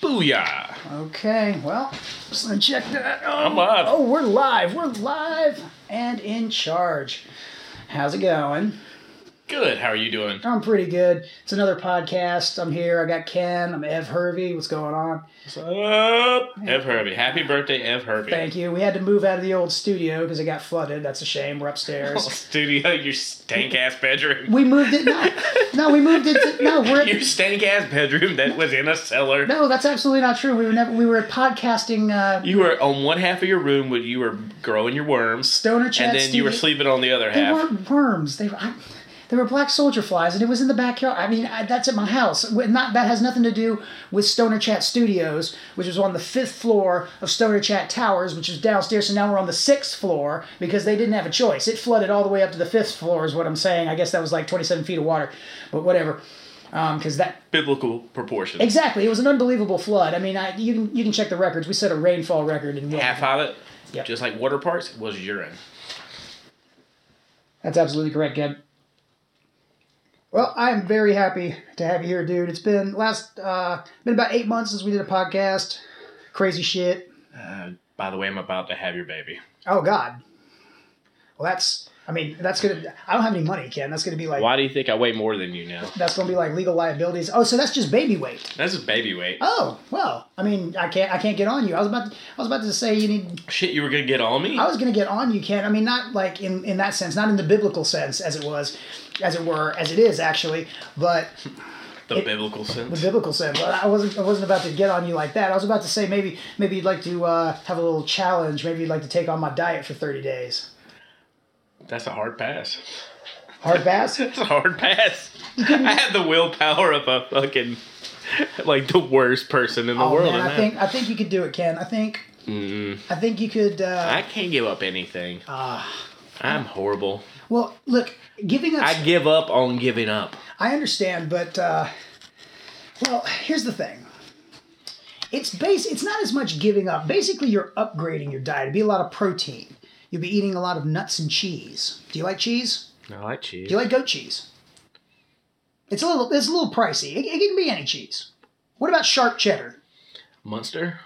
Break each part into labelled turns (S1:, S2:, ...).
S1: Booyah!
S2: Okay, well, just gonna check that. Oh,
S1: I'm live.
S2: Oh, we're live. We're live and in charge. How's it going?
S1: Good. How are you doing?
S2: I'm pretty good. It's another podcast. I'm here. I got Ken. I'm Ev Hervey. What's going on?
S1: What's up? Ev Hervey. Happy birthday, Ev Hervey.
S2: Thank you. We had to move out of the old studio because it got flooded. That's a shame. We're upstairs.
S1: Oh, studio, your stank ass bedroom.
S2: We moved it. No, no, we moved it. To, no, we're
S1: Your stank ass bedroom that was in a cellar.
S2: no. That's absolutely not true. We were never. We were at podcasting. Uh,
S1: You were on one half of your room where you were growing your worms,
S2: Stoner chat.
S1: and then you were
S2: studio.
S1: sleeping on the other
S2: They
S1: half.
S2: weren't worms. They were. I, they were black soldier flies, and it was in the backyard. I mean, I, that's at my house. We're Not that has nothing to do with Stoner Chat Studios, which was on the fifth floor of Stoner Chat Towers, which is downstairs. So now we're on the sixth floor because they didn't have a choice. It flooded all the way up to the fifth floor, is what I'm saying. I guess that was like 27 feet of water, but whatever. Because that
S1: Biblical proportions.
S2: exactly, it was an unbelievable flood. I mean, I, you can you can check the records. We set a rainfall record in
S1: Half of it,
S2: Yep.
S1: just like water parks, was urine.
S2: That's absolutely correct, Geb. Well, I am very happy to have you here, dude. It's been last uh been about eight months since we did a podcast. Crazy shit.
S1: Uh, by the way, I'm about to have your baby.
S2: Oh God. Well, that's. I mean, that's gonna. I don't have any money, Ken. That's gonna be like.
S1: Why do you think I weigh more than you now?
S2: That's gonna be like legal liabilities. Oh, so that's just baby weight.
S1: That's just baby weight.
S2: Oh well. I mean, I can't. I can't get on you. I was about. To, I was about to say you need.
S1: Shit, you were gonna get on me?
S2: I was gonna get on you, Ken. I mean, not like in in that sense, not in the biblical sense, as it was, as it were, as it is actually, but
S1: the biblical
S2: the
S1: sense.
S2: biblical sense. Well, I wasn't I wasn't about to get on you like that. I was about to say maybe maybe you'd like to uh, have a little challenge. Maybe you'd like to take on my diet for thirty days.
S1: That's a hard pass.
S2: Hard pass.
S1: It's a hard pass. I had the willpower of a fucking like the worst person in the
S2: Oh,
S1: world. Mm-hmm. in
S2: man, I
S1: that.
S2: think I think you could do it, Ken. I think I think you could. Uh,
S1: I can't give up anything.
S2: Ah.
S1: I'm horrible.
S2: well, look, giving up.
S1: I give up on giving up.
S2: I understand, but uh, well, here's the thing. It's base. It's not as much giving up. Basically, you're upgrading your diet. It'd be a lot of protein. You'll be eating a lot of nuts and cheese. Do you like cheese?
S1: I like cheese.
S2: Do you like goat cheese? It's a little. It's a little pricey. It, it can be any cheese. What about sharp cheddar?
S1: Munster?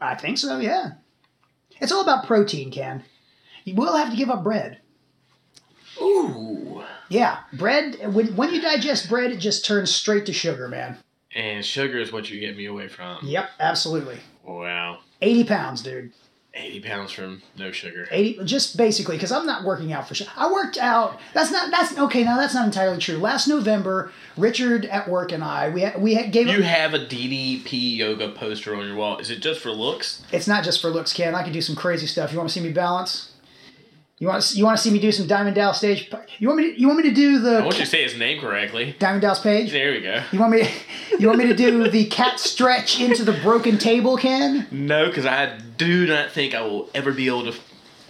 S2: I think so. Yeah. It's all about protein, Ken. You will have to give up bread.
S1: Ooh.
S2: Yeah, bread. When when you digest bread, it just turns straight to sugar, man.
S1: And sugar is what you get me away from.
S2: Yep, absolutely.
S1: Wow.
S2: 80 pounds, dude.
S1: 80 pounds from no sugar.
S2: 80, just basically, because I'm not working out for sure. I worked out. That's not, that's, okay, now that's not entirely true. Last November, Richard at work and I, we, had- we had- gave
S1: You
S2: up.
S1: have a DDP yoga poster on your wall. Is it just for looks?
S2: It's not just for looks, Ken. I can do some crazy stuff. You want to see me balance? You want to, you want to see me do some Diamond Dallas stage? You want me to, you want me to do
S1: I want you
S2: the
S1: to say his name correctly.
S2: Diamond Dallas page?
S1: There we go.
S2: You want me, you want me to do the cat stretch into the broken table, Ken?
S1: No, because I do not think I will ever be able to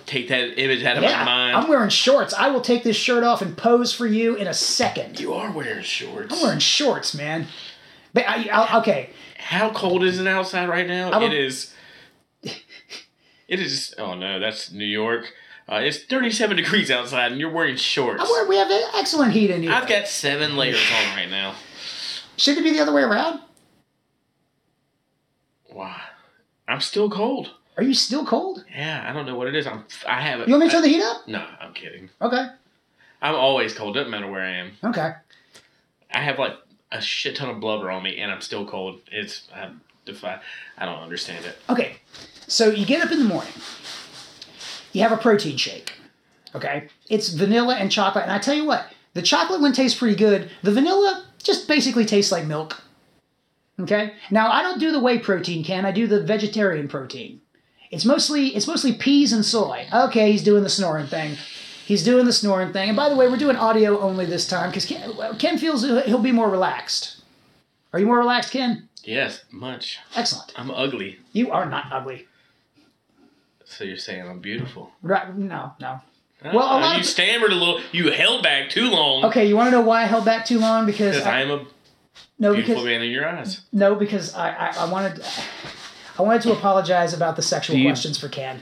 S1: take that image out of
S2: Yeah,
S1: my mind.
S2: I'm wearing shorts. I will take this shirt off and pose for you in a second.
S1: you are wearing shorts.
S2: I'm wearing shorts, man. But I, I, okay,
S1: How cold is it outside right now?
S2: I'm a-
S1: it is. It is. Oh no, that's New York. Uh, it's 37 degrees outside, and you're wearing shorts.
S2: I wear- we have e, excellent heat in here.
S1: I've got seven layers on right now.
S2: Should it be the other way around?
S1: Why? I'm still cold.
S2: Are you still cold?
S1: Yeah, I don't know what it is. I'm. I have.
S2: You want me to turn the heat up?
S1: No, I'm kidding.
S2: Okay,
S1: I'm always cold. Doesn't matter where I am.
S2: okay.
S1: I have like a shit ton of blubber on me, and I'm still cold. It's I defy. I don't understand it.
S2: Okay, so you get up in the morning, you have a protein shake. Okay, it's vanilla and chocolate. And I tell you what, the chocolate one tastes pretty good. The vanilla just basically tastes like milk. Okay, now I don't do the whey protein can, I do the vegetarian protein. It's mostly it's mostly peas and soy. Okay, he's doing the snoring thing. He's doing the snoring thing. And by the way, we're doing audio only this time because Ken, well, Ken feels he'll he'll be more relaxed. Are you more relaxed, Ken?
S1: Yes, much.
S2: Excellent.
S1: I'm ugly.
S2: You are not ugly.
S1: So you're saying I'm beautiful?
S2: Right? No, no.
S1: Well,
S2: a lot
S1: you
S2: of-
S1: stammered a little. You held back too long.
S2: Okay, you want to know why I held back too long? Because
S1: Because I am a
S2: no,
S1: beautiful
S2: because
S1: man in your eyes.
S2: no, because I, I, I wanted I wanted to apologize about the sexual
S1: you-
S2: questions for Ken.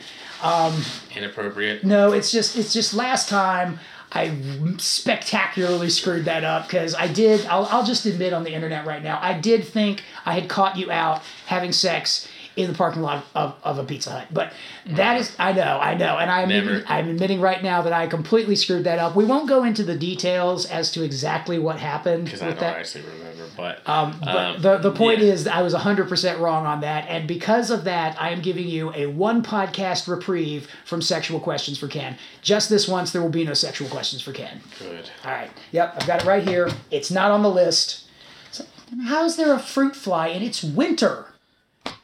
S1: Inappropriate.
S2: No, it's just it's just last time I spectacularly screwed that up because I did. I'll, I'll just admit on the internet right now, I did think I had caught you out having sex in the parking lot of, of a Pizza Hut. But that is, I know, I know, and I'm
S1: Never.
S2: admitting, I'm admitting right now that I completely screwed that up. We won't go into the details as to exactly what happened
S1: because
S2: with
S1: I don't
S2: that.
S1: actually remember. But
S2: Um, but
S1: Um,
S2: the, the point
S1: yeah.
S2: is, I was 100% wrong on that. And because of that, I am giving you a one podcast reprieve from sexual questions for Ken. Just this once, there will be no sexual questions for Ken.
S1: good.
S2: All right. Yep, I've got it right here. It's not on the list. So, how is there a fruit fly and it's winter?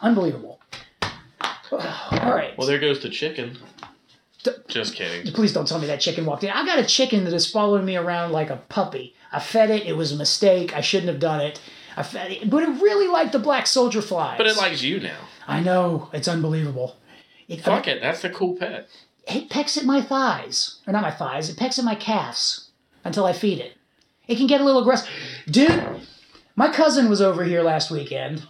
S2: Unbelievable. All right.
S1: Well, there goes the chicken. Just kidding.
S2: Please don't tell me that chicken walked in. I got a chicken that is following me around like a puppy. I fed it. It was a mistake. I shouldn't have done it. I fed it, but it really liked the black soldier flies.
S1: But it likes you now.
S2: I know it's unbelievable. It,
S1: Fuck it. That's the cool pet.
S2: it pecks at my thighs, or not my thighs. It pecks at my calves until I feed it. It can get a little aggressive, dude. My cousin was over here last weekend,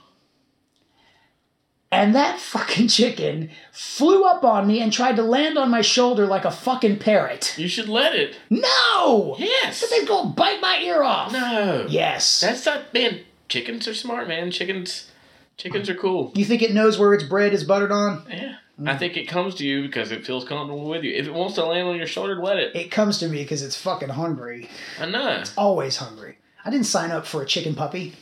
S2: and that fucking chicken flew up on me and tried to land on my shoulder like a fucking parrot.
S1: You should let it.
S2: No!
S1: Yes.
S2: But they go bite my ear off.
S1: No.
S2: Yes.
S1: That's not man. Chickens are smart, man. Chickens, chickens are cool.
S2: you think it knows where its bread is buttered on?
S1: Yeah. I think it comes to you because it feels comfortable with you. If it wants to land on your shoulder, let it.
S2: It comes to me because it's fucking hungry.
S1: I know.
S2: Always hungry. I didn't sign up for a chicken puppy.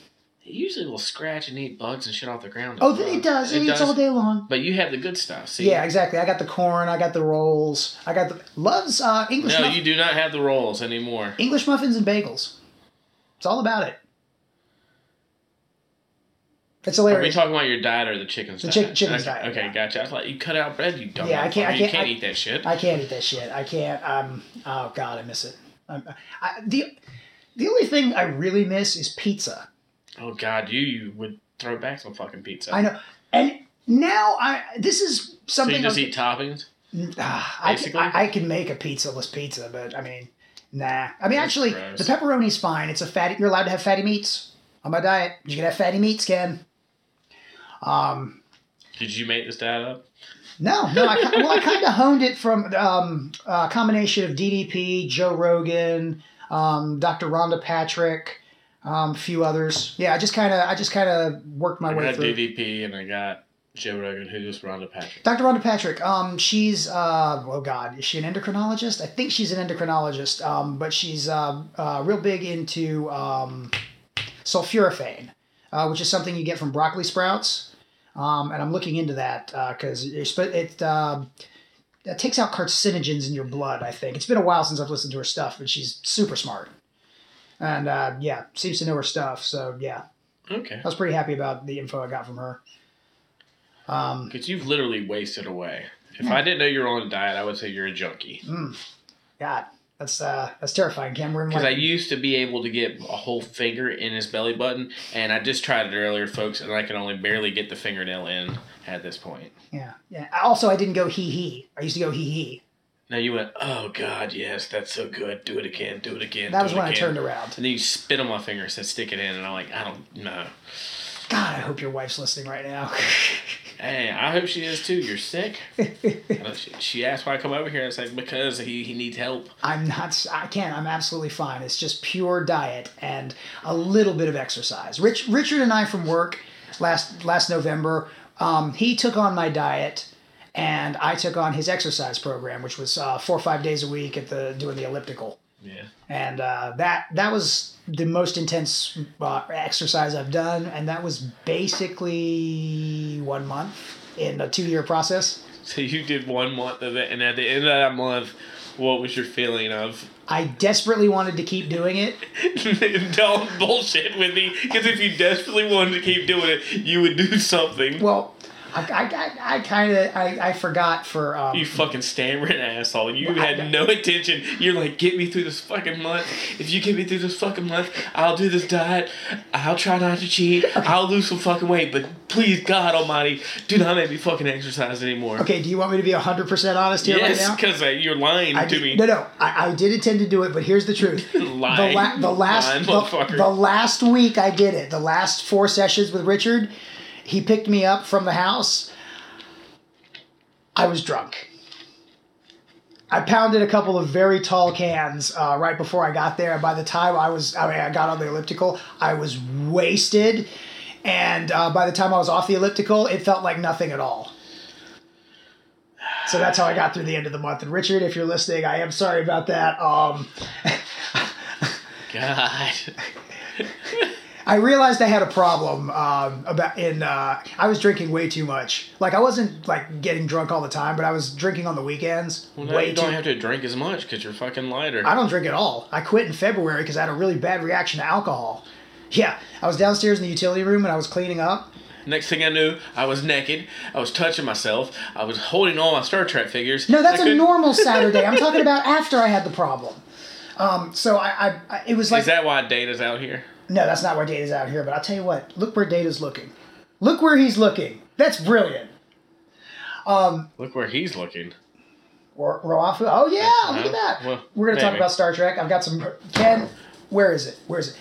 S1: It usually will scratch and eat bugs and shit off the ground.
S2: Oh, th- it does. It, eats all day long.
S1: But you have the good stuff. See.
S2: Yeah, exactly. I got the corn. I got the rolls. I got the loves uh, English
S1: No,
S2: muff-
S1: you do not have the rolls anymore.
S2: English muffins and bagels. It's all about it. It's
S1: Are we
S2: hilarious.
S1: talking about your diet or the chicken's
S2: The
S1: diet?
S2: chick- chicken's
S1: okay,
S2: diet,
S1: Okay,
S2: yeah.
S1: gotcha. I was like, you cut out bread, you dumb.
S2: Yeah, I can't- I
S1: motherfucker.
S2: can't-
S1: You can't
S2: I-
S1: eat that shit.
S2: I can't eat that shit. I can't. Um. Oh God, I miss it. Um, I, the the only thing I really miss is pizza.
S1: oh God, you, you would throw back some fucking pizza.
S2: I know. And now I this is
S1: so
S2: something
S1: you just
S2: I'm-
S1: eat toppings.
S2: Ah, I, can,
S1: basically?
S2: I, I can make a pizzaless pizza, but I mean, nah. I mean,
S1: That's
S2: actually,
S1: gross.
S2: the pepperoni's fine. It's a fatty. You're allowed to have fatty meats on my diet. You can have fatty meats, Ken. Um.
S1: Did you make this diet up?
S2: No, no. I, ki- well, I kind of honed it from um, a combination of DDP, Joe Rogan, um, Dr. Rhonda Patrick, um, a few others. Yeah, I just kind of, I just kind of worked my
S1: I
S2: way
S1: got
S2: through.
S1: DDP and I got Joe Rogan, who just Rhonda Patrick.
S2: Dr. Rhonda Patrick, um, she's uh, oh god, is she an endocrinologist? I think she's an endocrinologist, um, but she's uh, uh, real big into um, sulforaphane, uh, which is something you get from broccoli sprouts, um, and I'm looking into that because it's it uh, it takes out carcinogens in your blood. I think it's been a while since I've listened to her stuff, but she's super smart, and uh, yeah, seems to know her stuff. So yeah,
S1: Okay.
S2: I was pretty happy about the info I got from her. Um,
S1: Because you've literally wasted away. If I didn't know you were on a diet, I would say you're a junkie.
S2: Mm. God, that's uh, that's terrifying, Ken. We're in
S1: Because
S2: like,
S1: I used to be able to get a whole finger in his belly button, and I just tried it earlier, folks, and I can only barely get the fingernail in at this point.
S2: yeah, yeah. Also, I didn't go hee hee. I used to go hee hee.
S1: Now you went, oh God, yes, that's so good. Do it again, do it again.
S2: That
S1: do
S2: was
S1: it
S2: when I
S1: again."
S2: turned around.
S1: And then you spit on my finger, and said, stick it in, and I'm like, I don't know.
S2: God, I hope your wife's listening right now.
S1: Hey, I hope she is too. You're sick. And she, she asked why I come over here. and It's like because he, he needs help.
S2: I'm not. s- I can't. I'm absolutely fine. It's just pure diet and a little bit of exercise. Rich, Richard and I from work last last November. Um, he took on my diet, and I took on his exercise program, which was uh, four or five days a week at the doing the elliptical.
S1: Yeah.
S2: and uh, that that was the most intense uh, exercise I've done, and that was basically one month in a two-year process.
S1: So you did one month of it, and at the end of that month, what was your feeling of?
S2: I desperately wanted to keep doing it.
S1: Don't bullshit with me, because if you desperately wanted to keep doing it, you would do something.
S2: Well, I, I, I, I kind of I, I forgot for um,
S1: You fucking stammering asshole. You
S2: Well, I-
S1: had no intention. You're like, get me through this fucking month. If you get me through this fucking month, I'll do this diet. I'll try not to cheat. I'll lose some fucking weight. But please, God Almighty, do not make me fucking exercise anymore.
S2: okay. Do you want me to be hundred percent honest here
S1: yes,
S2: right now?
S1: because uh, you're lying
S2: I
S1: to
S2: did-
S1: me.
S2: No, no, I, I did intend to do it, but here's the truth. the,
S1: Lying.
S2: la- the
S1: Lying
S2: last the,
S1: motherfucker.
S2: the last week I did it. The last four sessions with Richard, he picked me up from the house. I was drunk. I pounded a couple of very tall cans uh, right before I got there. And by the time I was, I mean, I got on the elliptical, I was wasted. And uh, by the time I was off the elliptical, it felt like nothing at all. So that's how I got through the end of the month. And Richard, if you're listening, I am sorry about that. Um,
S1: God.
S2: I realized I had a problem um, about in uh, I was drinking way too much. Like I wasn't like getting drunk all the time, but I was drinking on the weekends.
S1: Well, now
S2: way
S1: you
S2: too
S1: don't have to drink as much because you're fucking lighter.
S2: I don't drink at all. I quit in February because I had a really bad reaction to alcohol. Yeah, I was downstairs in the utility room and I was cleaning up.
S1: Next thing I knew, I was naked. I was touching myself. I was holding all my Star Trek figures.
S2: No, that's
S1: I
S2: a
S1: couldn't-
S2: normal Saturday. I'm talking about after I had the problem. Um, so I, I, I, it was like
S1: Is that why Data's out here?
S2: no, that's not where Data's out here. But I'll tell you what, look where Data's looking. Look where he's looking. That's brilliant.
S1: Look where he's looking.
S2: Or Roafu. Oh yeah, look at that.
S1: Well,
S2: We're gonna talk
S1: maybe.
S2: about Star Trek. I've got some. Ken, where is it? Where is it?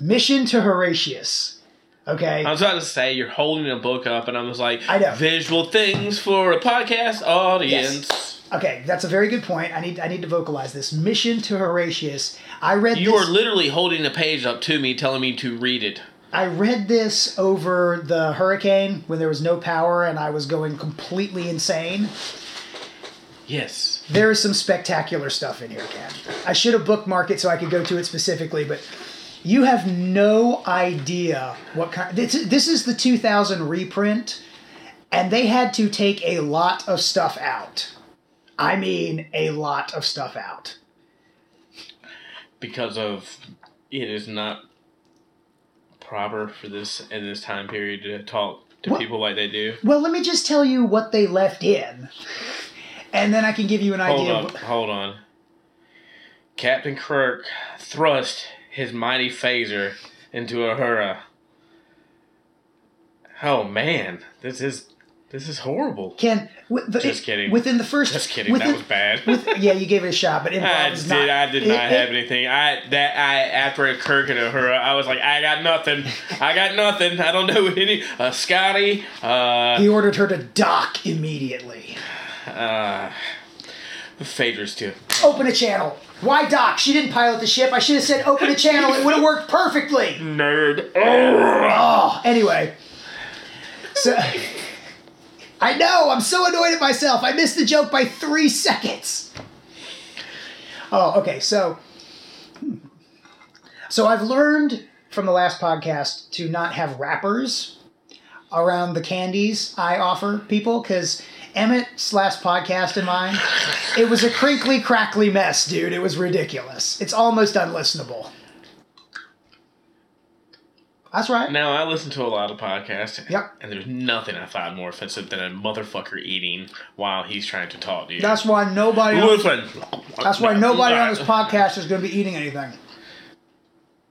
S2: Mission to Horatius. Okay.
S1: I was about to say you're holding a book up, and I was like,
S2: I know.
S1: visual things for a podcast audience.
S2: Okay, that's a very good point. I need I need to vocalize this. Mission to Horatius. I read
S1: You are
S2: this,
S1: literally holding a page up to me, telling me to read it.
S2: I read this over the hurricane when there was no power and I was going completely insane.
S1: Yes.
S2: There is some spectacular stuff in here, Ken. I should have bookmarked it so I could go to it specifically, but you have no idea what kind. This, this is the 2000 reprint, and they had to take a lot of stuff out. I mean, a lot of stuff out.
S1: because of it is not proper for this in this time period to talk to
S2: What?
S1: people like they do.
S2: Well, let me just tell you what they left in, and then I can give you an
S1: Hold
S2: idea.
S1: on,
S2: of wh-
S1: hold on. Captain Kirk thrust his mighty phaser into Ahura. Oh man, this is this is horrible.
S2: Ken, wi- the-
S1: Just kidding.
S2: Within the first,
S1: Just kidding,
S2: Within,
S1: that was bad.
S2: yeah, you gave it a shot, but improv
S1: I
S2: is
S1: did.
S2: not.
S1: I did
S2: it-
S1: not
S2: it-
S1: have anything. I that I after Kirk and Uhura, I was like, I got nothing. I got nothing. I don't know any. Uh, Scotty. Uh,
S2: He ordered her to dock immediately.
S1: uh, Phaedrus too.
S2: Open a channel. Why dock? She didn't pilot the ship. I should have said open a channel. It would have worked perfectly.
S1: Nerd. Oh.
S2: Oh, anyway. So. I know. I'm so annoyed at myself. I missed the joke by three seconds. Oh, okay. So, hmm. so I've learned from the last podcast to not have wrappers around the candies I offer people because Emmett's last podcast and mine, it was a crinkly, crackly mess, dude. It was ridiculous. It's almost unlistenable. That's right.
S1: Now I listen to a lot of podcasts.
S2: Yep.
S1: And there's nothing I find more offensive than a motherfucker eating while he's trying to talk to you.
S2: That's why nobody. on-
S1: Listen.
S2: That's why nobody on this podcast is going to be eating anything.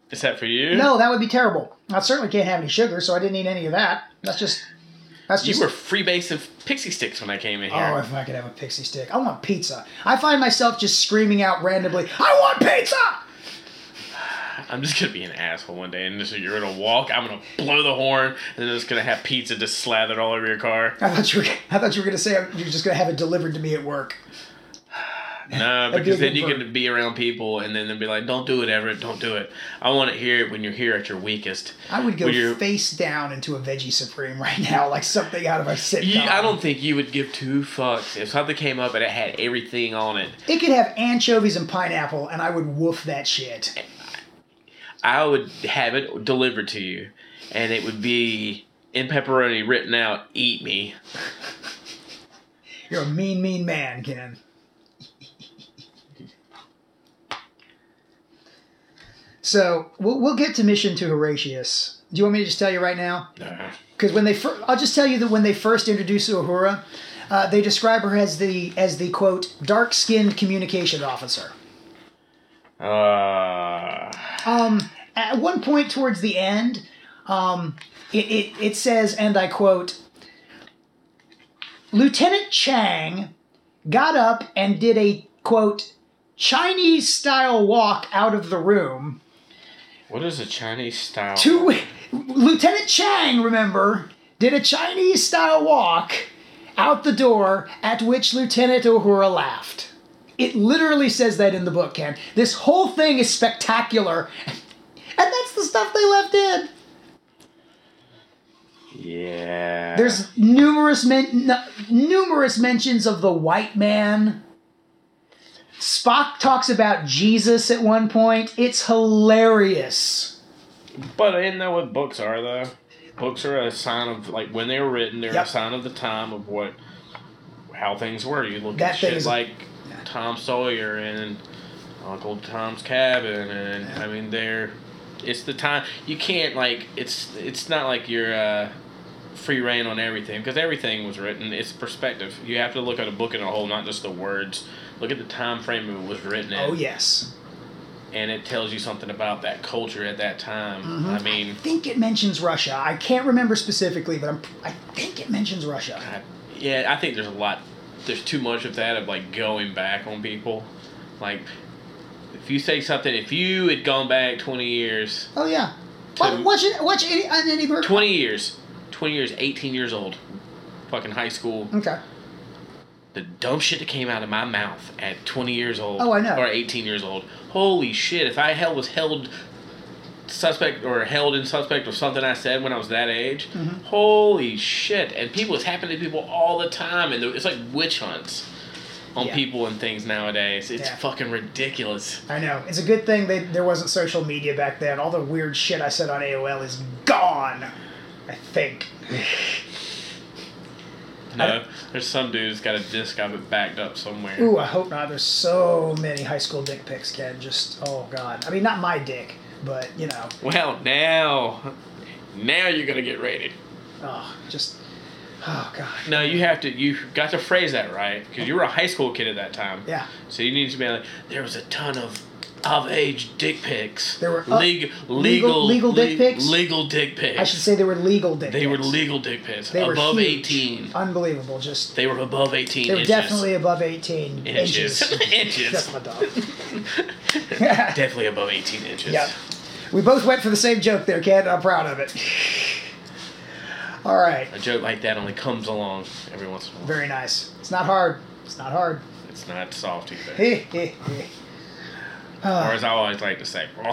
S1: Is that for you?
S2: No, that would be terrible. I certainly can't have any sugar, so I didn't eat any of that. That's just. That's
S1: You
S2: just.
S1: were freebasing pixie sticks when I came in here.
S2: oh, if I could have a pixie stick. I want pizza. I find myself just screaming out randomly, I want pizza!
S1: I'm just gonna be an asshole one day, and just, you're gonna walk. I'm gonna blow the horn, and then it's gonna have pizza just slathered all over your car.
S2: I thought you were, I thought you were going to say you're just going to have it delivered to me at work.
S1: No,
S2: be a
S1: because
S2: good
S1: then you
S2: burn.
S1: can be around people, and then they'll be like, "Don't do it, Everett. Don't do it." I want to hear it when you're here at your weakest.
S2: I would go
S1: When you're-
S2: face down into a veggie supreme right now, like something out of a sitcom.
S1: You, I don't think you would give two fucks if something came up and it had everything on it.
S2: It could have anchovies and pineapple, and I would woof that shit.
S1: I would have it delivered to you, and it would be in pepperoni written out, "Eat me."
S2: You're a mean, mean man, Ken. so we'll, we'll get to mission to Horatius. Do you want me to just tell you right now?
S1: No.
S2: Because when they, fir- I'll just tell you that when they first introduce Uhura, uh, they describe her as the as the quote dark-skinned communication officer.
S1: Uh,
S2: Um, at one point towards the end, um, it, it, it says, and I quote, Lieutenant Chang got up and did a, quote, Chinese style walk out of the room.
S1: what is a Chinese style?
S2: To Lieutenant Chang, remember, did a Chinese style walk out the door, at which Lieutenant Uhura laughed. It literally says that in the book, Ken. This whole thing is spectacular, and that's the stuff they left in.
S1: Yeah.
S2: There's numerous men, n- numerous mentions of the white man. Spock talks about Jesus at one point. It's hilarious.
S1: But isn't that what books are, though? Books are a sign of like when they were written. They're
S2: Yep.
S1: a sign of the time of what, how things were. You look
S2: That
S1: at shit
S2: thing's-
S1: like Tom Sawyer and Uncle Tom's Cabin, and I mean they're. It's the time you can't like it's it's not like you're uh, free reign on everything because everything was written. It's perspective. You have to look at a book in a whole, not just the words. Look at the time frame it was written in,
S2: Oh yes.
S1: and it tells you something about that culture at that time.
S2: Mm-hmm.
S1: I mean,
S2: I think it mentions Russia. I can't remember specifically, but I'm, I think it mentions Russia.
S1: I- yeah, I think there's a lot. There's too much of that of like going back on people. Like, if you say something, if you had gone back twenty years,
S2: Oh yeah.
S1: To-
S2: Watch, watch it. Watch any, on any bird.
S1: twenty years, twenty years, eighteen years old, fucking high school,
S2: Okay.
S1: the dumb shit that came out of my mouth at twenty years old.
S2: Oh, I know.
S1: Or eighteen years old. Holy shit! If I held was held suspect or held in suspect of something I said when I was that age,
S2: Mm-hmm.
S1: holy shit! And people, it's happening to people all the time, and it's like witch hunts on
S2: Yeah.
S1: people and things nowadays. It's
S2: Yeah.
S1: fucking ridiculous.
S2: I know. It's a good thing they, there wasn't social media back then. All the weird shit I said on AOL is gone. I think.
S1: No, there's some dude that's got a disc of it backed up somewhere.
S2: Ooh, I hope not. There's so many high school dick pics, Ken. Just oh god. I mean, not my dick, but you know,
S1: Well, now, now you're gonna get rated.
S2: oh, just oh god.
S1: No, you have to. You got to phrase that right because you were a high school kid at that time.
S2: Yeah.
S1: So you need to be like, there was a ton of of age dick pics.
S2: There were, uh,
S1: Leg- legal,
S2: legal- legal dick
S1: le-
S2: pics?
S1: Legal dick pics.
S2: I should say they were legal dick.
S1: they
S2: pics.
S1: were legal dick pics.
S2: They were
S1: above
S2: huge.
S1: eighteen.
S2: Unbelievable. Just
S1: They were above eighteen.
S2: they were
S1: inches.
S2: definitely above 18
S1: Inches. Inches.
S2: That's my dog.
S1: definitely above eighteen inches.
S2: Yep. We both went for the same joke there, Ken. I'm proud of it. All right.
S1: A joke like that only comes along every once in a while.
S2: Very nice. It's not hard. It's not hard.
S1: It's not soft either.
S2: Heh, heh, heh. uh,
S1: or as I always like to say. Oh,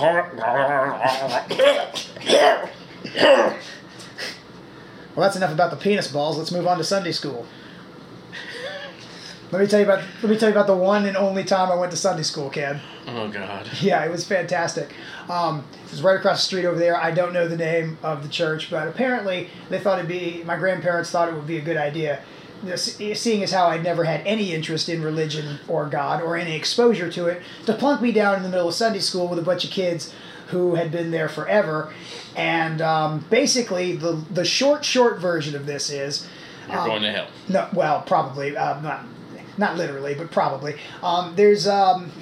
S2: well, that's enough about the penis balls. Let's move on to Sunday school. Let me tell you about let me tell you about the one and only time I went to Sunday school, Ken.
S1: oh God.
S2: Yeah, it was fantastic. Um, it was right across the street over there. I don't know the name of the church, but apparently they thought it'd be, my grandparents thought it would be a good idea. This, seeing as how I'd never had any interest in religion or God or any exposure to it, to plunk me down in the middle of Sunday school with a bunch of kids who had been there forever. And um, basically, the, the short, short version of this is um,
S1: You're going to hell.
S2: no, well, probably uh, not, not literally, but probably. Um, there's um,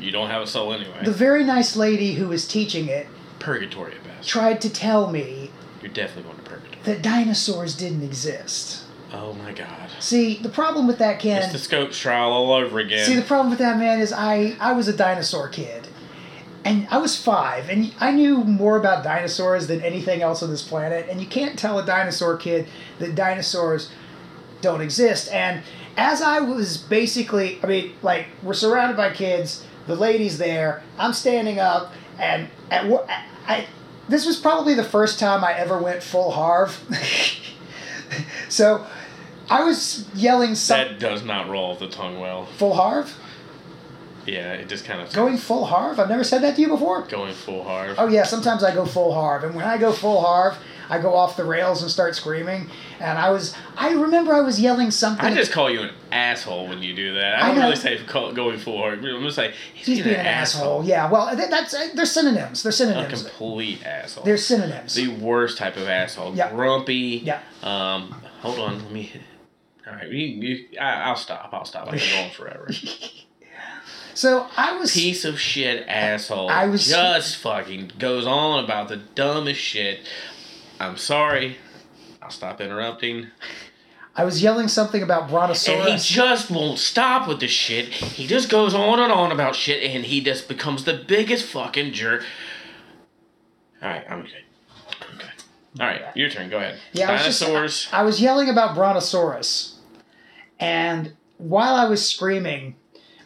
S1: You don't have a soul anyway.
S2: the very nice lady who was teaching it
S1: Purgatory at best.
S2: tried to tell me
S1: You're definitely going to purgatory.
S2: that dinosaurs didn't exist.
S1: Oh my God.
S2: See, the problem with that, Ken.
S1: It's the Scopes trial all over again.
S2: See, the problem with that, man, is I, I was a dinosaur kid. And I was five, and I knew more about dinosaurs than anything else on this planet. And you can't tell a dinosaur kid that dinosaurs don't exist. And as I was basically, I mean, like, we're surrounded by kids, the lady's there, I'm standing up, and at, wh- I, I, this was probably the first time I ever went full Harv. so I was yelling something.
S1: that does not roll off the tongue well.
S2: Full Harv?
S1: Yeah, it just kind of
S2: Going full Harv? I've never said that to you before.
S1: going full hard.
S2: Oh yeah, sometimes I go full Harv, and when I go full Harv, I go off the rails and start screaming. And I was, I remember I was yelling something.
S1: I just call you an asshole when you do that.
S2: I
S1: I don't
S2: know.
S1: really say call, going full hard. I'm just like he's,
S2: he's being an asshole. Yeah, well, that, that's uh, they're synonyms. They're
S1: A
S2: synonyms.
S1: complete asshole.
S2: They're synonyms.
S1: the worst type of asshole.
S2: Yeah.
S1: Grumpy.
S2: Yeah.
S1: Um. Hold on. Let me. All right. You, you, I, I'll stop. I'll stop. I've been going forever.
S2: So I was.
S1: piece of shit asshole.
S2: I was-
S1: just fucking goes on about the dumbest shit. I'm sorry. I'll stop interrupting.
S2: I was yelling something about
S1: And he
S2: Brontosaurus.
S1: just won't stop with the shit. He just goes on and on about shit, and he just becomes the biggest fucking jerk. All right, I'm good. I'm good. All right, your turn. Go ahead.
S2: Yeah, I was just-
S1: Dinosaurs.
S2: I was yelling about Brontosaurus, and while I was screaming,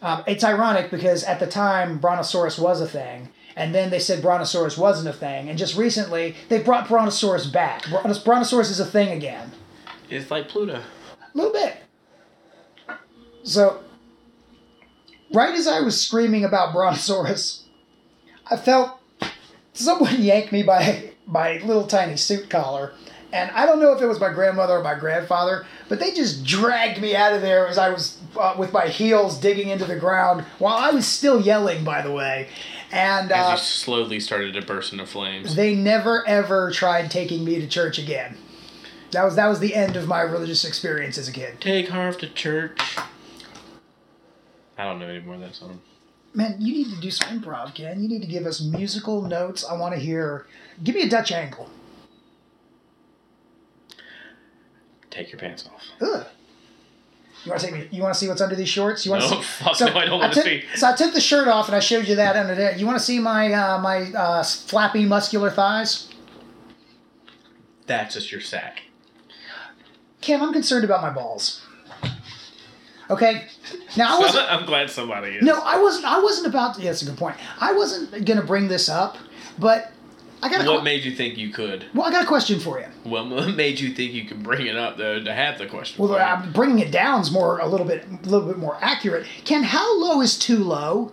S2: um, it's ironic because at the time Brontosaurus was a thing, and then they said Brontosaurus wasn't a thing, and just recently they brought Brontosaurus back. Brontos- Brontosaurus is a thing again,
S1: it's like Pluto.
S2: a little bit. So, right as I was screaming about Brontosaurus, I felt someone yanked me by my little tiny suit collar. And I don't know if it was my grandmother or my grandfather, but they just dragged me out of there as I was uh, with my heels digging into the ground while I was still yelling, by the way. And
S1: As
S2: uh,
S1: you slowly started to burst into flames.
S2: they never ever tried taking me to church again. That was that was the end of my religious experience as a kid.
S1: Take Harv to church. I don't know anymore that song.
S2: Man, you need to do some improv, Ken. You need to give us musical notes. I want to hear. Give me a Dutch angle.
S1: Take your pants off.
S2: Ugh. You want to take me? You want to see what's under these shorts? You want
S1: No,
S2: to see?
S1: fuck no, I don't wanna
S2: took-
S1: see.
S2: So I took the shirt off and I showed you that under there. You want to see my uh, my uh, flappy muscular thighs?
S1: That's just your sack.
S2: Cam, I'm concerned about my balls. Okay, now I wasn't.
S1: I'm glad somebody is.
S2: No, I wasn't. I wasn't about. Yeah, that's a good point. I wasn't gonna bring this up, but I got a.
S1: What
S2: que-
S1: made you think you could?
S2: well, I got a question for you.
S1: What what made you think you could bring it up though to have the question?
S2: Well,
S1: for you?
S2: I'm bringing it down's more a little bit, a little bit more accurate. Ken, how low is too low?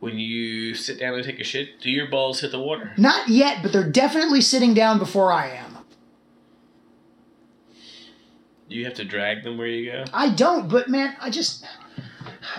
S1: when you sit down and take a shit, do your balls hit the water?
S2: Not yet, but they're definitely sitting down before I am.
S1: Do you have to drag them where you go?
S2: I don't, but man, I just,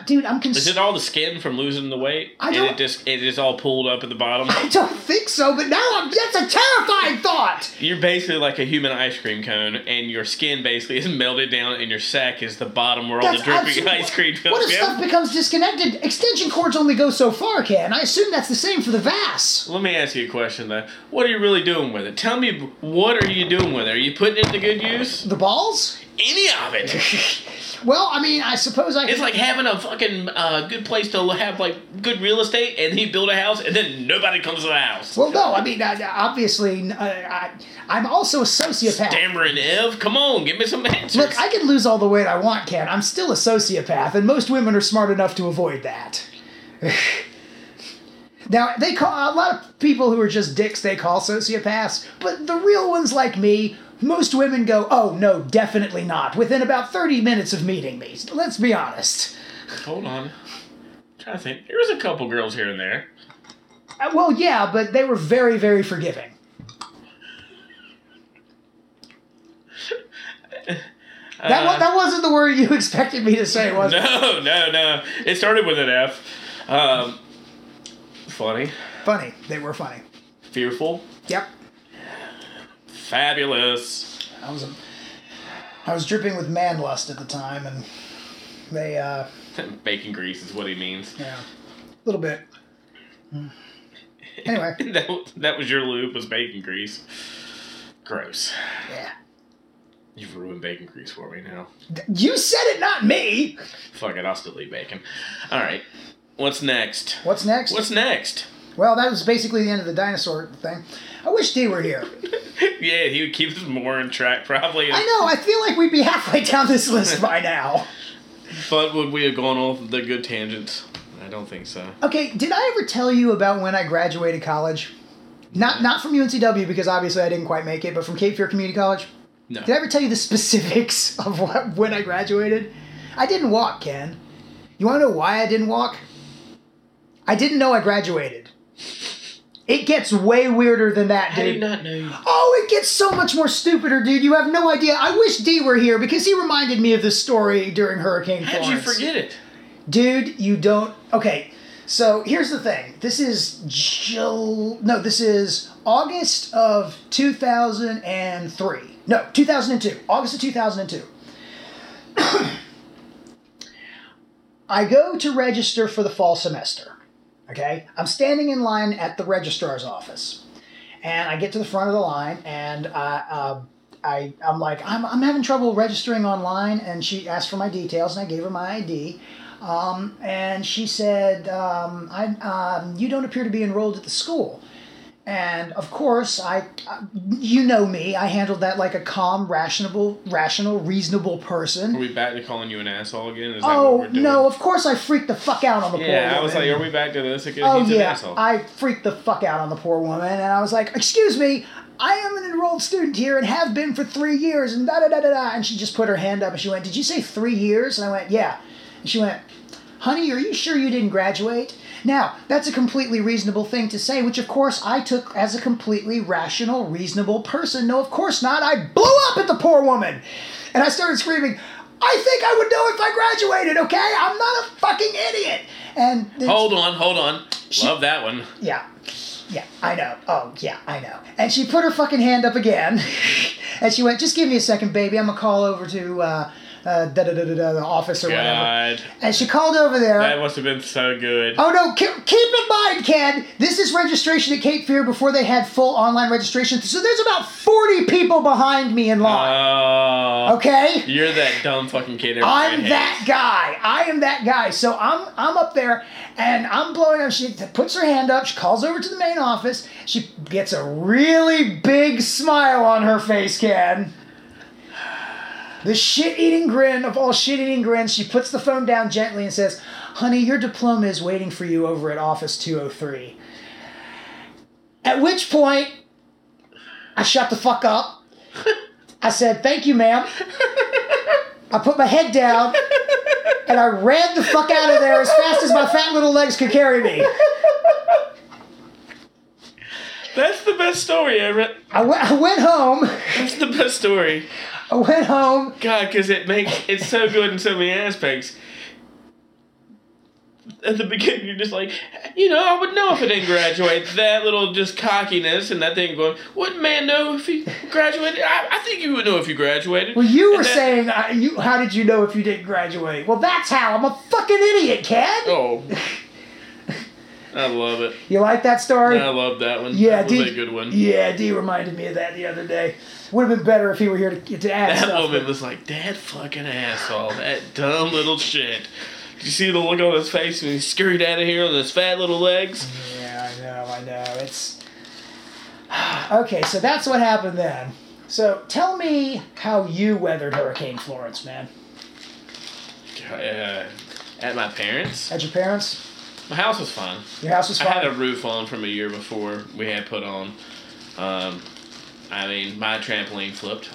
S2: dude, I'm
S1: Is it
S2: concerned.
S1: all the skin from losing the weight?
S2: I
S1: and
S2: don't-
S1: it just it is all pulled up at the bottom.
S2: I don't think so, but now I'm. That's a terrifying thought.
S1: You're basically like a human ice cream cone, and your skin basically is melted down, and your sack is the bottom where all
S2: That's
S1: the dripping
S2: absolute-
S1: ice cream
S2: What
S1: comes
S2: if stuff
S1: from.
S2: becomes disconnected? Extension cords only go so far, Ken. I assume that's the same for the vas.
S1: Let me ask you a question though. What are you really doing with it? Tell me, what are you doing with it? Are you putting it to good use?
S2: The balls?
S1: Any of it?
S2: Well, I mean, I suppose I.
S1: It's like having a fucking uh, good place to have like good real estate, and then you build a house, and then nobody comes to the house.
S2: well, no, I mean, I, obviously, uh, I, I, I'm also a sociopath.
S1: Dameron Ev, come on, give me some answers.
S2: Look, I can lose all the weight I want, Ken. I'm still a sociopath, and most women are smart enough to avoid that. now, they call a lot of people who are just dicks they call sociopaths, but the real ones like me, most women go, "Oh no, definitely not." Within about 30 minutes of meeting me. Let's be honest.
S1: Hold on. I'm trying to think. There was a couple girls here and there.
S2: Uh, well, yeah, but they were very, very forgiving. That, wa-
S1: Uh,
S2: that wasn't the word you expected me to say, was it?
S1: No, no, no. It started with an F. Um, funny,
S2: Funny. They were funny.
S1: fearful,
S2: Yep.
S1: fabulous.
S2: I was a, I was dripping with man lust at the time, and they, uh,
S1: Bacon grease is what he means.
S2: yeah, a little bit. Hmm. Anyway,
S1: that, was- that was your lube was bacon grease. Gross.
S2: yeah.
S1: You've ruined bacon grease for me now.
S2: You said it, not me.
S1: Fuck it, I'll still eat bacon. All right, what's next?
S2: What's next?
S1: What's next?
S2: Well, that was basically the end of the dinosaur thing. I wish D were here.
S1: yeah, he would keep us more in track probably.
S2: I know. I feel like we'd be halfway down this list by now.
S1: But would we have gone off the good tangents? I don't think so.
S2: Okay, did I ever tell you about when I graduated college? Not not from UNCW because obviously I didn't quite make it, but from Cape Fear Community College.
S1: No.
S2: Did I ever tell you the specifics of what, when I graduated? I didn't walk, Ken. You want to know why I didn't walk? I didn't know I graduated. It gets way weirder than that, dude.
S1: not know you.
S2: Oh, it gets so much more stupider, dude. You have no idea. I wish Dee were here because he reminded me of this story during Hurricane
S1: How'd you
S2: Florence.
S1: forget it?
S2: Dude, you don't. Okay, so here's the thing. This is Jill. No, this is August of 2003. No, 2002. August of 2002. I go to register for the fall semester. Okay? I'm standing in line at the registrar's office. And I get to the front of the line and I. Uh, I, I'm like, I'm, I'm having trouble registering online. And she asked for my details, and I gave her my ID. Um, and she said, um, I, um, You don't appear to be enrolled at the school. And of course, I, I- you know me, I handled that like a calm, rational, rational, reasonable
S1: Are
S2: person.
S1: we back to calling you an asshole again? Is that what
S2: Oh
S1: we're doing?
S2: no! Of course, I freaked the fuck out on the poor
S1: Yeah,
S2: woman.
S1: I was like, are we back to this again?
S2: Oh
S1: He's an
S2: yeah,
S1: asshole.
S2: I freaked the fuck out on the poor woman, and I was like, "Excuse me, I am an enrolled student here and have been for three years." And da da da da da. And she just put her hand up and she went, "Did you say three years?" And I went, "Yeah." And she went, "Honey, are you sure you didn't graduate?" Now that's a completely reasonable thing to say, which of course I took as a completely rational, reasonable person. No, of course not. I blew up at the poor woman, and I started screaming. I think I would know if I graduated, okay? I'm not a fucking idiot. And then
S1: hold on, hold on. Love that one.
S2: yeah. Yeah, I know. Oh, yeah, I know. And she put her fucking hand up again. and she went, just give me a second, baby. I'm going to call over to uh, uh, da da da da da, the office or whatever.
S1: God,
S2: And she called over there.
S1: that must have been so good.
S2: Oh no! Keep, keep in mind, Ken. This is registration at Cape Fear before they had full online registration. So there's about forty people behind me in line.
S1: Oh,
S2: okay.
S1: You're that dumb fucking kid. everybody
S2: I'm
S1: hates.
S2: that guy. I am that guy. So I'm I'm up there and I'm blowing up. She puts her hand up. She calls over to the main office. She gets a really big smile on her face, Ken. The shit-eating grin of all shit-eating grins. She puts the phone down gently and says, "Honey, your diploma is waiting for you over at office 203." At which point, I shut the fuck up. I said, "Thank you, ma'am." I put my head down and I ran the fuck out of there as fast as my fat little legs could carry me.
S1: That's the best story ever.
S2: I went, I went home.
S1: That's the best story.
S2: I went home.
S1: God, because it makes it's so good in so many aspects. At the beginning, you're just like, you know, I would know if I didn't graduate. That little just cockiness and that thing going, wouldn't man know if he graduated? I, I think you would know if you graduated.
S2: Well, you were
S1: And that-
S2: saying, I, you, how did you know if you didn't graduate? Well, that's how. I'm a fucking idiot, Ken.
S1: Oh. I love it.
S2: You like that story?
S1: I love that one.
S2: Yeah,
S1: that was
S2: D,
S1: a good one.
S2: Yeah, D reminded me of that the other day. Would have been better if he were here to, to add
S1: That
S2: stuff.
S1: woman was like, that fucking asshole, that dumb little shit. Did you see the look on his face when he scurried out of here on his fat little legs?
S2: Yeah, I know, I know. It's okay. So that's what happened then. So tell me how you weathered Hurricane Florence, man.
S1: Uh, at my parents?
S2: At your parents?
S1: My house was fine.
S2: Your house was
S1: I had
S2: fine.
S1: a roof on from a year before we had put on. Um, I mean, my trampoline flipped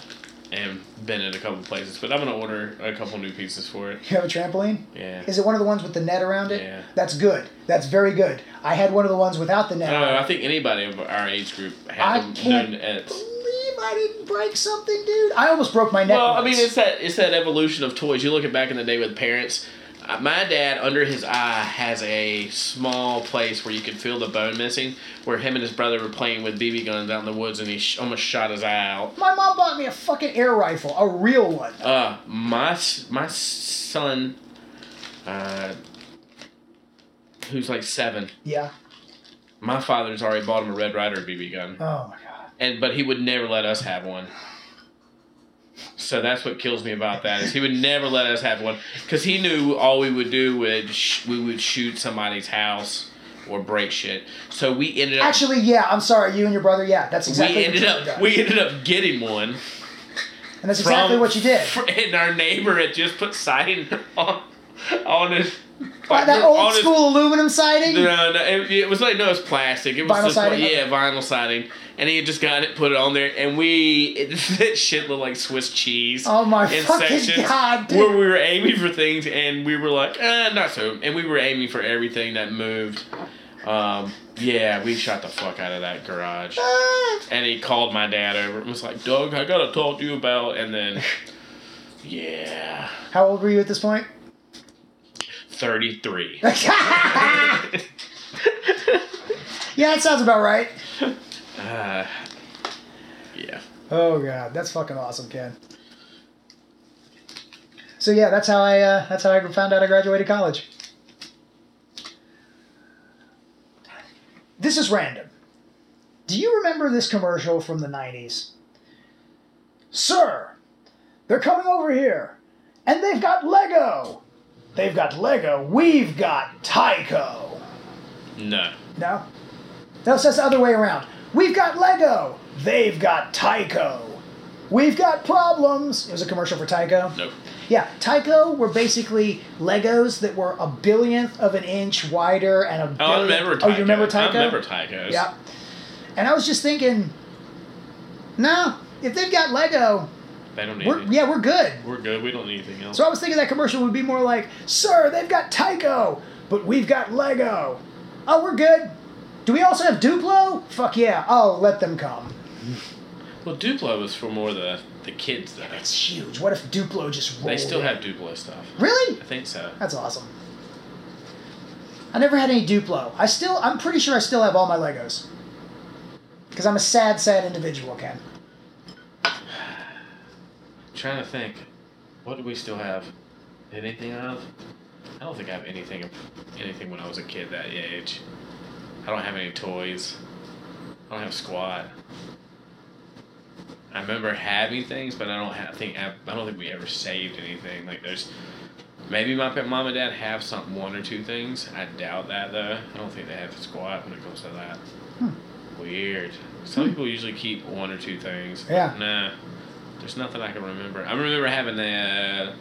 S1: and bent in a couple places, but I'm going to order a couple new pieces for it.
S2: you have a trampoline?
S1: Yeah.
S2: Is it one of the ones with the net around it?
S1: Yeah.
S2: That's good. That's very good. I had one of the ones without the net.
S1: I
S2: around
S1: don't know.
S2: it.
S1: I think anybody of our age group
S2: I
S1: had them
S2: can't
S1: known as-
S2: Believe I didn't break something, dude. I almost broke my neck.
S1: Well, I
S2: once.
S1: mean, it's that it's that evolution of toys. You look at back in the day with parents. Uh, My dad, under his eye, has a small place where you can feel the bone missing, where him and his brother were playing with BB guns out in the woods, and he sh- almost shot his eye out.
S2: my mom bought me a fucking air rifle, a real one.
S1: Uh, my s- my son, uh, who's like seven,
S2: Yeah.
S1: my father's already bought him a Red Ryder BB gun.
S2: Oh my god.
S1: and but he would never let us have one. So that's what kills me about that is he would never let us have one because he knew all we would do would sh- we would shoot somebody's house or break shit. So we ended up
S2: Actually, yeah. I'm sorry. You and your brother. Yeah, that's exactly.
S1: we
S2: what
S1: ended
S2: you
S1: up
S2: did.
S1: we ended up getting one
S2: and that's exactly
S1: from-
S2: what you did.
S1: fr- and our neighbor had just put siding on on his
S2: By that old
S1: on his-
S2: school aluminum siding.
S1: No, no, it, it was like no, it was plastic. It was
S2: Vinyl
S1: just like-
S2: siding?
S1: yeah, vinyl siding, and he had just got it, put it on there, and we it, that shit looked like Swiss cheese.
S2: Oh my fucking God, dude.
S1: Where we were aiming for things, and we were like, eh, not so, and we were aiming for everything that moved. Um, yeah, we shot the fuck out of that garage,
S2: Ah.
S1: and he called my dad over and was like, "Doug, I gotta talk to you about," and then, yeah,
S2: How old were you at this point?
S1: thirty three.
S2: yeah, that sounds about right.
S1: Uh, yeah.
S2: Oh god, that's fucking awesome, Ken. So yeah, that's how I uh, that's how I found out I graduated college. This is random. Do you remember this commercial from the '90s? Sir, they're coming over here, and they've got Lego. They've got Lego. We've got Tyco.
S1: No.
S2: No. No, it says the other way around. We've got Lego. They've got Tyco. We've got problems. It was a commercial for Tyco.
S1: Nope.
S2: Yeah, Tyco were basically Legos that were a billionth of an inch wider and a
S1: Oh, I
S2: billionth-
S1: remember Tyco.
S2: Oh, you remember Tyco?
S1: I remember Tyco's.
S2: Yeah. And I was just thinking, no, if they've got Lego,
S1: They don't need
S2: we're,
S1: it.
S2: yeah, we're good.
S1: We're good. We don't need anything else.
S2: So I was thinking that commercial would be more like, sir, they've got Tyco, but we've got Lego. Oh, we're good. Do we also have Duplo? Fuck yeah. Oh, let them come.
S1: well, Duplo was for more the the kids though.
S2: That's huge. What if Duplo just rolled?
S1: They still
S2: in?
S1: have Duplo stuff.
S2: Really?
S1: I think so.
S2: That's awesome. I never had any Duplo. I still, I'm pretty sure I still have all my Legos. Because I'm a sad, sad individual, Ken.
S1: trying to think. What do we still have? Anything of? I don't think I have anything of anything when I was a kid that age. I don't have any toys. I don't have squat. I remember having things, but I don't have, I think I don't think we ever saved anything. Like there's maybe my pa- mom and dad have some one or two things. I doubt that though. I don't think they have squat when it comes to that. Weird. Some people usually keep one or two things.
S2: Yeah.
S1: Nah. There's nothing I can remember. I remember having the uh,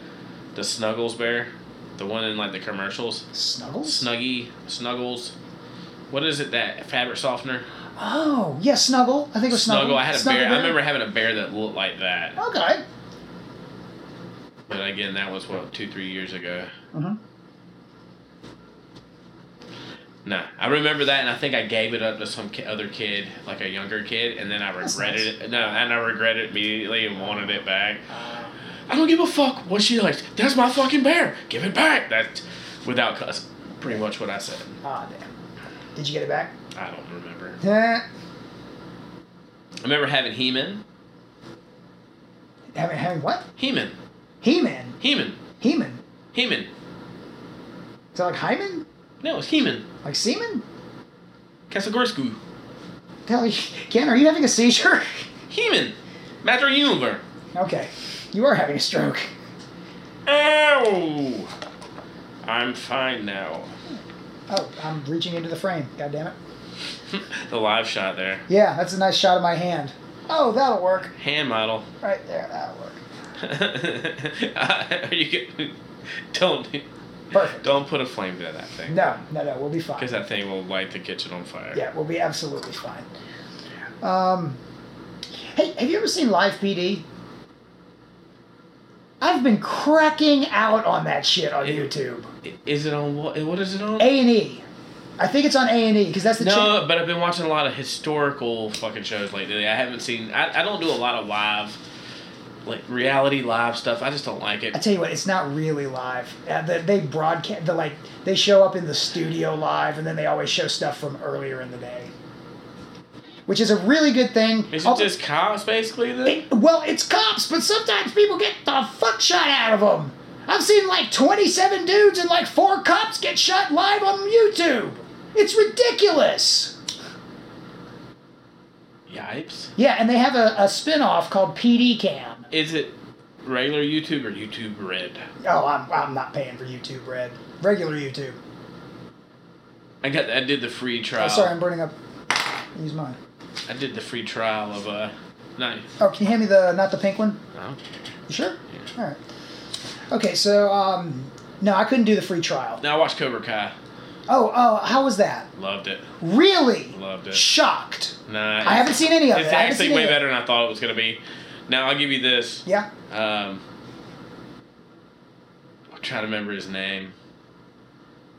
S1: the Snuggles bear, the one in like the commercials.
S2: Snuggles?
S1: Snuggy Snuggles. What is it that fabric softener?
S2: oh, yeah, Snuggle. I think it was Snuggle.
S1: Snuggle. I had a
S2: Snuggle
S1: bear. I remember having a bear that looked like that.
S2: Okay.
S1: But again, that was what two three years ago.
S2: Mhm.
S1: Nah, I remember that, and I think I gave it up to some ki- other kid, like a younger kid, and then I
S2: That's
S1: regretted
S2: nice.
S1: it. No, and I regretted it immediately and wanted it back. I don't give a fuck what she likes. That's my fucking bear. Give it back. That's without cuss. Pretty much what I said.
S2: Ah, damn. Did you get it back?
S1: I don't remember.
S2: Eh,
S1: I remember having He-Man.
S2: having, having what?
S1: He-Man.
S2: He-Man.
S1: He-Man.
S2: He-Man.
S1: He-Man.
S2: Is that like Hyman?
S1: No, it's He-Man.
S2: Like semen?
S1: Kasagorsku.
S2: Tell you, Ken, are you having a seizure?
S1: He-Man. Master Universe.
S2: Okay. You are having a stroke.
S1: Ow! I'm fine now.
S2: Oh, I'm reaching into the frame. God damn it.
S1: the live shot there.
S2: Yeah, that's a nice shot of my hand. Oh, that'll work.
S1: Hand model.
S2: Right there, that'll work.
S1: Are you good? Don't
S2: Perfect.
S1: don't put a flame to that thing.
S2: No, no, no, we'll be fine.
S1: Because that thing will light the kitchen on fire.
S2: Yeah, we'll be absolutely fine. Um, hey, have you ever seen Live PD? I've been cracking out on that shit on
S1: Yeah.
S2: YouTube.
S1: I- Is it on what? What is it on?
S2: A and E. I think it's on A and E because that's the channel.
S1: No, but I've been watching a lot of historical fucking shows lately. I haven't seen. I, I don't do a lot of live, like reality live stuff. I just don't like
S2: I
S1: it.
S2: tell you what, it's not really live. Uh, they, they broadcast, the, like they show up in the studio live, and then they always show stuff from earlier in the day, which is a really good thing.
S1: Is it
S2: Although-
S1: just cops basically? Then?
S2: It- well, it's cops, but sometimes people get the fuck shot out of them. I've seen like 27 dudes and like four cops get shot live on YouTube. It's ridiculous.
S1: Yipes.
S2: Yeah, and they have a, a spin off called PD Cam.
S1: Is it regular YouTube or YouTube Red?
S2: Oh, I'm, I'm not paying for YouTube Red. Regular YouTube.
S1: I got. I did the free
S2: Oh,
S1: trial.
S2: sorry, I'm burning up. Use mine.
S1: I did the free trial of uh, no,
S2: Oh, can you hand me the not the pink one?
S1: I don't care.
S2: You sure? All right. Okay, so um, no, I couldn't do the free trial.
S1: No, I watched Cobra Kai.
S2: Oh, oh, how was that?
S1: Loved it.
S2: Really?
S1: Loved it.
S2: Shocked.
S1: Nah,
S2: I haven't seen any of
S1: It's
S2: it. I haven't
S1: actually
S2: seen
S1: way
S2: any of it.
S1: better than I thought it was gonna be. Now I'll give you this.
S2: Yeah.
S1: Um, I'm trying to remember his name.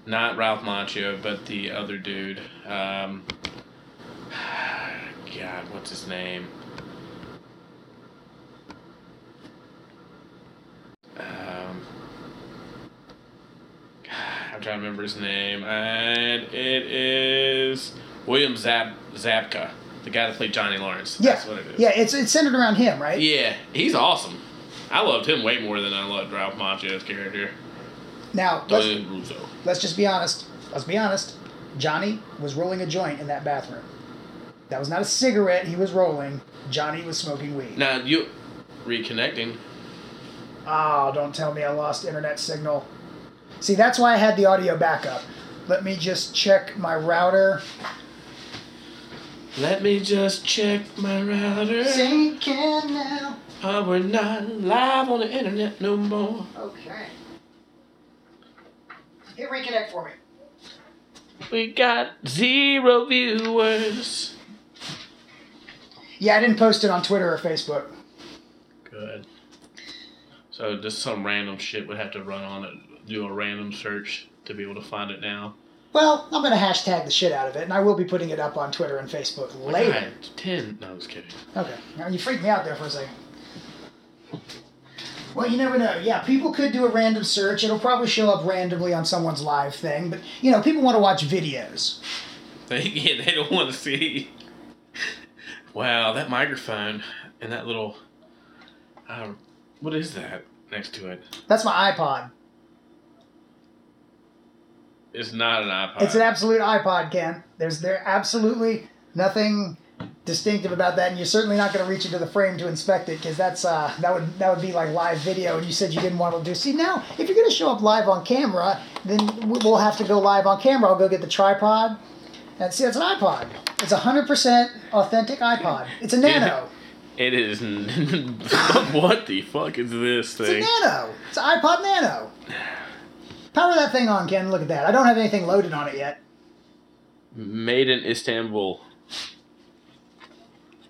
S1: Not Ralph Macchio, but the other dude. Um, God, what's his name? Um, I'm trying to remember his name, and it is William Zab Zabka, the guy that played Johnny Lawrence.
S2: Yeah.
S1: That's what it is.
S2: Yeah, it's it's centered around him, right?
S1: Yeah, he's awesome. I loved him way more than I loved Ralph Macchio's character,
S2: Now let's
S1: Don Russo.
S2: let's just be honest. Let's be honest. Johnny was rolling a joint in that bathroom. That was not a cigarette he was rolling. Johnny was smoking weed.
S1: Now you reconnecting.
S2: Oh, don't tell me I lost internet signal. See, that's why I had the audio backup. Let me just check my router.
S1: Let me just check my router.
S2: Sinking now.
S1: Uh, we're not live on the internet no more.
S2: Okay. Hit reconnect for me.
S1: We got zero viewers.
S2: Yeah, I didn't post it on Twitter or Facebook.
S1: Good. So just some random shit would have to run on it, do a random search to be able to find it now.
S2: Well, I'm gonna hashtag the shit out of it, and I will be putting it up on Twitter and Facebook later.
S1: God, ten. No, I was kidding.
S2: Okay. Now you freaked me out there for a second. Well, you never know. Yeah, people could do a random search. It'll probably show up randomly on someone's live thing, but you know, people want to watch videos.
S1: yeah, they don't want to see. Wow, that microphone and that little. Uh, what is that next to it?
S2: That's my iPod.
S1: It's not an iPod.
S2: It's an absolute iPod, Ken. There's there absolutely nothing distinctive about that, and you're certainly not going to reach into the frame to inspect it because that's uh, that would that would be like live video, and you said you didn't want to do. See now, if you're going to show up live on camera, then we- we'll have to go live on camera. I'll go get the tripod, and see that's an iPod. It's a hundred percent authentic iPod. It's a nano.
S1: It is. n- what the fuck is this
S2: It's a
S1: thing?
S2: nano. It's an iPod Nano. Power that thing on, Ken. Look at that. I don't have anything loaded on it yet.
S1: Made in Istanbul.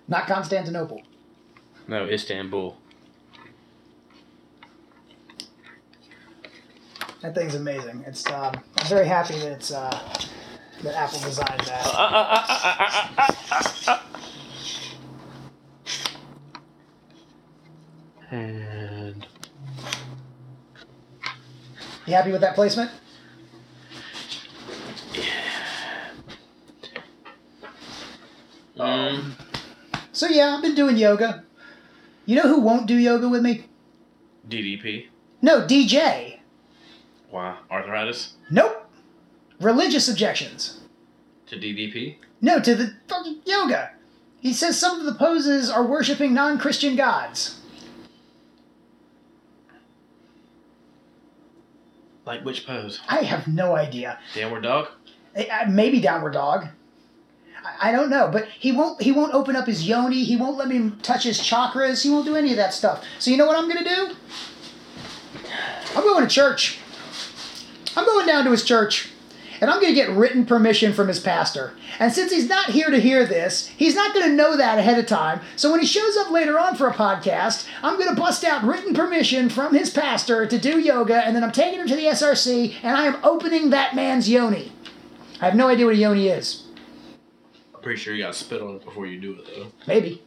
S2: Not Constantinople.
S1: No, Istanbul.
S2: That thing's amazing. It's um, I'm very happy that it's uh, that Apple designed
S1: Ah,
S2: that.
S1: And
S2: You happy with that placement? Oh.
S1: um,
S2: So yeah, I've been doing yoga. You know who won't do yoga with me?
S1: DDP.
S2: No, DJ.
S1: Wow. Arthritis
S2: Nope. Religious objections.
S1: to DDP.
S2: No to the fucking yoga. He says some of the poses are worshiping non-Christian gods.
S1: Like which pose?
S2: I have no idea.
S1: Downward dog.
S2: I- I- Maybe downward dog. I- I don't know, but he won't. He won't open up his yoni. He won't let me touch his chakras. He won't do any of that stuff. So you know what I'm gonna do? I'm going to church. I'm going down to his church, and I'm gonna get written permission from his pastor. And since he's not here to hear this, he's not gonna know that ahead of time. So when he shows up later on for a podcast, I'm gonna bust out written permission from his pastor to do yoga, and then I'm taking him to the SRC, and I am opening that man's yoni. I have no idea what a yoni is.
S1: Pretty sure you got to spit on it before you do it though.
S2: Maybe.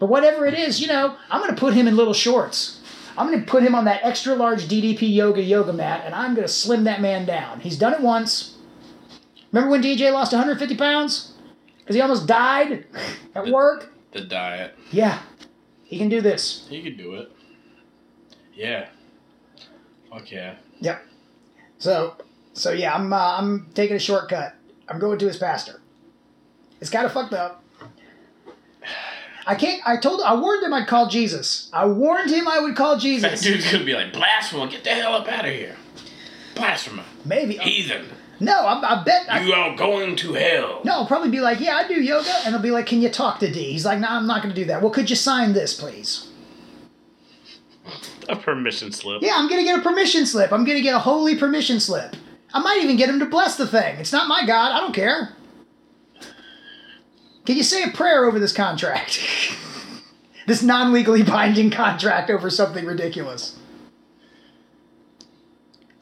S2: But whatever it is, you know, I'm going to put him in little shorts. I'm going to put him on that extra large DDP yoga yoga mat, and I'm going to slim that man down. He's done it once. Remember when DJ lost 150 pounds? Because he almost died at work?
S1: The diet.
S2: Yeah. He can do this.
S1: You could do it. Yeah. Fuck yeah.
S2: Yep. So, so yeah, I'm, uh, I'm taking a shortcut. I'm going to his pastor. It's kind of fucked up. I can't. I told. I warned him I'd call Jesus. I warned him I would call
S1: That
S2: Jesus.
S1: dude's gonna be like, blasphemer, get the hell up out of here. Blasphemer.
S2: Maybe.
S1: Heathen.
S2: No, I, I bet. I,
S1: You are going to hell.
S2: no, I'll probably be like, yeah, I do yoga. And I'll be like, can you talk to D? He's like, no, I'm not going to do that. Well, could you sign this, please?
S1: A permission slip.
S2: Yeah, I'm going to get a permission slip. I'm going to get a holy permission slip. I might even get him to bless the thing. It's not my God. I don't care. Can you say a prayer over this contract? this non legally binding contract over something ridiculous.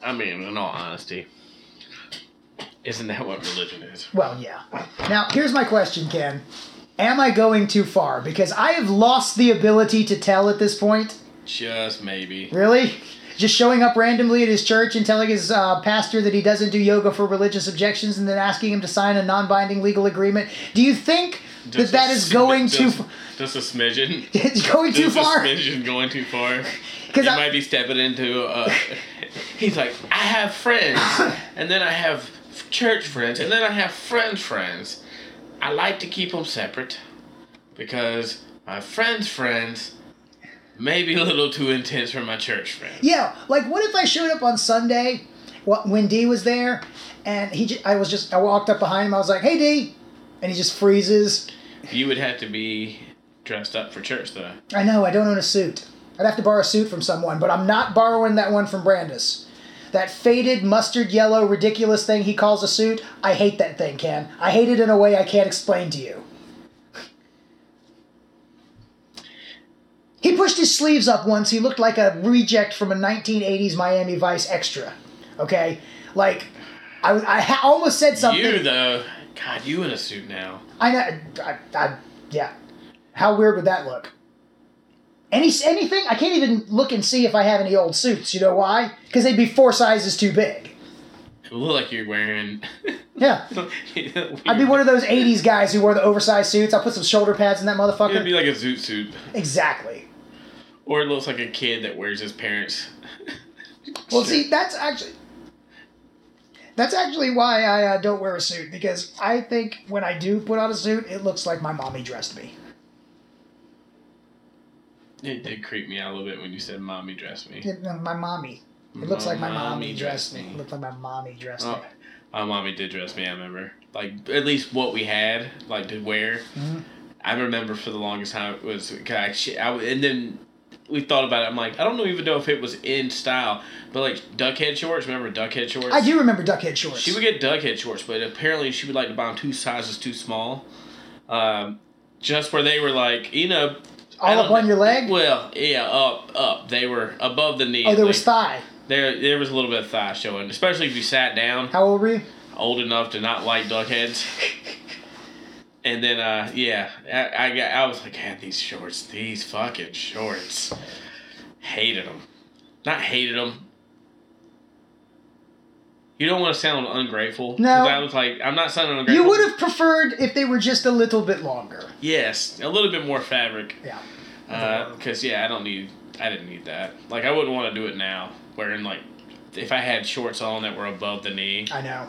S1: I mean, in all honesty, isn't that what religion is?
S2: Well, yeah. Now, here's my question, Ken. Am I going too far? Because I have lost the ability to tell at this point.
S1: Just maybe.
S2: Really? Just showing up randomly at his church and telling his uh, pastor that he doesn't do yoga for religious objections and then asking him to sign a non binding legal agreement. Do you think
S1: Just
S2: that
S1: a
S2: that is
S1: smi-
S2: going too
S1: just,
S2: far?
S1: Just a smidgen.
S2: It's going too
S1: just
S2: far?
S1: A smidgen going too far. You
S2: Because I,
S1: might be stepping into. Uh, he's like, I have friends, and then I have f- church friends, and then I have friends' friends. I like to keep them separate because my friends' friends may be a little too intense for my church friends.
S2: yeah, like what if I showed up on Sunday wh- when D was there and he j- I was just, I walked up behind him, I was like, hey D, and he just freezes.
S1: You would have to be dressed up for church, though.
S2: I know, I don't own a suit. I'd have to borrow a suit from someone, but I'm not borrowing that one from Brandis. That faded mustard yellow ridiculous thing he calls a suit, I hate that thing, Ken. I hate it in a way I can't explain to you. He pushed his sleeves up once. He looked like a reject from a 1980s Miami Vice extra. Okay? Like, I, I ha- almost said something.
S1: You though, God, you in a suit now.
S2: I know. I, I, yeah. How weird would that look? Any anything? I can't even look and see if I have any old suits. You know why? Because they'd be four sizes too big.
S1: It would look like you're wearing.
S2: Yeah. I'd be one of those '80s guys who wore the oversized suits. I put some shoulder pads in that motherfucker.
S1: It'd be like a zoot suit,
S2: exactly.
S1: or it looks like a kid that wears his parents.
S2: Well, see, that's actually that's actually why I uh, don't wear a suit because I think when I do put on a suit, it looks like my mommy dressed me.
S1: It did creep me out a little bit when you said "mommy dressed me."
S2: It- my mommy. It looks like my mommy dressed me. It
S1: me.
S2: looked like my mommy dressed me.
S1: Oh, my mommy did dress me. I remember, like at least what we had, like to wear.
S2: Mhm.
S1: I remember for the longest time it was cause I, she, I w- and then we thought about it. I'm like, I don't know even know if it was in style, but like duck head shorts. Remember duck head shorts?
S2: I do remember duckhead shorts.
S1: She would get duck head shorts, but apparently she would like to buy them two sizes too small. Um, just where they were like, you know, I
S2: All up
S1: don't
S2: on your
S1: know-
S2: leg?
S1: Well, yeah, up, up. They were above the knee.
S2: Oh,
S1: at
S2: there was
S1: least.
S2: thigh.
S1: there, there was a little bit of thigh showing, especially if you sat down.
S2: How old were you?
S1: Old enough to not like duck heads. and then, uh, yeah, I, I, got, I was like, man, these shorts, these fucking shorts. Hated them. Not hated them. You don't want to sound ungrateful. 'cause
S2: No.
S1: I was like, I'm not sounding ungrateful.
S2: You would have preferred if they were just a little bit longer.
S1: Yes, a little bit more fabric.
S2: Yeah.
S1: Because Uh, yeah, I don't need. I didn't need that. Like I wouldn't want to do it now. Wearing like, if I had shorts on that were above the knee.
S2: I know.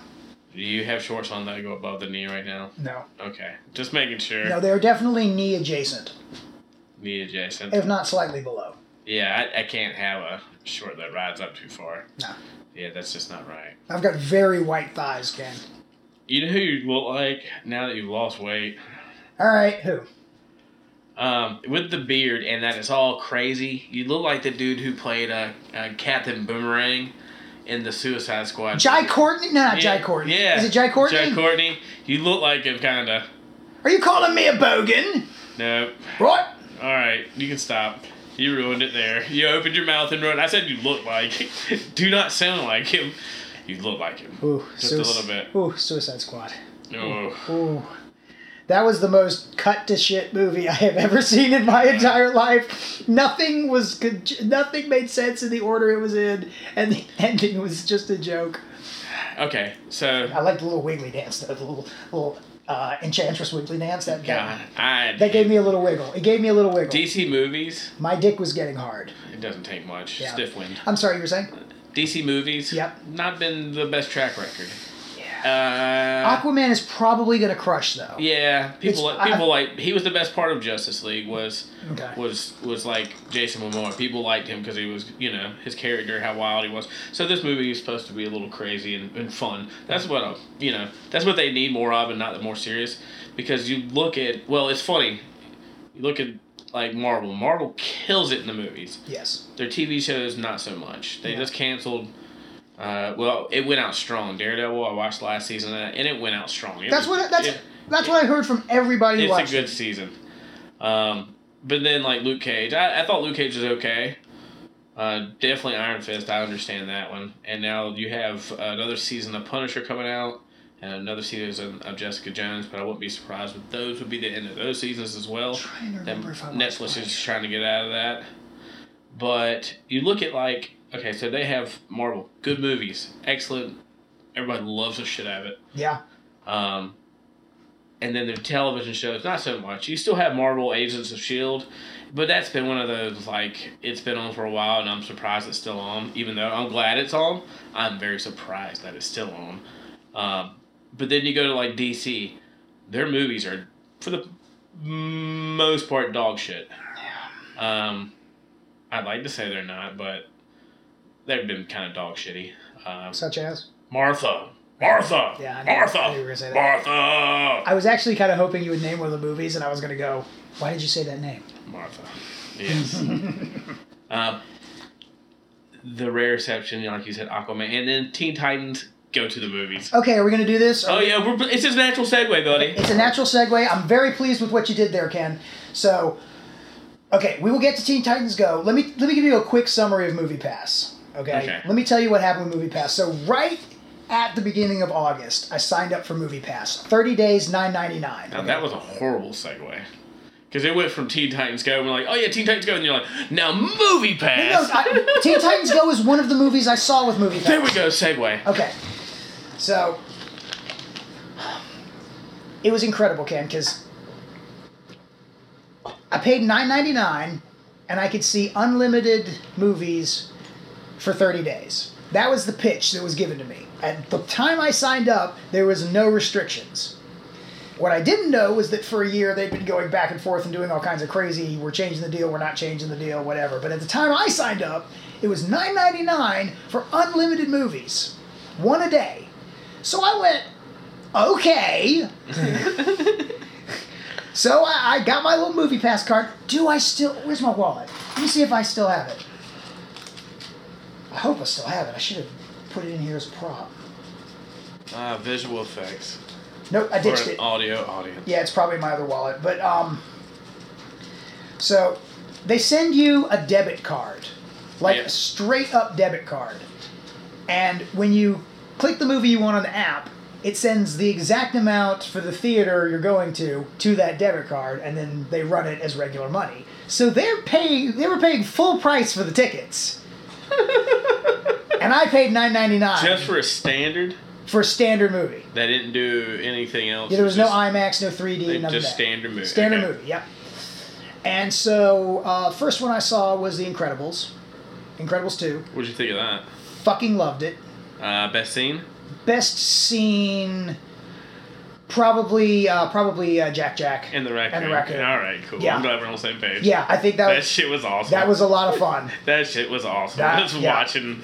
S1: Do you have shorts on that go above the knee right now?
S2: No.
S1: Okay, just making sure.
S2: No, they were definitely knee adjacent,
S1: Knee adjacent.
S2: if not slightly below.
S1: yeah, I, I can't have a short that rides up too far.
S2: No.
S1: Yeah, that's just not right.
S2: I've got very white thighs, Ken.
S1: You know who you look like now that you've lost weight,
S2: All right, who?
S1: um, with the beard and that it's all crazy. You look like the dude who played uh, uh, Captain Boomerang in the Suicide Squad.
S2: Jai Courtney? No, not Jai Courtney.
S1: Yeah.
S2: Is it Jai Courtney?
S1: Jai Courtney. You look like him, kinda.
S2: Are you calling me a bogan?
S1: Nope.
S2: What?
S1: All right, you can stop. You ruined it there. You opened your mouth and ruined. I said you look like. Do not sound like him. You look like him.
S2: Ooh,
S1: Just a little bit.
S2: Ooh, Suicide Squad.
S1: No.
S2: Ooh. That was the most cut to shit movie I have ever seen in my entire life. Nothing was good. Nothing made sense in the order it was in, and the ending was just a joke.
S1: Okay, so
S2: I liked the little wiggly dance, though, the little little uh, Enchantress wiggly dance. That
S1: God,
S2: that,
S1: I
S2: that gave me a little wiggle. It gave me a little wiggle.
S1: DC movies.
S2: my dick was getting hard.
S1: It doesn't take much.
S2: Yeah.
S1: Stiff wind.
S2: I'm sorry, you were saying?
S1: DC movies.
S2: Yep.
S1: Not been the best track record.
S2: Yeah.
S1: Uh.
S2: Aquaman is probably gonna crush though.
S1: Yeah, people
S2: It's-
S1: like people like he was the best part of Justice League was
S2: Okay.
S1: was was like Jason Momoa. People liked him because he was you know his character, how wild he was. So this movie is supposed to be a little crazy and, and fun. That's what uh, you know. That's what they need more of, and not the more serious. Because you look at well, it's funny. You look at like Marvel. Marvel kills it in the movies.
S2: Yes.
S1: Their TV shows not so much. They
S2: Yeah.
S1: just canceled. Uh, well, it went out strong. Daredevil, I watched last season, of that, and it went out strong. It
S2: That's
S1: was-
S2: what that's
S1: it-
S2: that's what I heard from everybody who
S1: it's
S2: watched.
S1: a good season. Um, but then like Luke Cage, I, I thought Luke Cage was okay. Uh, definitely Iron Fist. I understand that one. And now you have another season of Punisher coming out, and another season of Jessica Jones. But I wouldn't be surprised if those would be the end of those seasons as well.
S2: I'm trying to
S1: That
S2: remember if I watched
S1: Netflix
S2: Punisher.
S1: is trying to get out of that. But you look at like okay, so they have Marvel, good movies, excellent. Everybody loves the shit out of it.
S2: Yeah.
S1: Um, and then their television shows, not so much. You still have Marvel Agents of S.H.I.E.L.D., E but that's been one of those, like, it's been on for a while, and I'm surprised it's still on. Even though I'm glad it's on, I'm very surprised that it's still on. Um, but then you go to, like, DC, their movies are, for the most part, dog shit. Um, I'd like to say they're not, but they've been kind of dog shitty. Um,
S2: Such as
S1: Martha. Martha.
S2: Yeah, I knew-
S1: Martha.
S2: I knew you were gonna say that.
S1: Martha.
S2: I was actually kind of hoping you would name one of the movies, and I was going to go, why did you say that name?
S1: Martha. Yes. um, the rare exception, like you said, Aquaman, and then Teen Titans go to the movies.
S2: Okay, are we going to do this?
S1: Oh yeah, we're, it's his natural segue, buddy.
S2: It's a natural segue. I'm very pleased with what you did there, Ken. So, okay, we will get to Teen Titans Go. Let me let me give you a quick summary of Movie Pass. Okay.
S1: Okay.
S2: Let me tell you what happened with Movie Pass. So right at the beginning of August, I signed up for Movie Pass. Thirty days, nine ninety nine.
S1: Now that was a horrible segue. Because it went from Teen Titans Go, and we're like, oh yeah, Teen Titans Go, and you're like, now movie
S2: No,
S1: pass.
S2: I, Teen Titans Go is one of the movies I saw with Movie Pass.
S1: there we go, segue.
S2: Okay. So it was incredible, Ken, because I paid nine ninety nine and I could see unlimited movies for thirty days. That was the pitch that was given to me. At the time I signed up, there was no restrictions. What I didn't know was that for a year they'd been going back and forth and doing all kinds of crazy. We're changing the deal. We're not changing the deal. Whatever. But at the time I signed up, it was nine ninety nine for unlimited movies, one a day. So I went, okay. so I, I got my little movie pass card. Do I still? Where's my wallet? Let me see if I still have it. I hope I still have it. I should have put it in here as a prop.
S1: Uh, visual effects
S2: Nope, I
S1: for
S2: ditched
S1: an
S2: it.
S1: audio audience.
S2: Yeah, it's probably my other wallet. But um, so they send you a debit card, like
S1: Yeah.
S2: a straight up debit card, and when you click the movie you want on the app, it sends the exact amount for the theater you're going to to that debit card, and then they run it as regular money. So they're paying. They were paying full price for the tickets. and I paid nine ninety nine
S1: Just for a standard
S2: for a standard movie.
S1: that didn't do anything else.
S2: Yeah, there was
S1: It
S2: no
S1: just-
S2: IMAX, no 3D,
S1: They
S2: none of
S1: just
S2: that.
S1: standard movie,
S2: Standard
S1: okay.
S2: movie, yep. And so, uh, first one I saw was The Incredibles. Incredibles 2.
S1: What'd you think of that?
S2: Fucking loved it.
S1: Uh, best scene?
S2: Best scene, probably uh, probably uh, Jack Jack.
S1: And the raccoon.
S2: And the raccoon.
S1: All right, cool.
S2: Yeah.
S1: I'm glad we're on the same page.
S2: Yeah, I think that
S1: That
S2: was,
S1: shit was awesome.
S2: that was a lot of fun.
S1: That shit was awesome.
S2: That-
S1: Just
S2: yeah.
S1: watching,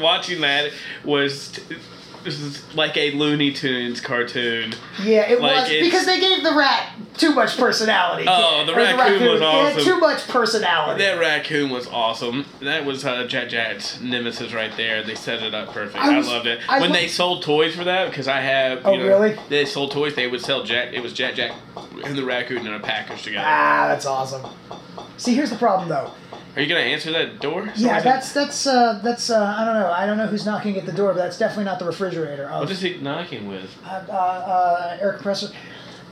S1: watching that was, t- this is like a Looney Tunes cartoon.
S2: Yeah, it
S1: Like,
S2: was
S1: it's-
S2: because they gave the rat too much personality.
S1: Oh, the
S2: Or
S1: raccoon was
S2: They had
S1: awesome.
S2: too much personality.
S1: That raccoon was awesome. That was uh, Jet Jet's nemesis right there. They set it up perfect.
S2: I
S1: I,
S2: was-
S1: loved it.
S2: I
S1: when
S2: lo-
S1: they sold toys for that, because I have. You
S2: Oh,
S1: know,
S2: really?
S1: They sold toys. They would sell Jet. It was Jet Jack and the raccoon in a package together.
S2: Ah, that's awesome. See, here's the problem though.
S1: Are you gonna answer that door?
S2: Yeah,
S1: Somebody's-
S2: that's that's uh, that's uh, I don't know. I don't know who's knocking at the door, but that's definitely not the refrigerator. Of,
S1: What is he knocking with?
S2: uh, uh, uh, air compressor.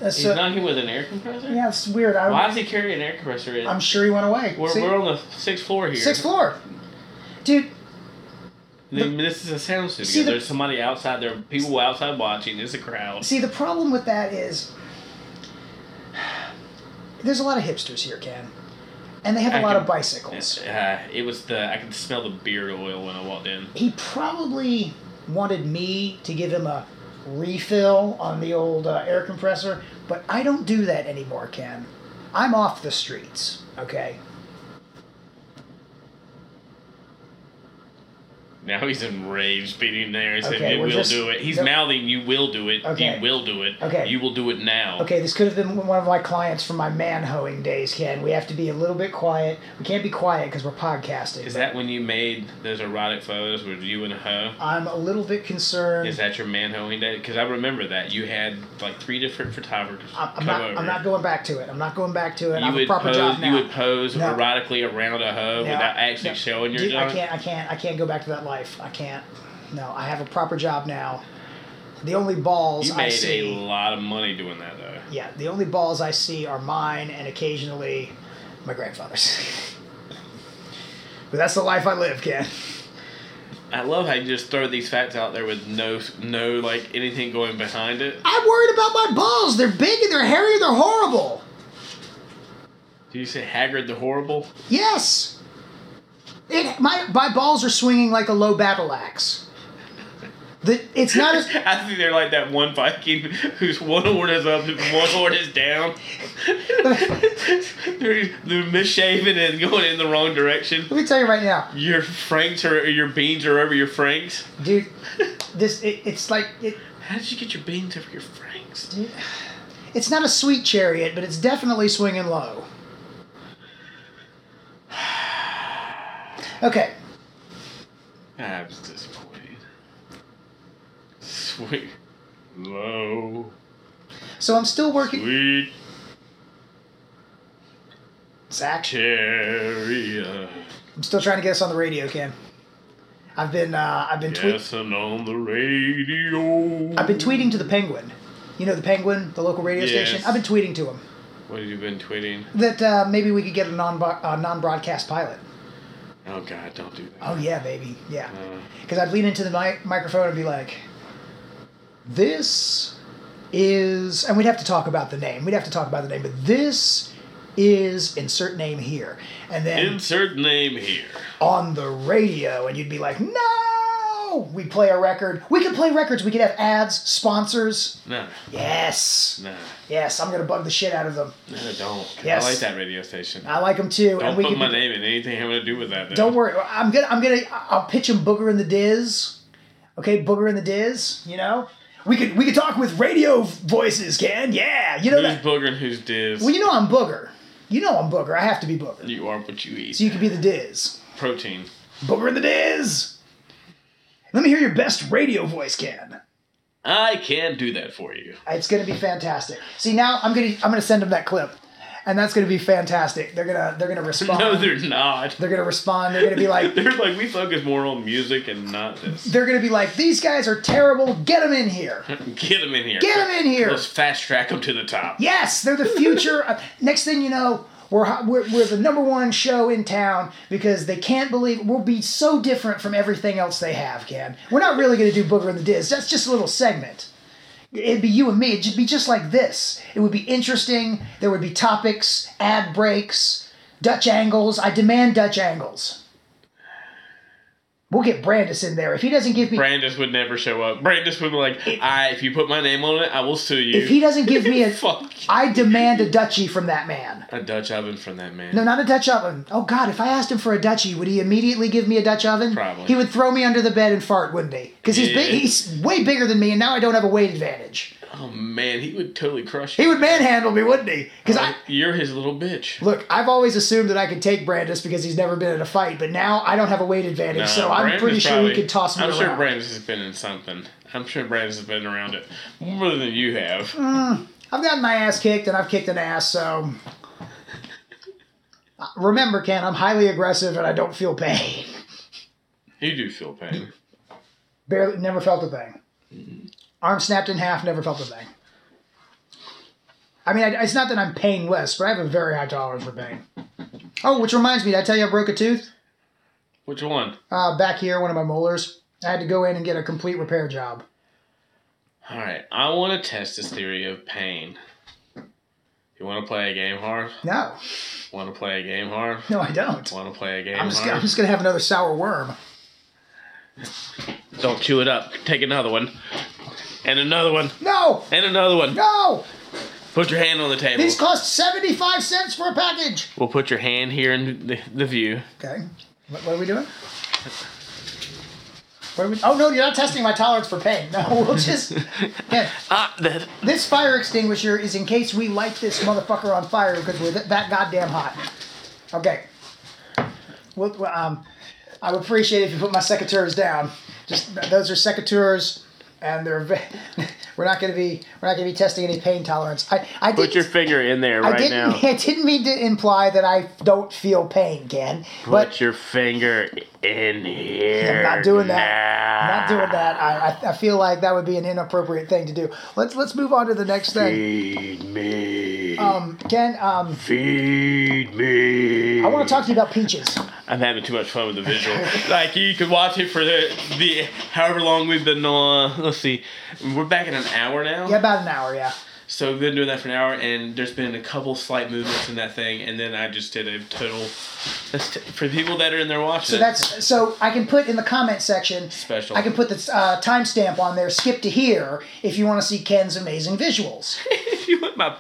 S2: Uh,
S1: He's
S2: so,
S1: knocking with an air compressor.
S2: yeah, it's weird. I,
S1: Why does he carry an air compressor? In?
S2: I'm sure he went away.
S1: we're,
S2: See?
S1: we're on the sixth floor here.
S2: Sixth floor, dude.
S1: The- this is a sound studio.
S2: See the-
S1: There's somebody outside. There are people outside watching. There's a crowd.
S2: See, the problem with that is there's a lot of hipsters here, Ken, and they have a
S1: I
S2: lot
S1: can-
S2: of bicycles.
S1: Uh, it was the. I could smell the beard oil when I walked in.
S2: He probably wanted me to give him a refill on the old uh, air compressor, but I don't do that anymore, Ken. I'm off the streets, okay?
S1: Now he's enraged, beating there. He's
S2: Okay,
S1: saying, "You
S2: we're
S1: will
S2: just-
S1: do it." He's
S2: no-
S1: mouthing, "You will do it.
S2: Okay.
S1: You will do it.
S2: Okay.
S1: You will do it now."
S2: Okay, this could have been one of my clients from my man hoeing days, Ken. We have to be a little bit quiet. We can't be quiet because we're podcasting.
S1: Is that when you made those erotic photos with you and her?
S2: I'm a little bit concerned.
S1: Is that your manhoeing day? Because I remember that you had like three different photographers
S2: I'm, I'm
S1: come
S2: not.
S1: over.
S2: I'm not going back to it. I'm not going back to it. I
S1: you
S2: have a
S1: would
S2: proper
S1: pose.
S2: job now.
S1: You would pose
S2: No.
S1: erotically around a hoe
S2: No,
S1: without
S2: I-
S1: actually
S2: no.
S1: showing your
S2: Dude,
S1: junk.
S2: I can't. I can't. I can't go back to that life. I can't. No, I have a proper job now. The only balls
S1: You
S2: I
S1: made a
S2: see.
S1: lot of money doing that though.
S2: yeah, the only balls I see are mine and occasionally my grandfather's. but that's the life I live, Ken.
S1: I love how you just throw these facts out there with no no like anything going behind it.
S2: I'm worried about my balls. They're big and they're hairy and they're horrible.
S1: Do you say Haggard the Horrible?
S2: Yes. It, my, my balls are swinging like a low battle axe. The, it's not as
S1: I think they're like that one Viking whose one horn is up and one horn is down. they're, they're misshapen and going in the wrong direction.
S2: let me tell you right now,
S1: Your franks are your beans are over your franks.
S2: dude. This it, it's like it,
S1: How did you get your beans over your franks?
S2: it's not a sweet chariot, but it's definitely swinging low. Okay,
S1: I was disappointed. Sweet, low,
S2: so I'm still working.
S1: sweet
S2: Zach,
S1: chariot.
S2: I'm still trying to get us on the radio, Ken. I've been uh, I've been tweet-
S1: Yes, and on the radio.
S2: I've been tweeting to the Penguin. You know the Penguin, the local radio
S1: Yes.
S2: station. I've been tweeting to him
S1: What have you been tweeting?
S2: that uh, maybe we could get a non uh, non broadcast pilot.
S1: Oh God, don't do that.
S2: Oh yeah, baby, yeah.
S1: Uh,
S2: Because I'd lean into the mic- microphone and be like, this is, and we'd have to talk about the name. We'd have to talk about the name, but this is insert name here. And then
S1: Insert name here.
S2: on the radio, and you'd be like, no! We'd play a record. We could play records. We could have ads, sponsors.
S1: No,
S2: Yes.
S1: no,
S2: Yes, I'm going to bug the shit out of them.
S1: no, don't.
S2: Yes.
S1: I like that radio station.
S2: I like them too.
S1: Don't
S2: and we
S1: put
S2: could,
S1: my name in anything having to do with that. Though.
S2: Don't worry. I'm gonna I'm gonna I'll pitch him Booger and the Diz. Okay, Booger and the Diz, you know? We could we could talk with radio voices, Ken. Yeah. You know
S1: Who's
S2: that
S1: booger and who's diz?
S2: Well you know I'm Booger. You know I'm Booger. I have to be Booger.
S1: you are what you eat.
S2: So you could be the Diz.
S1: Protein.
S2: Booger and the Diz! Let me hear your best radio voice, Ken.
S1: I can do that for you.
S2: It's gonna be fantastic. See now I'm gonna I'm gonna send him that clip. And that's gonna be fantastic. They're gonna they're gonna respond.
S1: No, they're not.
S2: they're gonna respond, they're gonna be like
S1: They're like we focus more on music and not this.
S2: they're gonna be like, these guys are terrible, get them in here.
S1: Get them in here.
S2: Get 'em in here.
S1: Let's fast track them to the top.
S2: Yes, they're the future. Uh, Next thing you know, we're, ho- we're we're the number one show in town because they can't believe we'll be so different from everything else they have. Ken, we're not really going to do Booger and the Diz. That's just a little segment. It'd be you and me. It'd just be just like this. It would be interesting. There would be topics, ad breaks, Dutch angles. I demand Dutch angles. We'll get Brandis in there if he doesn't give me.
S1: Brandis would never show up. Brandis would be like, I if you put my name on it, I will sue you.
S2: if he doesn't give me a,
S1: Fuck.
S2: I demand a duchy from that man.
S1: A Dutch oven from that man.
S2: No, not a Dutch oven. Oh God, if I asked him for a Dutchie, would he immediately give me a Dutch oven?
S1: Probably.
S2: He would throw me under the bed and fart, wouldn't he? Because he's big,
S1: Yeah.
S2: he's way bigger than me, and now I don't have a weight advantage.
S1: Oh man, he would totally crush you.
S2: He would manhandle me, wouldn't he? Because I
S1: You're his little bitch.
S2: look, I've always assumed that I could take Brandis because he's never been in a fight, but now I don't have a weight advantage,
S1: Nah,
S2: so I'm
S1: Uh, Brandis
S2: pretty sure
S1: probably-
S2: he could toss me
S1: I'm
S2: around.
S1: sure Brandis has been in something. I'm sure Brandis has been around it more than you have.
S2: I've gotten my ass kicked, and I've kicked an ass, so. Uh, Remember, Ken, I'm highly aggressive and I don't feel pain.
S1: You do feel pain.
S2: Barely, never felt a thing. Arm snapped in half, never felt a thing. I mean, I, it's not that I'm painless, but I have a very high tolerance for pain. Oh, which reminds me, did I tell you I broke a tooth?
S1: Which one?
S2: Uh, back here, one of my molars. I had to go in and get a complete repair job.
S1: All right, I want to test this theory of pain. You want to play a game, Harv?
S2: No,
S1: Want to play a game, Harv?
S2: no, I don't.
S1: Want to play a game,
S2: I'm just,
S1: Harv?
S2: gonna, I'm just gonna have another sour worm.
S1: Don't chew it up. Take another one, and another one,
S2: No,
S1: and another one.
S2: no,
S1: Put your hand on the table.
S2: these cost 75 cents for a package.
S1: We'll put your hand here in the, the view.
S2: Okay, what, what are we doing? What are we, oh no, you're not testing my tolerance for pain. No, we'll just. Yeah.
S1: Ah, that.
S2: This fire extinguisher is in case we light this motherfucker on fire because we're th- that goddamn hot. Okay. Well, well, um, I would appreciate it if you put my secateurs down. Just th- those are secateurs, and they're ve- we're not gonna be we're not gonna be testing any pain tolerance. I I did.
S1: Put your finger in there
S2: I
S1: right
S2: didn't.
S1: now.
S2: I didn't mean to imply that I don't feel pain, Ken. But
S1: Put your finger in here.
S2: I'm not doing
S1: now.
S2: not doing that. I, I I feel like that would be an inappropriate thing to do. Let's let's move on to the next thing.
S1: Feed me.
S2: Um, Ken. Um,
S1: Feed me.
S2: I want to talk to you about peaches.
S1: I'm having too much fun with the visual. like you could watch it for the the however long we've been on. Let's see, we're back in an hour now.
S2: Yeah, about an hour, yeah.
S1: So we've been doing that for an hour, and there's been a couple slight movements in that thing, and then I just did a total. That's t- for people that are in there watching.
S2: So that's so I can put in the comment section.
S1: Special.
S2: I can put the uh, timestamp on there. Skip to here if you want to see Ken's amazing visuals.
S1: if you want my.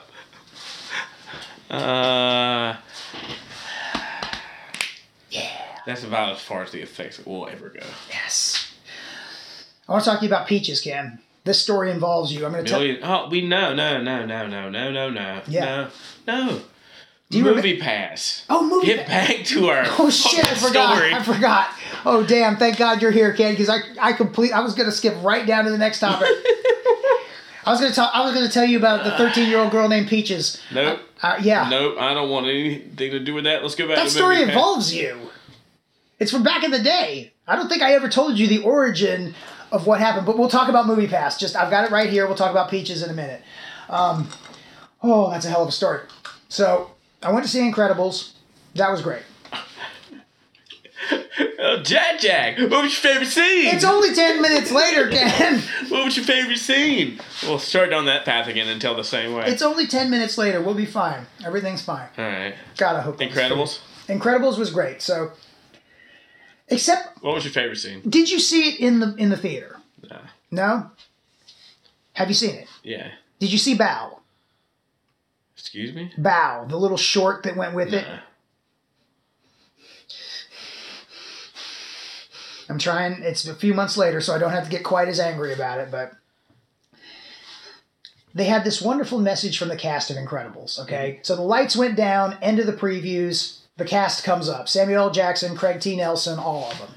S1: Uh,
S2: Yeah.
S1: that's about as far as the effects it will ever go.
S2: Yes. I want to talk to you about peaches, Ken. This story involves you. I'm going to tell you.
S1: Million. Oh, we no no no no no no no no
S2: Yeah.
S1: no no.
S2: Do you
S1: movie pass.
S2: Oh, movie.
S1: Get back to our.
S2: Oh shit! I
S1: fucking
S2: forgot.
S1: Story.
S2: I forgot. Oh damn! Thank God you're here, Ken, because I I complete. I was gonna skip right down to the next topic. I was gonna talk. I was gonna tell you about the 13 year old girl named Peaches.
S1: Nope.
S2: Uh, yeah.
S1: Nope. I don't want anything to do with that. Let's go back.
S2: That
S1: to
S2: story
S1: movie pass.
S2: involves you. It's from back in the day. I don't think I ever told you the origin of what happened, but we'll talk about Movie Pass. Just I've got it right here. We'll talk about Peaches in a minute. Um, oh, that's a hell of a story. So I went to see Incredibles. That was great.
S1: Oh, Jack Jack. What was your favorite scene?
S2: It's only ten minutes later, Ken.
S1: What was your favorite scene? We'll start down that path again and tell the same way.
S2: It's only 10 minutes later. We'll be fine. Everything's fine.
S1: All right.
S2: God, I hope. that was
S1: Incredibles.
S2: true. Incredibles was great. So, except,
S1: What was your favorite scene?
S2: did you see it in the in the theater?
S1: No.
S2: No. Have you seen it?
S1: Yeah.
S2: Did you see Bow?
S1: Excuse me. Uh,
S2: Bow, the little short that went with it.
S1: Nah.
S2: I'm trying. It's a few months later, so I don't have to get quite as angry about it, but they had this wonderful message from the cast of Incredibles, okay? So the lights went down, end of the previews, the cast comes up Samuel L. Jackson, Craig T. Nelson, all of them.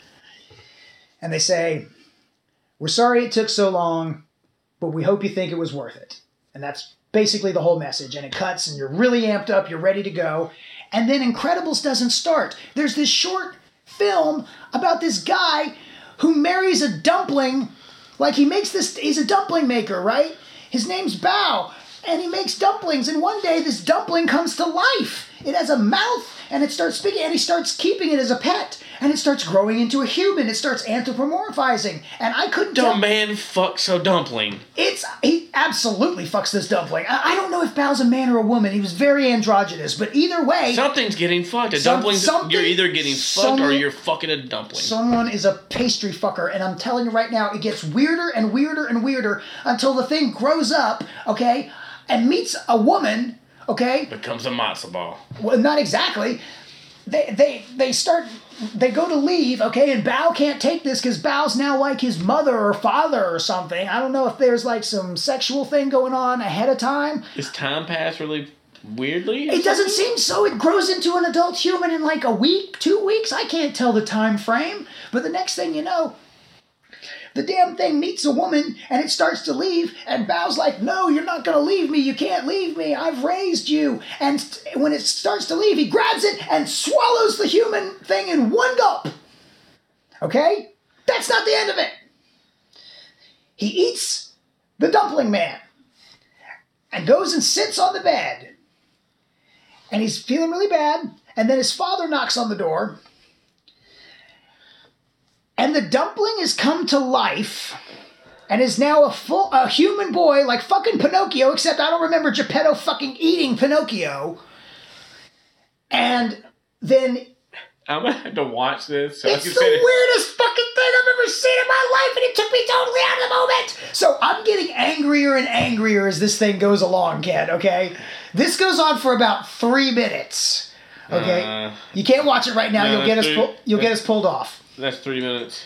S2: And they say, We're sorry it took so long, but we hope you think it was worth it. And that's basically the whole message. And it cuts, and you're really amped up, you're ready to go. And then Incredibles doesn't start. There's this short film about this guy who marries a dumpling. Like he makes this, he's a dumpling maker, right? His name's Bao, and he makes dumplings. And one day, this dumpling comes to life. It has a mouth, and it starts speaking, and he starts keeping it as a pet, and it starts growing into a human. It starts anthropomorphizing, and I couldn't. tell-
S1: Dumb man fucks a dumpling.
S2: it's he absolutely fucks this dumpling. I, I don't know if Bao's a man or a woman. He was very androgynous, but either way,
S1: Something's getting fucked. A
S2: Some-
S1: dumpling's
S2: something-
S1: You're either getting fucked or
S2: someone-
S1: you're fucking a dumpling.
S2: someone is a pastry fucker, and I'm telling you right now, it gets weirder and weirder and weirder until the thing grows up, okay, and meets a woman, okay,
S1: Becomes a matzo ball.
S2: well, not exactly. They, they they start they go to leave okay and Bao can't take this because Bao's now like his mother or father or something I don't know if there's like some sexual thing going on ahead of time
S1: Is time pass really weirdly?
S2: It doesn't seem so. It grows into an adult human in like a week, two weeks. I can't tell the time frame. But the next thing you know, the damn thing meets a woman and it starts to leave. And Bao's like, No, you're not going to leave me. You can't leave me. I've raised you. And st- when it starts to leave, he grabs it and swallows the human thing in one gulp. Okay? That's not the end of it. He eats the dumpling man and goes and sits on the bed and he's feeling really bad. And then his father knocks on the door, and the dumpling has come to life, and is now a full a human boy like fucking Pinocchio. Except I don't remember Geppetto fucking eating Pinocchio. And then
S1: I'm gonna have to watch this so I
S2: it's
S1: can
S2: the
S1: say it.
S2: weirdest fucking thing I've ever seen in my life, and it took me totally out of the moment. So I'm getting angrier and angrier as this thing goes along, Ken. Okay, this goes on for about three minutes. Okay,
S1: Uh,
S2: you can't watch it right now.
S1: no,
S2: you'll get us.
S1: that's
S2: Pu-
S1: three-
S2: you'll get us pulled off.
S1: That's three minutes.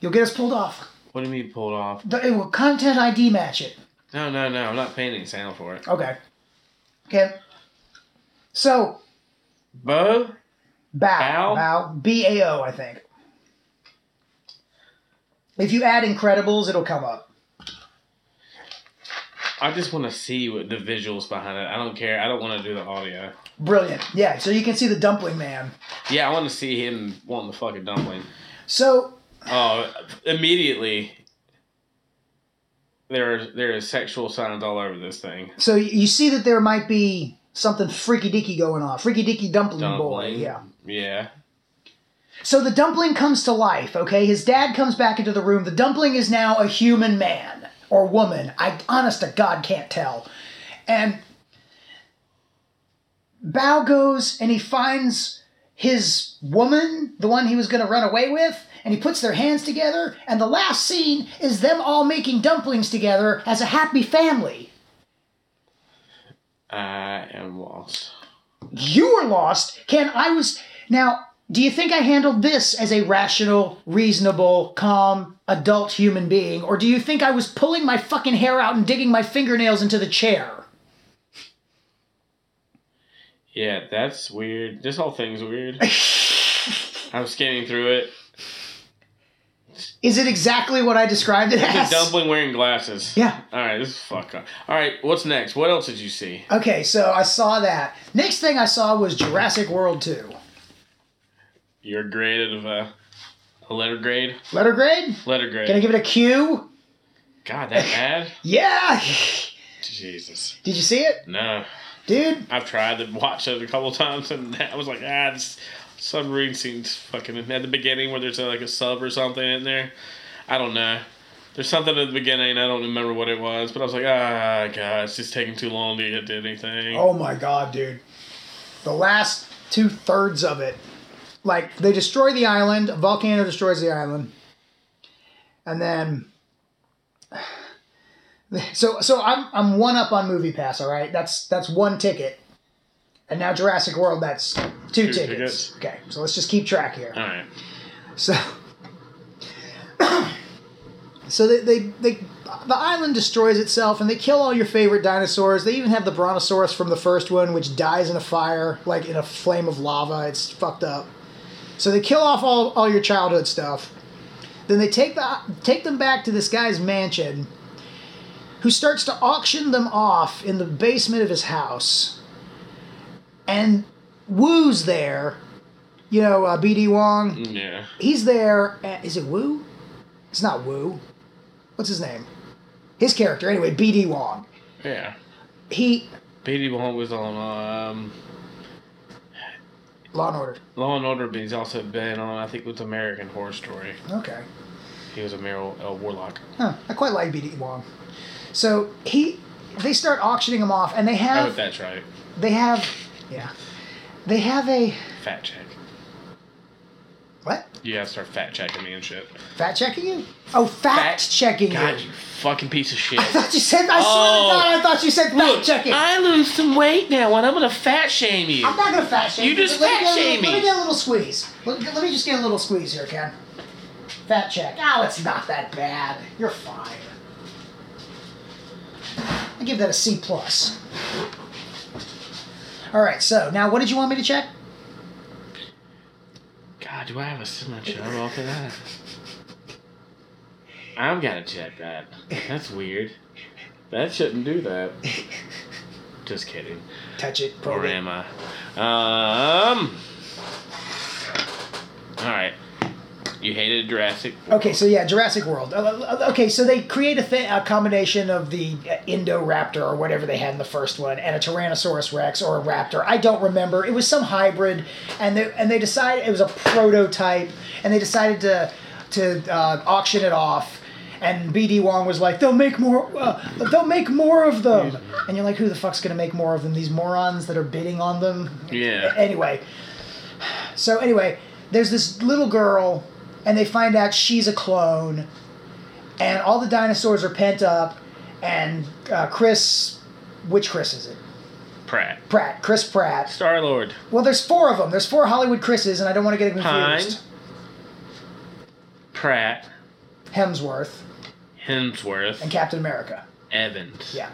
S2: You'll get us pulled off.
S1: What do you mean pulled off?
S2: The, it will content ID match it.
S1: No, no, no. I'm not paying any sound for it.
S2: Okay. Okay. So
S1: Bo?
S2: Bow.
S1: Bow?
S2: Bow. B A O, I think. If you add Incredibles, it'll come up.
S1: I just want to see what the visuals behind it. I don't care. I don't want to do the audio.
S2: Brilliant. Yeah, so you can see the dumpling man.
S1: Yeah, I want to see him wanting the fucking dumpling.
S2: So
S1: Oh, immediately. There is there is sexual signs all over this thing.
S2: so you see that there might be something freaky dicky going on. Freaky dicky dumpling, boy.
S1: Dumpling.
S2: Yeah.
S1: Yeah.
S2: So the dumpling comes to life, okay? His dad comes back into the room. The dumpling is now a human man or woman. I honest to God can't tell. And Bao goes and he finds his woman, the one he was going to run away with, and he puts their hands together. And the last scene is them all making dumplings together as a happy family.
S1: I am lost.
S2: You were lost. Ken, I was. Now, do you think I handled this as a rational, reasonable, calm, adult human being? Or do you think I was pulling my fucking hair out and digging my fingernails into the chair?
S1: Yeah, that's weird. This whole thing's weird. I'm scanning through it.
S2: Is it exactly what I described it
S1: The
S2: as?
S1: dumpling wearing glasses.
S2: Yeah.
S1: All right, this is fuck up. All right, what's next? What else did you see?
S2: Okay, so I saw that. Next thing I saw was Jurassic World 2.
S1: Your grade of a, a letter grade.
S2: Letter grade?
S1: Letter grade.
S2: Can I give it a Q?
S1: God, that bad.
S2: Yeah!
S1: Jesus.
S2: Did you see it?
S1: No,
S2: Dude,
S1: I've tried to watch it a couple times, and I was like, ah, this submarine scene's fucking at the beginning where there's uh like a sub or something in there. I don't know. There's something at the beginning. I don't remember what it was, but I was like, ah, god, it's just taking too long to get to anything.
S2: Oh my god, dude. The last two thirds of it. Like, they destroy the island, a volcano destroys the island. And then so so I'm I'm one up on Movie Pass, alright? That's that's one ticket. And now Jurassic World, that's two,
S1: Two
S2: tickets.
S1: tickets.
S2: Okay, so let's just keep track here.
S1: All right.
S2: So, so they, they, they, the island destroys itself and they kill all your favorite dinosaurs. They even have the brontosaurus from the first one, which dies in a fire, like in a flame of lava. It's fucked up. So they kill off all, all your childhood stuff. Then they take the, take them back to this guy's mansion, who starts to auction them off in the basement of his house. And Woo's there, you know, uh, BD Wong
S1: Yeah.
S2: he's there. At, is it Wu? It's not Wu. What's his name? His character, anyway, BD Wong.
S1: Yeah.
S2: He,
S1: Petey Wong was on um,
S2: Law and Order.
S1: Law and Order, but he's also been on I think it was American Horror Story.
S2: Okay.
S1: He was a, mar- a warlock.
S2: Huh. I quite like BD Wong. So he, they start auctioning him off, and they
S1: I hope
S2: have,
S1: that's right.
S2: they have, yeah, they have a
S1: Fat check.
S2: what?
S1: You gotta start fat checking me and shit.
S2: Fact checking you? Oh, fact
S1: Fact-
S2: checking
S1: God,
S2: you.
S1: you fucking piece of shit.
S2: I thought you said. I
S1: Oh.
S2: swear to God, I thought you said fact checking.
S1: I lose some weight now, and I'm gonna fat shame you.
S2: I'm not gonna fat shame
S1: You
S2: you.
S1: just
S2: but let me
S1: fat
S2: get a little-
S1: shame
S2: Let
S1: me.
S2: me get a little squeeze. Let, let me just get a little squeeze here, Ken. Fat check. Oh, it's not that bad. You're fine. I give that a C plus. All right. So now, what did you want me to check?
S1: God, do I have a similar job off of that? I'm gonna check that. That's weird. That shouldn't do that. Just kidding.
S2: Touch it.
S1: Or
S2: Probe it.
S1: am I? Um. All right. You hated Jurassic.
S2: Okay, so yeah, Jurassic World. Uh, Okay, so they create a, thi- a combination of the uh, Indoraptor or whatever they had in the first one, and a Tyrannosaurus Rex or a Raptor. I don't remember. It was some hybrid, and they and they decided it was a prototype, and they decided to to uh, auction it off. And BD Wong was like, "They'll make more. Uh, they'll make more of them." And you're like, "Who the fuck's gonna make more of them? These morons that are bidding on them."
S1: Yeah.
S2: anyway so anyway there's this little girl and they find out she's a clone and all the dinosaurs are pent up and uh, chris which chris is it
S1: Pratt.
S2: pratt chris pratt
S1: Star Lord.
S2: well there's four of them there's four hollywood chris's and i don't want to get it
S1: Pine.
S2: confused
S1: Pratt.
S2: hemsworth
S1: Hemsworth.
S2: and captain america
S1: Evans.
S2: yeah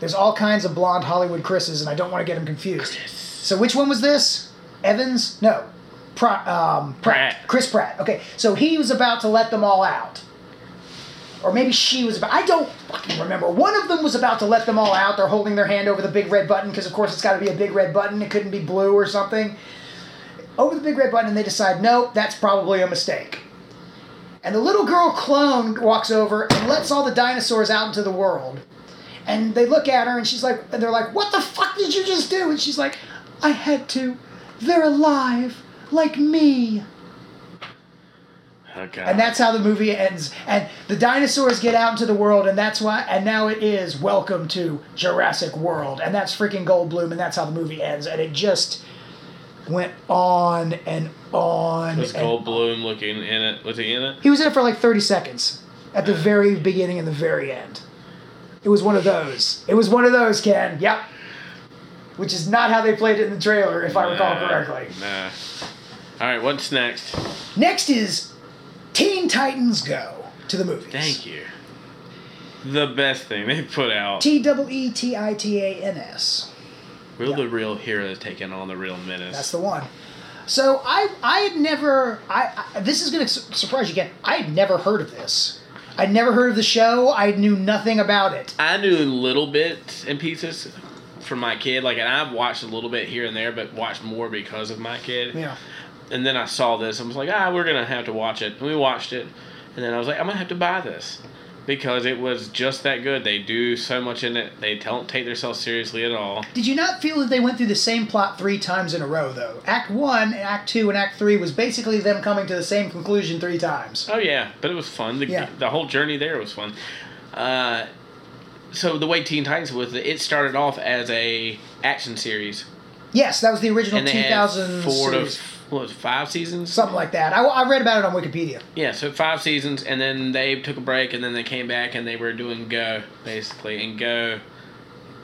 S2: there's all kinds of blonde hollywood chris's and i don't want to get them confused so which one was this evans no Pra- um,
S1: Pratt.
S2: Chris Pratt. Okay, so he was about to let them all out. Or maybe she was about. I don't fucking remember. One of them was about to let them all out. They're holding their hand over the big red button because, of course, it's got to be a big red button. It couldn't be blue or something. Over the big red button, and they decide, no, that's probably a mistake. And the little girl clone walks over and lets all the dinosaurs out into the world. And they look at her, and she's like, and they're like, what the fuck did you just do? And she's like, I had to. They're alive, like me.
S1: Oh, God.
S2: And that's how the movie ends. And the dinosaurs get out into the world, and that's why. And now it is welcome to Jurassic World, and that's freaking Goldblum, and that's how the movie ends. And it just went on and on.
S1: Was
S2: and-
S1: Goldblum looking in it? Was he in it?
S2: He was in it for like thirty seconds, at the very beginning and the very end. It was one of those. It was one of those, Ken. Yep. Which is not how they played it in the trailer, if I recall
S1: Nah,
S2: correctly.
S1: Nah. All right, what's next?
S2: Next is Teen Titans Go to the movies.
S1: Thank you. The best thing they put out.
S2: T double E T I T A N S.
S1: Will the real heroes taking on the real menace?
S2: That's the one. So I I had never I, I this is gonna su- surprise you again. I had never heard of this. I'd never heard of the show. I knew nothing about it.
S1: I knew little bits and pieces from my kid. Like, and I've watched a little bit here and there, but watched more because of my kid.
S2: Yeah.
S1: And then I saw this and was like, ah, we're gonna have to watch it. And we watched it. And then I was like, I'm gonna have to buy this because it was just that good. They do so much in it. They don't take themselves seriously at all.
S2: Did you not feel that they went through the same plot three times in a row though? Act one, Act two, and Act three was basically them coming to the same conclusion three times.
S1: Oh yeah, but it was fun. The,
S2: Yeah.
S1: the whole journey there was fun. Uh, so the way Teen Titans was, it started off as a action series,
S2: Yes, that was the original
S1: and they
S2: Oh, two
S1: had
S2: thousand
S1: four to what was it, five seasons.
S2: something like that. I, I read about it on Wikipedia.
S1: Yeah, so five seasons, and then they took a break, and then they came back, and they were doing Go basically, and Go.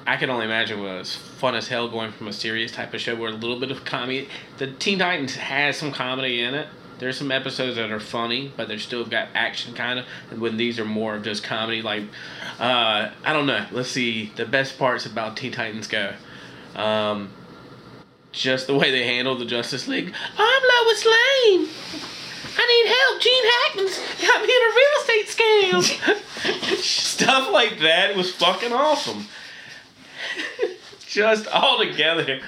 S1: I can only imagine was fun as hell going from a serious type of show where a little bit of comedy. The Teen Titans has some comedy in it. There's some episodes that are funny, but they're still got action kind of. And when these are more of just comedy, like uh, I don't know. Let's see the best parts about Teen Titans Go. Um, just the way they handle the Justice League. I'm Lois Lane. I need help. Gene Hackman's got me in a real estate scam. Stuff like that was fucking awesome. Just all together.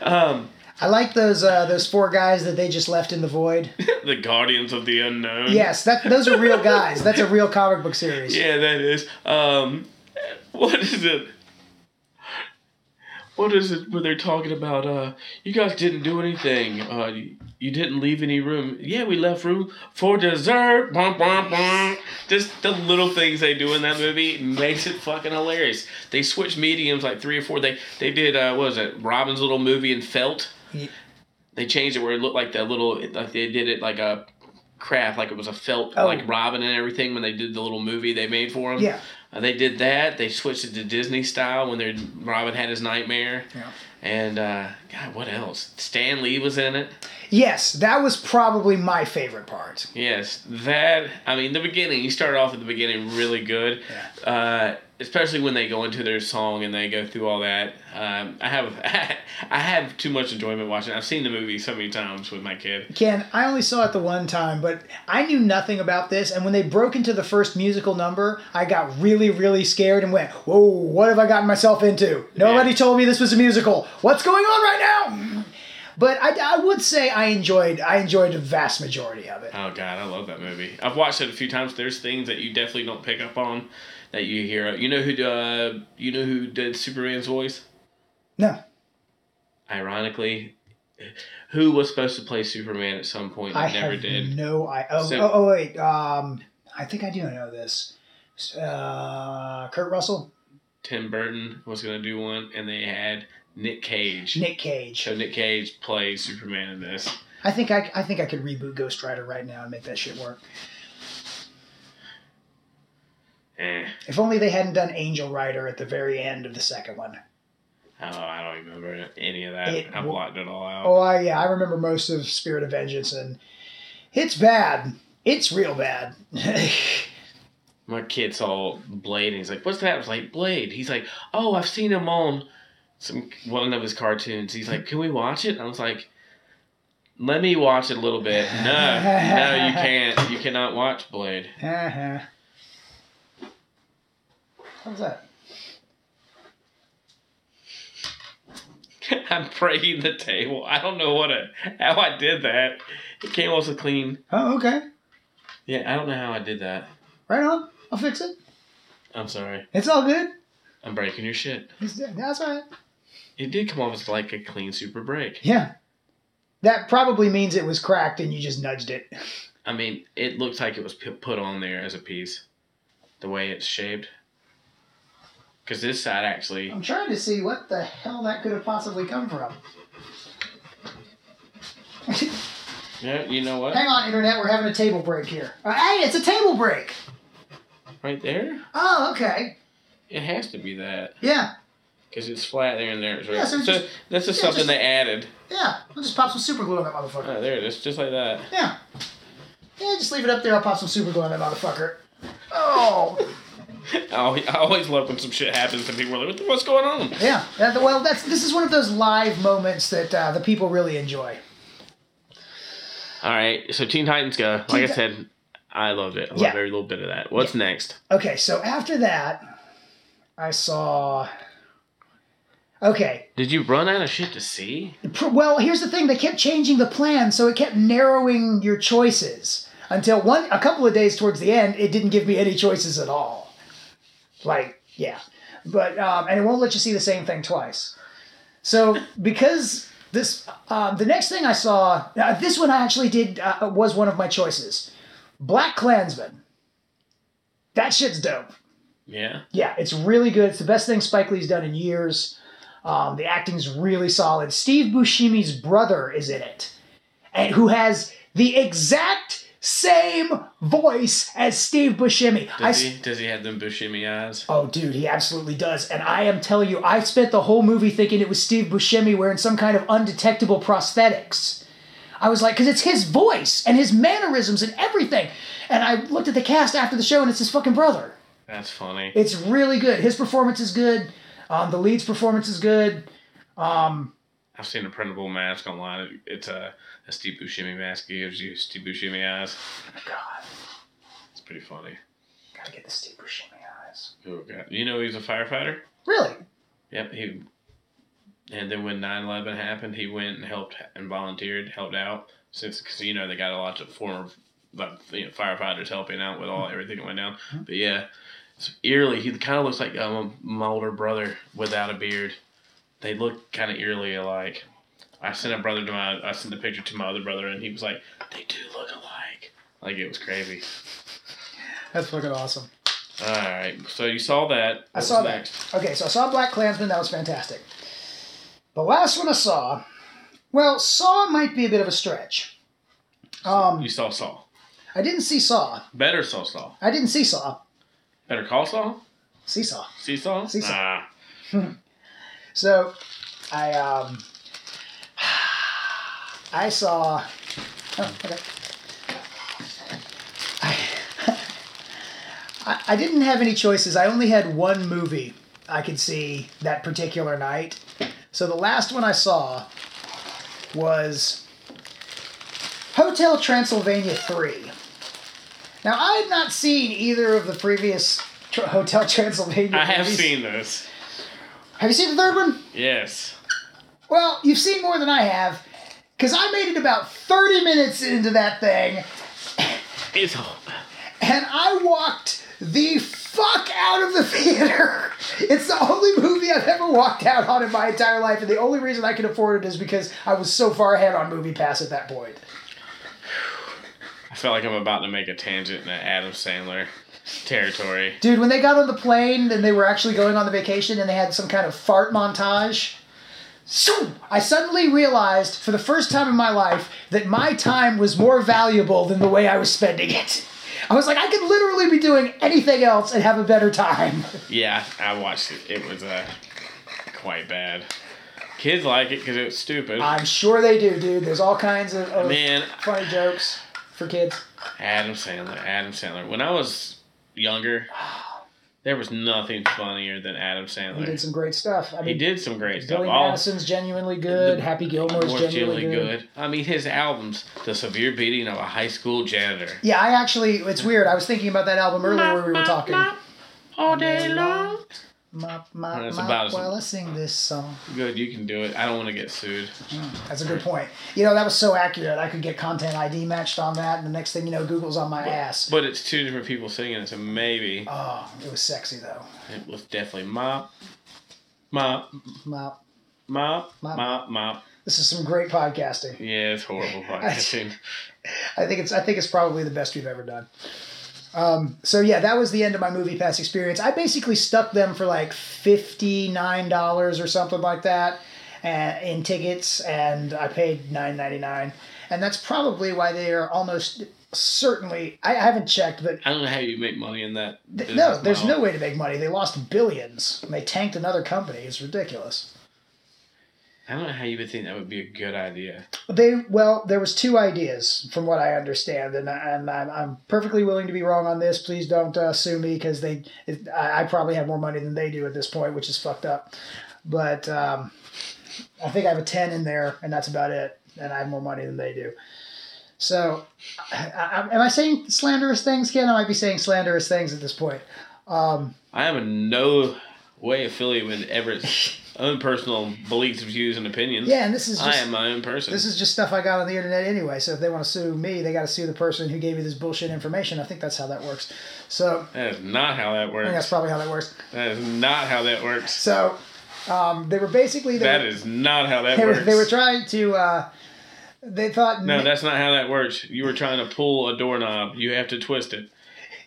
S1: Um,
S2: I like those uh, those four guys that they just left in the void.
S1: the Guardians of the Unknown.
S2: Yes, that those are real guys. That's a real comic book series.
S1: Yeah, that is. Um, what is it? What is it where they're talking about? Uh, you guys didn't do anything. Uh, you, you didn't leave any room. Yeah, we left room for dessert. Bum, bum, bum. Just the little things they do in that movie makes it fucking hilarious. They switch mediums like three or four. They they did uh, what was it? Robin's little movie in felt.
S2: Ye-
S1: They changed it where it looked like that little. Like they did it like a craft, like it was a felt,
S2: Oh.
S1: like Robin and everything. When they did the little movie they made for him.
S2: Yeah.
S1: Uh, they did that. They switched it to Disney style when their Robin had his nightmare.
S2: Yeah.
S1: And uh, God, what else? Stan Lee was in it.
S2: Yes, that was probably my favorite part.
S1: Yes, that. I mean, the beginning. You start off at the beginning really good. Uh, especially when they go into their song and they go through all that. Um, I have I have too much enjoyment watching. it. I've seen the movie so many times with my kid.
S2: Ken, I only saw it the one time, but I knew nothing about this. And when they broke into the first musical number, I got really, really scared and went, "Whoa, what have I gotten myself into? Nobody
S1: Yeah.
S2: told me this was a musical. What's going on right now?" But I, I would say I enjoyed I enjoyed the vast majority of it.
S1: Oh God, I love that movie. I've watched it a few times. There's things that you definitely don't pick up on that you hear. You know who uh, you know who did Superman's voice?
S2: No,
S1: ironically, who was supposed to play Superman at some point
S2: I
S1: that never
S2: have
S1: did.
S2: no I oh,
S1: So-
S2: oh, oh, wait um I think I do know this. Uh, Kurt Russell,
S1: Tim Burton was going to do one, and they had Nick Cage.
S2: Nick Cage.
S1: so Nick Cage plays Superman in this.
S2: I think I, I think I could reboot Ghost Rider right now and make that shit work.
S1: Eh.
S2: If only they hadn't done Angel Rider at the very end of the second one.
S1: Oh, I don't remember any of that.
S2: It
S1: I
S2: w-
S1: blocked it all out.
S2: Oh I, yeah, I remember most of Spirit of Vengeance, and it's bad. It's real bad. Uh-huh.
S1: My kid saw Blade, and he's like, "What's that?" I was like, "Blade." He's like, "Oh, I've seen him on some one of his cartoons." He's like, "Can we watch it?" I was like, "Let me watch it a little bit." No, no, you can't. You cannot watch Blade.
S2: uh-huh. What was that?
S1: I'm breaking the table. I don't know what I, how I did that. It came off so clean.
S2: Oh, okay.
S1: Yeah, I don't know how I did that.
S2: Right on. I'll fix it.
S1: I'm sorry.
S2: It's all good.
S1: I'm breaking your shit.
S2: It's, that's all right.
S1: It did come off as like a clean super break.
S2: Yeah. That probably means it was cracked and you just nudged it.
S1: I mean, it looks like it was p- put on there as a piece, the way it's shaped. Because this side actually,
S2: I'm trying to see what the hell that could have possibly come from.
S1: yeah, you know what,
S2: Hang on, internet, we're having a table break here. Uh, hey, it's a table break.
S1: right there,
S2: Oh, okay.
S1: it has to be that
S2: Yeah,
S1: because it's flat there and there. It's right.
S2: Yeah,
S1: so
S2: so it's just-
S1: that's just
S2: yeah,
S1: something
S2: just-
S1: they added.
S2: yeah. I'll just pop some super glue on that motherfucker.
S1: Oh, there it is, just like that.
S2: Yeah. Yeah, just leave it up there. I'll pop some super glue on that motherfucker. Oh,
S1: I always, I always love when some shit happens and people are like, "What the- "What's going on?"
S2: yeah. That- well, that's this is one of those live moments that uh, the people really enjoy.
S1: All right, so Teen Titans Go. Like I
S2: Ti-
S1: said, I loved it. I
S2: Yeah.
S1: love every little bit of that. What's next?
S2: Okay, so after that, I saw. Okay,
S1: Did you run out of shit to see?
S2: Pr- Well, here's the thing: they kept changing the plan, so it kept narrowing your choices until one a couple of days towards the end, it didn't give me any choices at all. Like, yeah, but um, and it won't let you see the same thing twice. So because this, um, the next thing I saw, uh, this one I actually did uh, was one of my choices, Black Klansman. That shit's dope.
S1: Yeah.
S2: Yeah, it's really good. It's the best thing Spike Lee's done in years. Um, the acting's really solid. Steve Buscemi's brother is in it, and who has the exact same voice as Steve Buscemi. I
S1: Does
S2: s-
S1: he? Does he have them Buscemi eyes?
S2: Oh, dude, he absolutely does. And I am telling you, I spent the whole movie thinking it was Steve Buscemi wearing some kind of undetectable prosthetics. I was like, because it's his voice and his mannerisms and everything. And I looked at the cast after the show, and it's his fucking brother.
S1: That's funny.
S2: It's really good. His performance is good. Um, the lead's performance is good.
S1: I've seen a printable mask online. It- It's a, a Steve Buscemi mask. It gives you Steve Buscemi eyes.
S2: Oh God,
S1: It's pretty funny.
S2: gotta get the Steve Buscemi eyes.
S1: Oh god! You know he's a firefighter.
S2: Really?
S1: Yep. He. And then when 9-11 happened, he went and helped and volunteered, helped out. Since because you know they got a lot of former like, you know, firefighters helping out with
S2: Mm-hmm.
S1: all everything that went down. But yeah, it's eerily he kind of looks like um, my older brother without a beard. They look kind of eerily alike. I sent a brother to my I sent a picture to my other brother and he was like, they do look alike. Like it was crazy.
S2: That's fucking awesome.
S1: All right, so you saw that.
S2: I
S1: What
S2: saw
S1: was
S2: that. Okay, so I saw Black Klansman. That was fantastic. The last one I saw, well, Saw might be a bit of a stretch. Um,
S1: You saw Saul.
S2: I didn't see Saw.
S1: Better saw Saul.
S2: I didn't see Saw.
S1: Better call Saul.
S2: Seesaw.
S1: Seesaw?
S2: Seesaw.
S1: Nah.
S2: So, I um, I saw. Oh, okay. I, I I didn't have any choices. I only had one movie I could see that particular night. So the last one I saw was Hotel Transylvania three. Now I had not seen either of the previous Tr- Hotel Transylvania.
S1: I have
S2: movies.
S1: seen this.
S2: Have you seen the third one?
S1: Yes.
S2: Well, you've seen more than I have, because I made it about 30 minutes into that thing,
S1: It's
S2: and I walked the fuck out of the theater. It's the only movie I've ever walked out on in my entire life, and the only reason I could afford it is because I was so far ahead on Movie Pass at that point.
S1: I felt like I'm about to make a tangent in that Adam Sandler territory.
S2: Dude, when they got on the plane and they were actually going on the vacation and they had some kind of fart montage, zoom, I suddenly realized for the first time in my life that my time was more valuable than the way I was spending it. I was like, I could literally be doing anything else and have a better time.
S1: Yeah, I watched it. It was uh, quite bad. Kids like it because it's stupid.
S2: I'm sure they do, dude. There's all kinds of, of
S1: Man,
S2: funny jokes for kids.
S1: Adam Sandler, Adam Sandler. When I was younger, there was nothing funnier than Adam
S2: He did
S1: Sandler.
S2: some great stuff. I mean,
S1: He did some great stuff.
S2: Billy
S1: All
S2: Madison's genuinely good.
S1: The-
S2: Happy Gilmore's
S1: was
S2: genuinely,
S1: genuinely
S2: good.
S1: good. I mean, his albums, The Severe Beating of a High School Janitor.
S2: Yeah, I actually, it's weird. I was thinking about that album earlier where we were talking.
S1: All day long.
S2: Mop, mop,
S1: That's
S2: mop,
S1: about as-
S2: while I sing this song.
S1: Good, you can do it. I don't want to get sued.
S2: That's a good point. You know, that was so accurate. I could get content ID matched on that, and the next thing you know, Google's on my ass.
S1: But it's two different people singing, so maybe
S2: Oh, it was sexy though.
S1: it was definitely mop, mop,
S2: Mop,
S1: mop,
S2: Mop.
S1: mop, mop.
S2: This is some great podcasting.
S1: Yeah, it's horrible podcasting.
S2: I think it's I think it's probably the best we've ever done. Um, so yeah, that was the end of my movie pass experience. I basically stuck them for like fifty nine dollars or something like that, uh, in tickets, and I paid nine ninety nine, and that's probably why they are almost certainly. I haven't checked, but
S1: I don't know how you make money in that.
S2: Th- no,
S1: business
S2: there's
S1: model.
S2: no way to make money. They lost billions. And they tanked another company. It's ridiculous.
S1: I don't know how you would think that would be a good idea.
S2: They well, there was two ideas from what I understand, and, I- and I'm, I'm perfectly willing to be wrong on this. Please don't uh, sue me because they, it, I, I probably have more money than they do at this point, which is fucked up. But um, I think I have a ten in there, and that's about it. And I have more money than they do. So, I, I, am I saying slanderous things, Ken? I might be saying slanderous things at this point. Um,
S1: I am in no way affiliated with Everett's own personal beliefs, views, and opinions.
S2: yeah, and this is just
S1: I am my own person.
S2: This is just stuff I got on the internet anyway. So if they want to sue me, they got to sue the person who gave you this bullshit information. I think that's how that works. So
S1: that is not how that
S2: I think that's
S1: works.
S2: probably how that works.
S1: That is not how that works.
S2: So um, they were basically they,
S1: That
S2: were,
S1: is not how that
S2: they, were,
S1: works.
S2: they were trying to. Uh, they thought
S1: no, that's not how that works. You were trying to pull a doorknob. You have to twist it.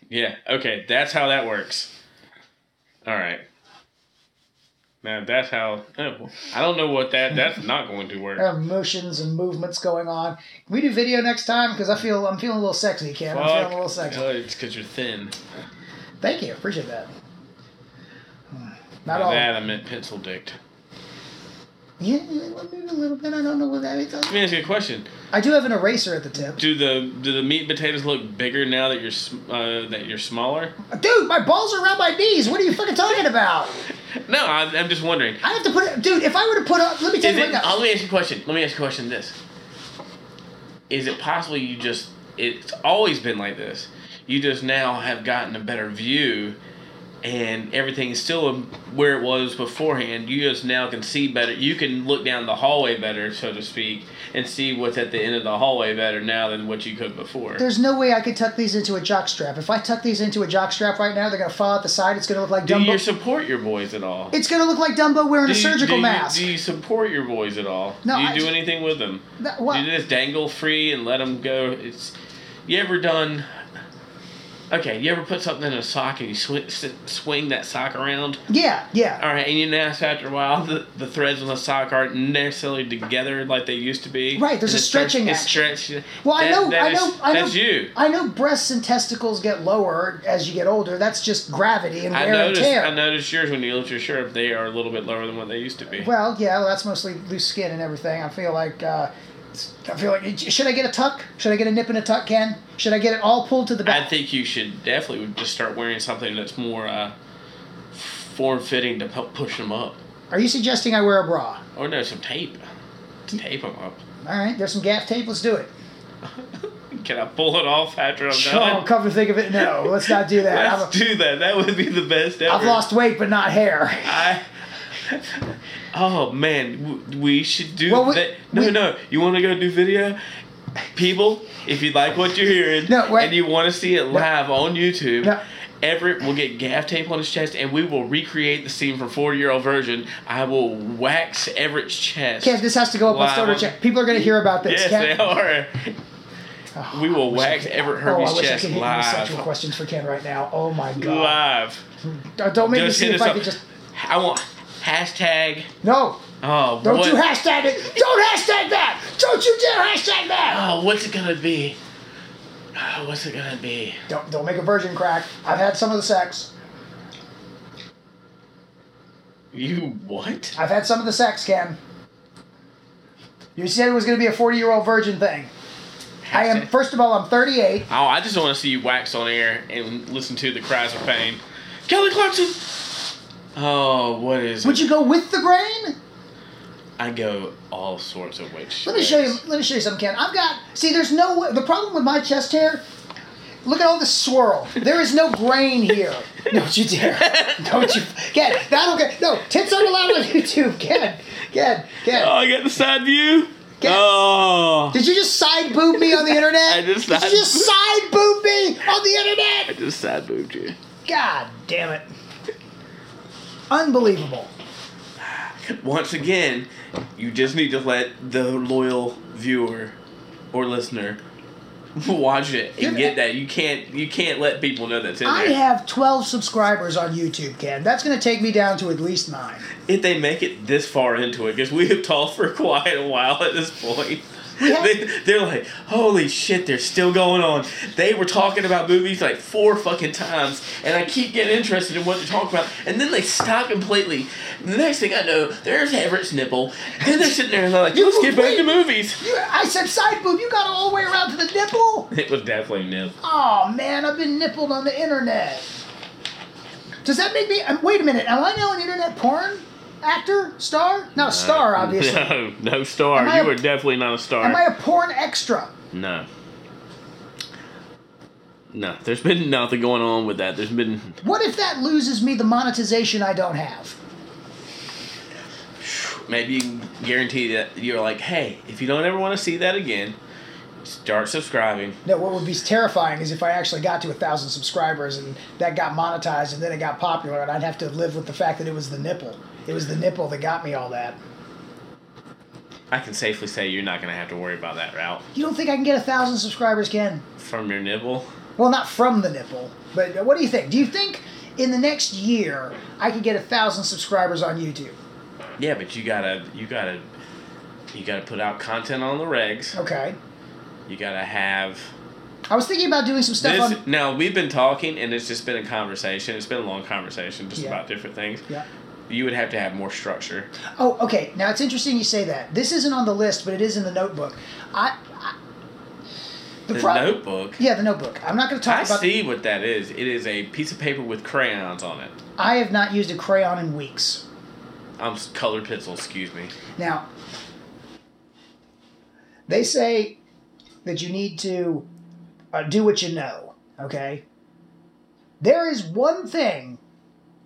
S1: Yeah. Okay. That's how that works. All right. Now that's how. oh, I don't know what that. That's not going to work.
S2: there are motions and movements going on. Can we do video next time? Because I feel I'm feeling a little sexy, Ken. I'm feeling a little
S1: Fuck.
S2: sexy.
S1: Oh, it's because you're thin.
S2: Thank you, appreciate that. Not
S1: By
S2: all.
S1: that I meant pencil dicked.
S2: Yeah, maybe a little bit. I don't know what that is.
S1: Let me ask you a question.
S2: I do have an eraser at the tip.
S1: Do the do the meat and potatoes look bigger now that you're sm- uh, that you're smaller?
S2: Dude, my balls are around my knees. What are you fucking talking about?
S1: No, I'm, I'm just wondering.
S2: I have to put it, dude. If I were to put up, let me tell
S1: Is
S2: you right
S1: it,
S2: now.
S1: oh, let me ask you a question. Let me ask you a question. This is it possible you just it's always been like this. You just now have gotten a better view, and everything is still where it was beforehand. You just now can see better. You can look down the hallway better, so to speak, and see what's at the end of the hallway better now than what you could before.
S2: There's no way I could tuck these into a jock strap. If I tuck these into a jock strap right now, they're gonna fall out the side. It's gonna look like
S1: Do you
S2: Dumbo.
S1: support your boys at all?
S2: it's gonna look like Dumbo wearing a
S1: Do you-
S2: surgical
S1: do you-
S2: mask.
S1: Do you support your boys at all?
S2: No,
S1: do you
S2: I
S1: do
S2: ju-
S1: anything with them?
S2: That- what?
S1: Do you just dangle free and let them go? It's you ever done? Okay, you ever put something in a sock and you swi- s swing that sock around?
S2: yeah, yeah.
S1: All right, and you notice after a while the, the threads on the sock aren't necessarily together like they used to be.
S2: Right, there's
S1: And it
S2: a
S1: starts-
S2: stretching
S1: It's
S2: action.
S1: stretched.
S2: Well, I
S1: That-
S2: know,
S1: that
S2: I
S1: is-
S2: know, I know.
S1: That's you.
S2: I know breasts and testicles get lower as you get older. That's just gravity and
S1: I
S2: wear and
S1: noticed.
S2: tear.
S1: I noticed yours when you lift your shirt up. They are a little bit lower than what they used to be.
S2: Well, yeah, well, that's mostly loose skin and everything. I feel like, uh, I feel like, should I get a tuck? Should I get a nip and a tuck, Ken? Should I get it all pulled to the
S1: I
S2: back?
S1: think you should definitely just start wearing something that's more uh, form fitting to help push them up,
S2: Are you suggesting I wear a bra?
S1: or no, some tape. Just tape them up.
S2: All right, there's some gaff tape. Let's do it.
S1: Can I pull it off after I'm
S2: Oh,
S1: done?
S2: come to think of it, no, let's not do that.
S1: Let's
S2: I've,
S1: do that. That would be the best ever.
S2: I've lost weight, but not hair.
S1: I. Oh man, w- we should do
S2: Well, we-
S1: that. No,
S2: we-
S1: no. You want to go do video? People, if you like what you're hearing
S2: No, wait.
S1: and you want to see it live on YouTube,
S2: No.
S1: Everett will get gaff tape on his chest and we will recreate the scene from 40 year old version. I will wax Everett's chest.
S2: Ken, this has to go up on
S1: Wow.
S2: Stoner Check. People are going to hear about this.
S1: yes,
S2: Ken.
S1: they are.
S2: Oh,
S1: We will
S2: I wish I
S1: wax
S2: could-
S1: Everett
S2: oh,
S1: Hervey's
S2: I wish I
S1: chest
S2: could hit
S1: live.
S2: any sexual questions for Ken right now. Oh my god!
S1: Live.
S2: Don't- Don't make me
S1: Just
S2: see
S1: hit
S2: if
S1: us
S2: I
S1: up.
S2: could just.
S1: I want hashtag.
S2: No,
S1: Oh,
S2: don't
S1: what?
S2: you hashtag it. Don't hashtag that. Don't you dare hashtag that.
S1: Oh, what's it gonna be? Oh, what's it gonna be?
S2: Don't don't make a virgin crack. I've had some of the sex.
S1: You what?
S2: I've had some of the sex, Ken. You said it was going to be a forty-year-old virgin thing. I am. First of all, I'm thirty-eight.
S1: Oh, I just want to see you wax on air and listen to the cries of pain. Kelly Clarkson. Oh, what is?
S2: Would
S1: it?
S2: you go with the grain?
S1: I go all sorts of which.
S2: Let me show you. Let me show you something, Ken. I've got. See, there's no. way- The problem with my chest hair. Look at all this swirl. There is no grain here. Don't you dare. Don't you. Ken, that'll get. No, tits aren't allowed on YouTube. Ken, Ken,
S1: Oh,
S2: Ken.
S1: I got the side view.
S2: Get-
S1: Oh,
S2: Did you just side boob me on the internet?
S1: I just
S2: Did
S1: side-
S2: you just side boob me on the internet?
S1: I just side boobed you.
S2: God damn it. Unbelievable.
S1: Once again, you just need to let the loyal viewer or listener watch it and get that. You can't you can't let people know that's in
S2: I
S1: there.
S2: have 12 subscribers on YouTube, Ken. That's going to take me down to at least nine.
S1: If they make it this far into it, because we have talked for quite a while at this point.
S2: Yeah.
S1: They, they're like, holy shit, they're still going on. They were talking about movies like four fucking times, and I keep getting interested in what they're talking about, and then they stop completely. The next thing I know, there's Everett's nipple. Then they're sitting there and they're like, let's get back to movies.
S2: You, I said side boob. You got all the way around to the nipple.
S1: It was definitely nip.
S2: Oh man, I've been nippled on the internet. Does that make me? um, Wait a minute. Am I now an internet porn actor, star?
S1: Uh,
S2: No, star, obviously.
S1: No, no star.
S2: Am I
S1: you
S2: a-
S1: are definitely not a star.
S2: Am I a porn extra?
S1: no. No, there's been nothing going on with that. There's been
S2: What if that loses me the monetization I don't have?
S1: maybe you can guarantee that you're like, hey, if you don't ever want to see that again, start subscribing.
S2: No, what would be terrifying is if I actually got to a thousand subscribers and that got monetized and then it got popular and I'd have to live with the fact that it was the nipple. It was the nipple that got me all that.
S1: I can safely say you're not gonna have to worry about that route
S2: You don't think I can get a thousand subscribers, Ken?
S1: from your nibble.
S2: Well, not from the nipple, but what do you think? Do you think in the next year I could get a thousand subscribers on YouTube?
S1: Yeah, but you gotta, you gotta, you gotta put out content on the regs.
S2: Okay.
S1: You gotta have
S2: I was thinking about doing some stuff
S1: this.
S2: on.
S1: Now we've been talking, and it's just been a conversation. It's been a long conversation, just
S2: Yeah.
S1: about different things.
S2: Yeah.
S1: You would have to have more structure.
S2: Oh, okay. Now it's interesting you say that. This isn't on the list, but it is in the notebook. I. I
S1: The,
S2: prob-
S1: notebook.
S2: Yeah, the notebook. I'm not going to talk
S1: I
S2: about.
S1: see what that is. It is a piece of paper with crayons on it.
S2: I have not used a crayon in weeks.
S1: I'm s- colored pencil. Excuse me.
S2: Now, they say that you need to uh, do what you know, okay? There is one thing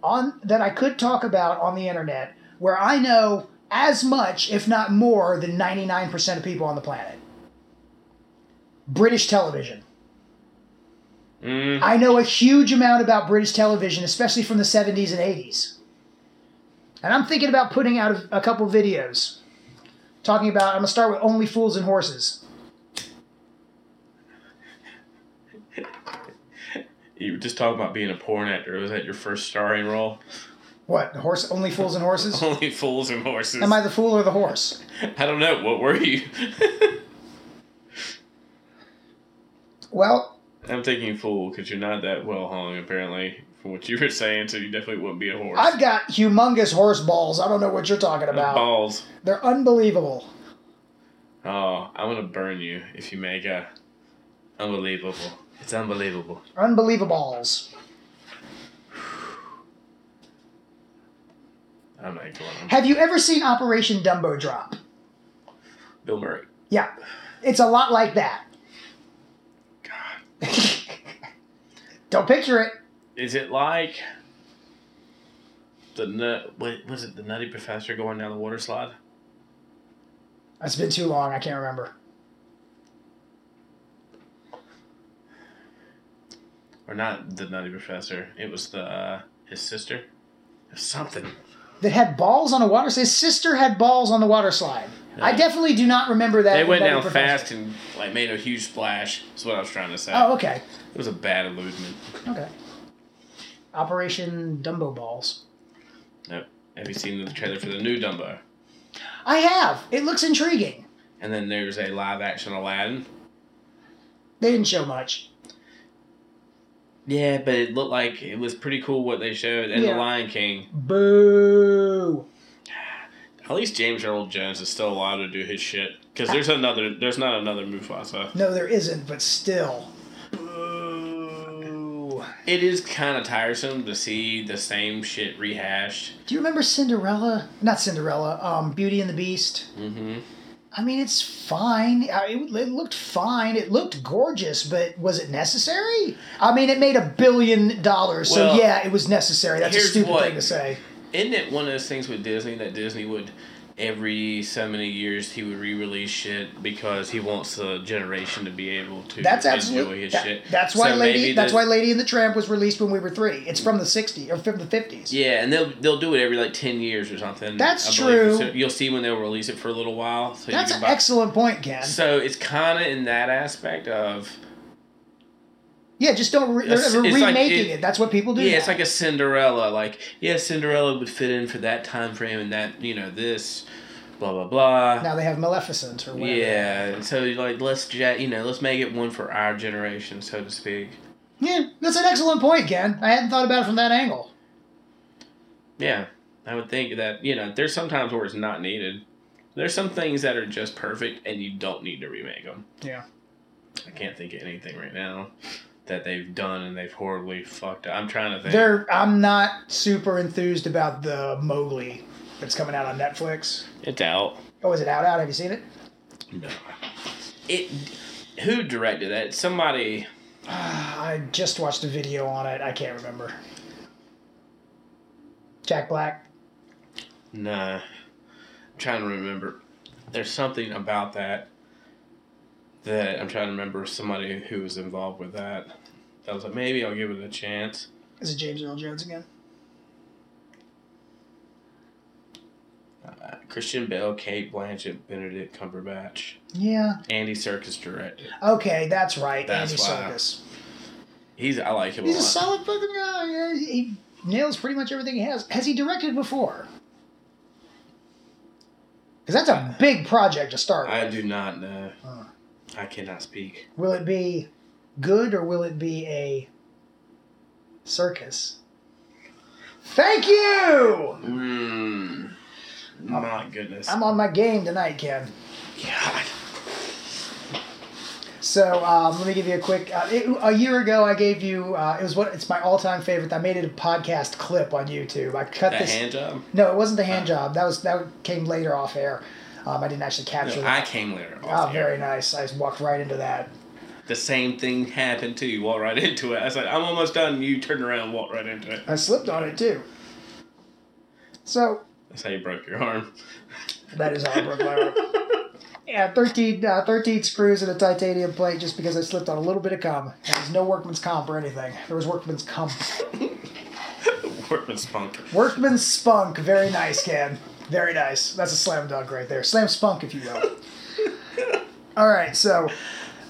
S2: on that I could talk about on the internet where I know as much, if not more, than 99% of people on the planet. British television.
S1: Mm,
S2: I know a huge amount about British television, especially from the 70s and 80s. And I'm thinking about putting out a, a couple videos talking about, I'm going to start with Only Fools and Horses.
S1: you were just talking about being a porn actor. Was that your first starring role?
S2: What? The horse? Only Fools and Horses?
S1: Only fools and horses.
S2: Am I the fool or the horse?
S1: I don't know. What were you?
S2: Well,
S1: I'm thinking fool because you're not that well hung, apparently, from what you were saying. So you definitely wouldn't be a horse.
S2: I've got humongous horse balls. I don't know what you're talking about.
S1: balls.
S2: They're unbelievable.
S1: Oh, I'm gonna burn you if you make a unbelievable. It's unbelievable.
S2: Unbelievables.
S1: I'm not going. on.
S2: Have you ever seen Operation Dumbo Drop?
S1: Bill Murray.
S2: Yeah. It's a lot like that.
S1: God.
S2: Don't picture it.
S1: Is it like the nut? What was it? The Nutty Professor going down the water slide?
S2: It's been too long. I can't remember.
S1: Or not the Nutty Professor? It was the uh, his sister. Something.
S2: that had balls on a water slide. His sister had balls on the water slide. I
S1: Yeah.
S2: definitely do not remember that.
S1: They went
S2: that
S1: down
S2: profession.
S1: fast and like made a huge splash. Is what I was trying to say.
S2: Oh, okay.
S1: It was a bad illusion.
S2: Okay. Operation Dumbo Balls.
S1: Nope. Have you seen the trailer for the new Dumbo?
S2: I have. It looks intriguing.
S1: And then there's a live action Aladdin.
S2: They didn't show much.
S1: Yeah, but it looked like it was pretty cool what they showed. And
S2: Yeah.
S1: the Lion King.
S2: Boo.
S1: At least James Earl Jones is still allowed to do his shit. Because there's another. There's not another Mufasa.
S2: No, there isn't, but still.
S1: Boo. It is kind of tiresome to see the same shit rehashed.
S2: Do you remember Cinderella? Not Cinderella. Um, Beauty and the Beast.
S1: Mm-hmm.
S2: I mean, it's fine. I, it, it looked fine. It looked gorgeous, but was it necessary? I mean, it made a billion dollars,
S1: Well,
S2: so yeah, it was necessary. That's a
S1: here's
S2: stupid
S1: what-
S2: thing to say.
S1: Isn't it one of those things with Disney that Disney would, every so many years he would re-release shit because he wants the generation to be able to
S2: That's
S1: enjoy
S2: absolutely
S1: his
S2: that-
S1: shit.
S2: that's why
S1: So
S2: Lady
S1: maybe
S2: that's
S1: the-
S2: why Lady and the Tramp was released when we were three. It's from the '60s or from the '50s.
S1: Yeah, and they'll they'll do it every like ten years or something.
S2: That's
S1: I believe.
S2: true.
S1: So you'll see when they'll release it for a little while. So you
S2: That's
S1: can
S2: an
S1: buy-
S2: excellent point, Ken.
S1: So it's kind of in that aspect of
S2: Yeah, just don't re- they're
S1: It's-
S2: they're
S1: it's
S2: remaking
S1: like
S2: it,
S1: it-
S2: That's what people do.
S1: yeah, it's
S2: now.
S1: like a Cinderella. Like yeah, Cinderella would fit in for that time frame and that you know this, blah blah blah.
S2: now they have Maleficent or whatever.
S1: Yeah, so like let's ja- you know let's make it one for our generation, so to speak.
S2: Yeah, that's an excellent point, Ken. I hadn't thought about it from that angle.
S1: Yeah, I would think that you know there's some times where it's not needed. There's some things that are just perfect and you don't need to remake them.
S2: Yeah.
S1: I can't think of anything right now that they've done and they've horribly fucked up. I'm trying to think.
S2: They're, I'm not super enthused about the Mowgli that's coming out on Netflix.
S1: it's out.
S2: Oh, is it out? Out? Have you seen it?
S1: No. It. Who directed that? Somebody.
S2: I just watched a video on it. I can't remember. Jack Black.
S1: Nah. I'm trying to remember. There's something about that that I'm trying to remember somebody who was involved with that. I was like, maybe I'll give it a chance.
S2: Is it James Earl Jones again?
S1: Uh, Christian Bale, Kate Blanchett, Benedict Cumberbatch,
S2: Yeah.
S1: Andy Serkis directed.
S2: Okay, that's right.
S1: That's
S2: Andy
S1: why.
S2: Serkis.
S1: He's I like him
S2: He's
S1: a
S2: a
S1: lot.
S2: solid fucking guy. Yeah, He he nails pretty much everything he has. Has he directed before? Because that's a big project to start.
S1: I
S2: With.
S1: do not know.
S2: Huh.
S1: I cannot speak.
S2: Will it be good or will it be a circus? Thank you.
S1: Mm. My goodness.
S2: Hmm. I'm on my game tonight, Ken.
S1: God.
S2: So um, let me give you a quick. Uh, it, a year ago, I gave you. Uh, it was what it's my all-time favorite. I made it a podcast clip on YouTube. I cut
S1: That
S2: this.
S1: hand job?
S2: no, it wasn't the hand job. That was that came later off air. Um, I didn't actually
S1: No,
S2: capture.
S1: I
S2: that.
S1: came later.
S2: Oh,
S1: off the air.
S2: very nice. I just walked right into that.
S1: The same thing happened to you. Walked right into it. I was like, I'm almost done. You turned around and walked right into it.
S2: I slipped on it too. So
S1: That's how you broke your arm.
S2: that is all broke my arm. Yeah, 13, uh, 13 screws in a titanium plate just because I slipped on a little bit of cum. There was no workman's comp or anything. There was workman's cum.
S1: Workman's punk.
S2: Workman Spunk, very nice, Ken. Very nice. That's a slam dunk right there. Slam Spunk, if you will. All right, so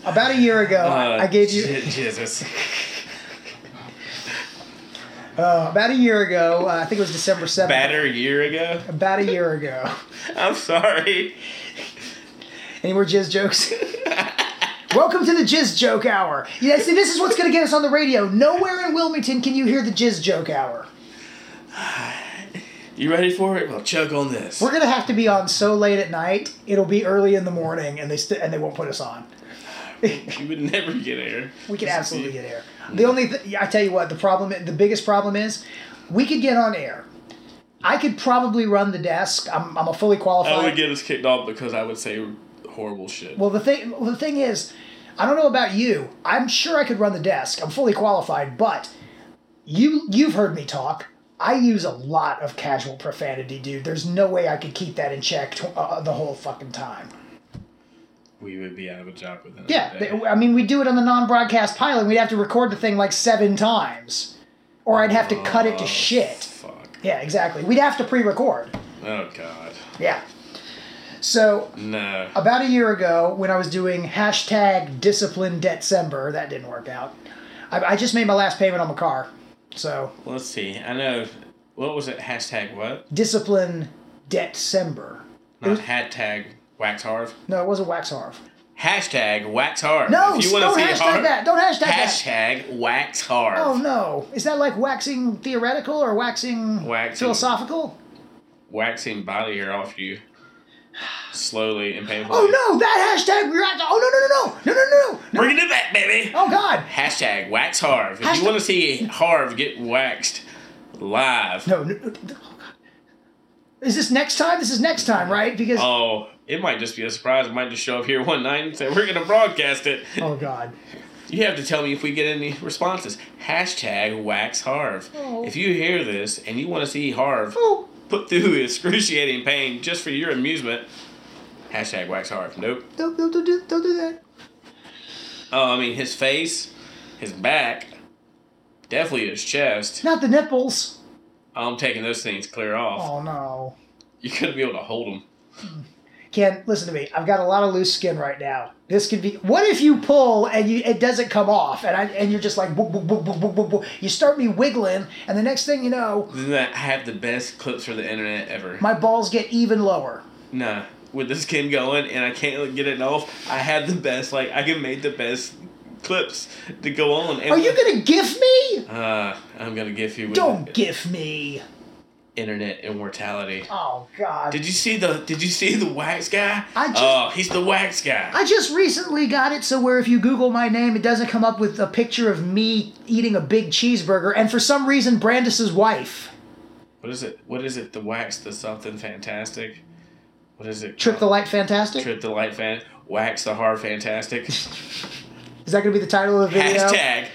S2: about a year ago,
S1: Uh,
S2: I gave you.
S1: Je- Jesus.
S2: Uh, about a year ago, uh, I think it was December seventh.
S1: Batter a year ago?
S2: About a year ago.
S1: I'm sorry.
S2: Any more jizz jokes? Welcome to the Jizz Joke Hour. Yeah, see, this is what's going to get us on the radio. Nowhere in Wilmington can you hear the Jizz Joke Hour.
S1: You ready for it? Well, chug on this.
S2: We're going to have to be on so late at night, it'll be early in the morning, and they st- and they won't put us on.
S1: You would never get air.
S2: We could absolutely get air. The only th- yeah, I tell you what, the problem, the biggest problem is, we could get on air. I could probably run the desk. I'm, I'm a fully
S1: I
S2: qualified.
S1: would Oh, get us kicked off because I would say horrible shit.
S2: well, the thing, well, the thing is, I don't know about you. I'm sure I could run the desk. I'm fully qualified, but you, you've heard me talk. I use a lot of casual profanity, dude. There's no way I could keep that in check tw uh, the whole fucking time.
S1: we would be out of a job within
S2: Yeah,
S1: a day.
S2: th- I mean, we do it on the non-broadcast pilot. We'd have to record the thing like seven times, or I'd have to cut it to
S1: Oh,
S2: shit.
S1: Fuck.
S2: Yeah, exactly. We'd have to pre-record.
S1: Oh, God.
S2: Yeah. So
S1: No.
S2: about a year ago, when I was doing hashtag discipline December, that didn't work out. I, I just made my last payment on my car, so
S1: Let's see. I know. What was it? Hashtag what?
S2: discipline December.
S1: Not hashtag wax hard.
S2: No, it wasn't wax harv.
S1: Hashtag wax hard.
S2: No,
S1: If you wanna
S2: don't
S1: see
S2: hashtag
S1: hard-
S2: that. Don't hashtag that.
S1: Hashtag wax hard.
S2: Oh no, is that like waxing theoretical or waxing,
S1: Waxing.
S2: philosophical?
S1: Waxing body hair off you slowly and painfully.
S2: Oh no, that hashtag. We're at the, oh no no no no no no no.
S1: Bringing it back, baby.
S2: Oh god.
S1: Hashtag wax Harv. If
S2: Hashtag-
S1: you want to see Harv get waxed live,
S2: No, no, no, no. Oh, God. Is this next time? This is next time, right? Because oh,
S1: oh, it might just be a surprise. It might just show up here one night and say we're gonna broadcast it.
S2: oh, god.
S1: You have to tell me if we get any responses. Hashtag wax Harv.
S2: Oh.
S1: If you hear this and you want to see Harv
S2: Oh,
S1: put through excruciating pain just for your amusement. Hashtag wax hard. Nope.
S2: Don't, don't, don't, do, don't do that.
S1: Oh, I mean, his face, his back, definitely his chest.
S2: Not the nipples.
S1: I'm taking those things clear off.
S2: Oh no.
S1: You couldn't be able to hold them.
S2: Ken, listen to me. I've got a lot of loose skin right now. This could be. What if you pull and you it doesn't come off, and I and you're just like boop, boop, boop, boop, boop, boop, boop. you start me wiggling, and the next thing you know,
S1: Doesn't that have the best clips for the internet ever?
S2: my balls get even lower.
S1: nah, with the skin going and I can't get it off, I have the best. Like I can make the best clips to go on. And
S2: Are you gonna gif me?
S1: Uh, I'm gonna give you with
S2: Don't gif me.
S1: internet immortality.
S2: Oh God.
S1: Did you see the Did you see the wax guy?
S2: I just-
S1: oh, he's the wax guy.
S2: I just recently got it so where if you Google my name, it doesn't come up with a picture of me eating a big cheeseburger, and for some reason, Brandis's wife.
S1: what is it? What is it? The wax, the something fantastic. What is it?
S2: Trip the
S1: called?
S2: light, fantastic.
S1: Trip the light fan. Wax the hard fantastic.
S2: Is that gonna be the title of the video?
S1: Hashtag.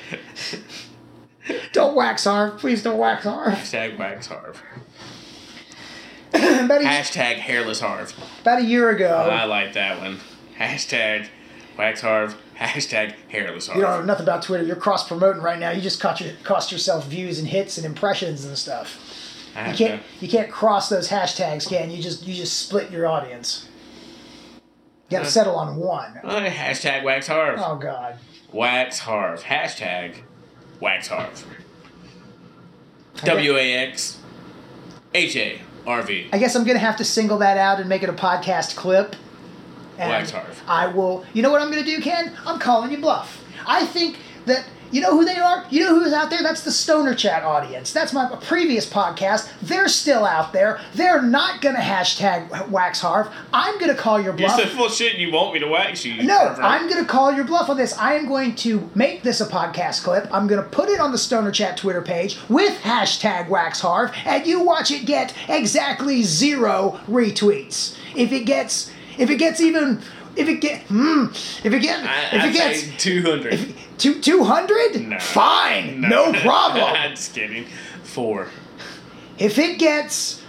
S2: Don't wax hard, please. Don't wax hard.
S1: Hashtag wax harv.
S2: about, a,
S1: Hashtag hairless harv.
S2: about a year ago,
S1: I like that one. Hashtag wax harv. Hashtag hairless harv.
S2: you don't know nothing about Twitter. You're cross promoting right now. You just cost, your, cost yourself views and hits and impressions and stuff.
S1: I
S2: You
S1: have
S2: can't
S1: to-
S2: you can't cross those hashtags, can you? Just you just split your audience. You got to
S1: Yeah.
S2: settle on one.
S1: Uh, hashtag wax harv.
S2: Oh God.
S1: Wax harv. Hashtag wax harv.
S2: I guess-
S1: W A X H A R V.
S2: I guess I'm gonna have to single that out and make it a podcast clip. And
S1: Wax Harv.
S2: I will. You know what I'm gonna do, Ken? I'm calling you bluff. I think that you know who they are. You know who's out there? That's the Stoner Chat audience. That's my previous podcast. They're still out there. They're not gonna hashtag Wax Harv. I'm gonna call your
S1: You
S2: bluff.
S1: said, well, shit, you want me to wax you? you
S2: No,
S1: pervert."
S2: I'm going to call your bluff on this. I am going to make this a podcast clip. I'm going to put it on the Stoner Chat Twitter page with hashtag WaxHarv, and you watch it get exactly zero retweets. If it gets, if it gets even, if it get, hmm, if it get,
S1: I,
S2: if
S1: I'd
S2: it gets
S1: say 200.
S2: two two hundred,
S1: No.
S2: fine, no, problem.
S1: I'm just kidding. Four.
S2: if it gets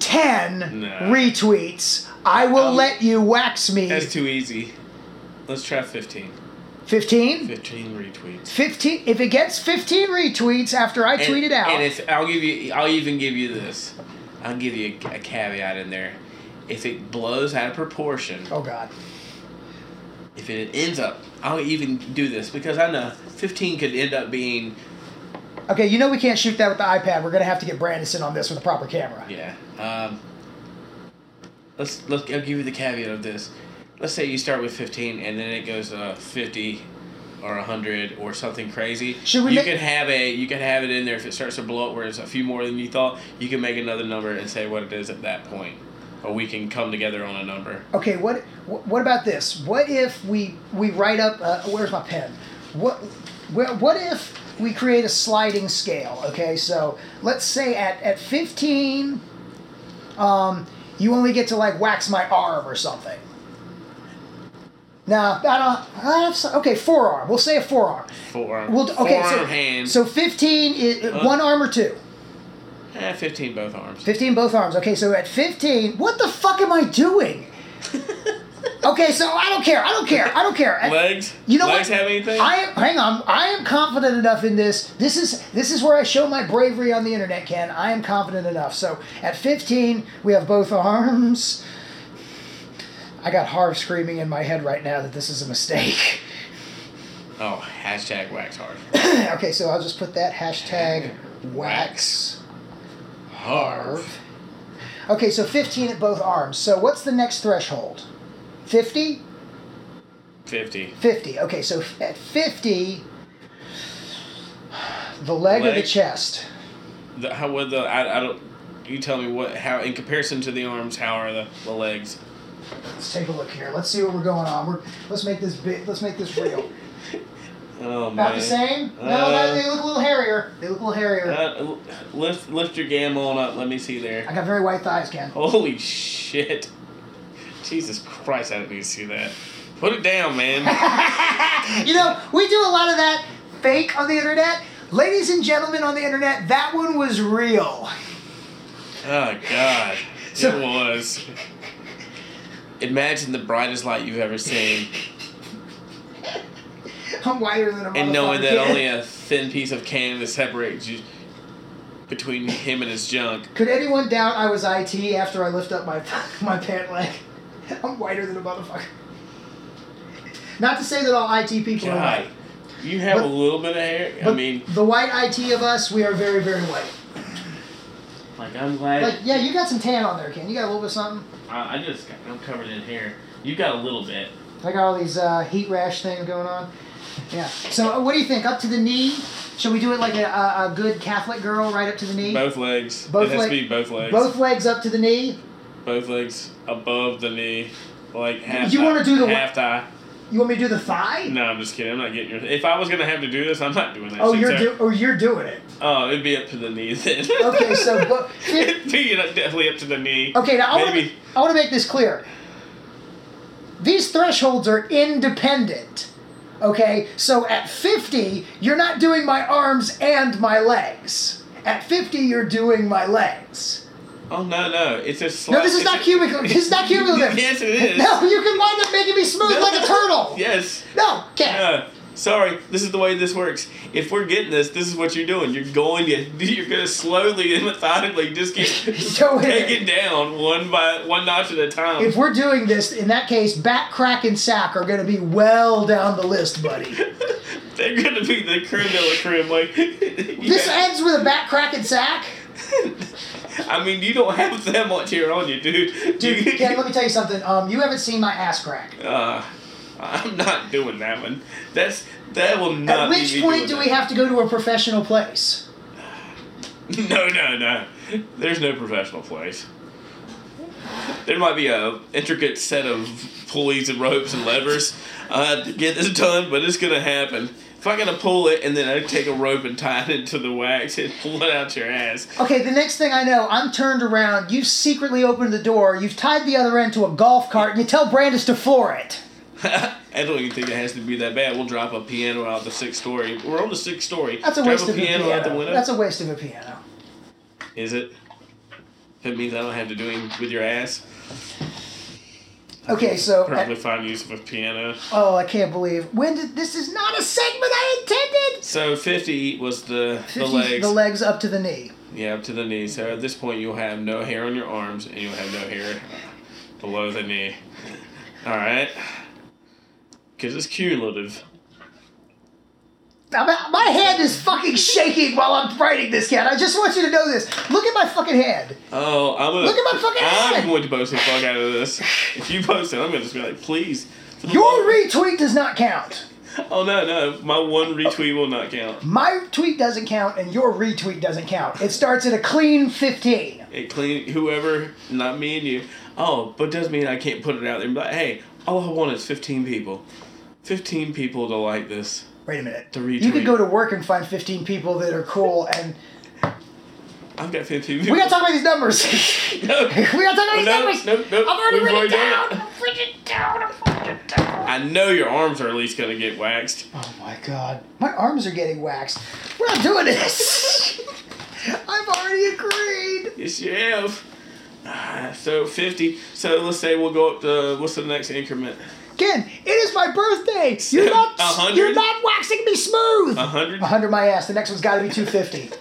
S2: ten
S1: No.
S2: retweets, I will
S1: Um,
S2: let you wax me.
S1: That's too easy. Let's try 15.
S2: Fifteen.
S1: 15 retweets.
S2: 15 if it gets 15 retweets after i tweet it
S1: And-
S2: out
S1: And if I'll give you, I'll even give you this. I'll give you a, a caveat in there. If it blows out of proportion,
S2: oh god
S1: if it ends up, I'll even do this because I know 15 could end up being
S2: okay you know we can't shoot that with the ipad we're gonna have to get brandison on this with a proper camera
S1: Yeah. Um, let's look. I'll give you the caveat of this. Let's say you start with fifteen, and then it goes uh, fifty, or hundred, or something crazy.
S2: Should we
S1: You
S2: make-
S1: could have a. You could have it in there if it starts to blow up, where it's a few more than you thought. You can make another number and say what it is at that point, or we can come together on a number.
S2: okay what wh- what about this what if we we write up uh, where's my pen what where, what if we create a sliding scale okay so let's say at at 15 um you only get to like wax my arm or something now i don't i have some, okay forearm we'll say a forearm
S1: Forearm.
S2: Well, okay,
S1: forearm
S2: so,
S1: hand.
S2: so 15, is,
S1: Huh?
S2: one arm or two?
S1: Eh, fifteen both arms.
S2: 15 both arms. Okay, so at 15, what the fuck am I doing? okay, so I don't care. I don't care. I don't care. At-
S1: Legs.
S2: you know
S1: Legs
S2: what?
S1: have anything?
S2: I am, hang on. I am confident enough in this. This is this is where I show my bravery on the internet, Ken. I am confident enough. So at 15, we have both arms. I got Harv screaming in my head right now that this is a mistake.
S1: oh, hashtag wax hard.
S2: okay, so I'll just put that hashtag wax.
S1: Hard.
S2: Okay, so 15 at both arms. So what's the next threshold? 50?
S1: Fifty.
S2: 50. Okay, so at 50, the leg, or the
S1: Leg.
S2: chest?
S1: The, how would the I, I don't you tell me what how in comparison to the arms how are the, the legs
S2: Let's take a look here. Let's see what we're going on. We're, let's make this big. Let's make this real.
S1: oh
S2: About
S1: man
S2: the same? No, no,
S1: Uh,
S2: they look a little hairier. They look a little hairier.
S1: uh, l- lift lift your gam on up let me see there
S2: I got very white thighs, Ken.
S1: holy shit Jesus Christ I didn't even see that put it down man
S2: you know, we do a lot of that fake on the internet. Ladies and gentlemen on the internet, that one was real.
S1: Oh God,
S2: So-
S1: it was. Imagine the brightest light you've ever seen,
S2: I'm wider than a
S1: and knowing
S2: motherfucker
S1: that
S2: kid.
S1: only a thin piece of canvas separates you between him and his junk.
S2: Could anyone doubt I was IT after I lift up my my pant leg? I'm whiter than a motherfucker. Not to say that all IT people are
S1: God,
S2: white,
S1: you have a
S2: But-
S1: little bit of hair. I
S2: but
S1: mean,
S2: the white IT of us, we are very, very white.
S1: like I'm glad
S2: Like, yeah, you got some tan on there, Ken. You got a little bit of something.
S1: I, I just got, I'm covered in hair. You got a little bit.
S2: I got all these uh, heat rash things going on. Yeah. So, uh, what do you think? Up to the knee? Should we do it like a, a, a good Catholic girl, right up to the knee?
S1: Both legs. it
S2: Both
S1: has
S2: leg-
S1: to be both legs.
S2: Both legs up to the knee.
S1: Both legs above the knee, like half.
S2: You
S1: thigh-
S2: wanna do the one-
S1: half thigh?
S2: You want me to do the thigh?
S1: No, I'm just kidding. I'm not getting your. If I was gonna have to do this, I'm not doing that.
S2: Oh,
S1: shit,
S2: you're
S1: Sarah.
S2: do- oh, you're doing it.
S1: Oh, it'd be up to the knee then.
S2: Okay, so bo-
S1: it'd be definitely up to the knee.
S2: Okay, now I want to
S1: Maybe.
S2: I want to make this clear. These thresholds are independent. Okay, so at 50, you're not doing my arms and my legs. At 50, you're doing my legs.
S1: Oh no no, it's a slight.
S2: No, this is
S1: it's
S2: not
S1: a-
S2: cubicle. This is not cubicle lift.
S1: yes, it is.
S2: No, you can wind up making me smooth
S1: No.
S2: like a turtle.
S1: Yes.
S2: No, can't.
S1: Yeah. Sorry, this is the way this works. If we're getting this, this is what you're doing. You're going to you're gonna slowly and methodically just keep
S2: Go in
S1: take it down one by one notch at a time.
S2: If we're doing this, in that case, back, crack, and sack are going to be well down the list, buddy.
S1: They're gonna be the creme de la creme. Like you
S2: This
S1: got-
S2: ends with a back, crack, and sack.
S1: I mean, you don't have that much hair on you, dude.
S2: Dude,
S1: You-
S2: Ken, let me tell you something. Um, you haven't seen my ass crack.
S1: Uh, I'm not doing that one. That's that will not.
S2: At
S1: be
S2: which
S1: me
S2: point do
S1: doing
S2: we have to go to a professional place?
S1: that. No, no, no. There's no professional place. There might be a intricate set of pulleys and ropes and levers uh, to get this done, but it's gonna happen. If I gotta pull it and then I take a rope and tie it into the wax and pull it out your ass,
S2: Okay, the next thing I know, I'm turned around. You've secretly opened the door. You've tied the other end to a golf cart, and you tell Brandis to floor it.
S1: I don't even think it has to be that bad. We'll drop a piano out the sixth story. We're on the sixth story.
S2: That's a
S1: drop
S2: waste of a piano.
S1: out the window.
S2: That's a waste of a piano.
S1: Is it? If it means I don't have to do anything with your ass.
S2: Okay, so uh,
S1: Perfectly fine use of a piano.
S2: oh, I can't believe when did this is not a segment I intended.
S1: So fifty was the the
S2: 50
S1: legs.
S2: the legs up to the knee.
S1: yeah, up to the knee. So at this point, you'll have no hair on your arms, and you'll have no hair below the knee. All right. Because it's cumulative.
S2: I'm, my hand is fucking shaking while I'm writing this, Ken. I just want you to know this. Look at my fucking hand.
S1: Oh, I'm gonna.
S2: Look at my fucking
S1: I'm
S2: hand!
S1: going to post the fuck out of this. If you post it, I'm gonna just be like, please. for the
S2: Your
S1: love-
S2: retweet does not count.
S1: Oh no no, my one retweet will not count.
S2: My tweet doesn't count and your retweet doesn't count. It starts at a clean 15.
S1: It clean whoever, not me and you. Oh, but it does mean I can't put it out there and be like, hey, all I want is fifteen people. Fifteen people to like this.
S2: Wait a minute.
S1: To retweet.
S2: You could go to work and find 15 people that are cool and
S1: I've got fifteen people.
S2: we gotta talk about these numbers. we
S1: no,
S2: gotta talk about these
S1: no,
S2: numbers.
S1: no, no.
S2: I've already
S1: We've
S2: written
S1: already
S2: it
S1: done
S2: down.
S1: it.
S2: I'm freaking down. I'm freaking down.
S1: I know your arms are at least gonna get waxed.
S2: Oh my god. My arms are getting waxed. We're not doing this. I've already agreed.
S1: Yes, you have. Ah, So fifty. So let's say we'll go up to what's the next increment?
S2: Ken, it is my birthday. You're not,
S1: A hundred?
S2: you're not waxing me smooth.
S1: A hundred.
S2: 100 my ass. The next one's got to be 250.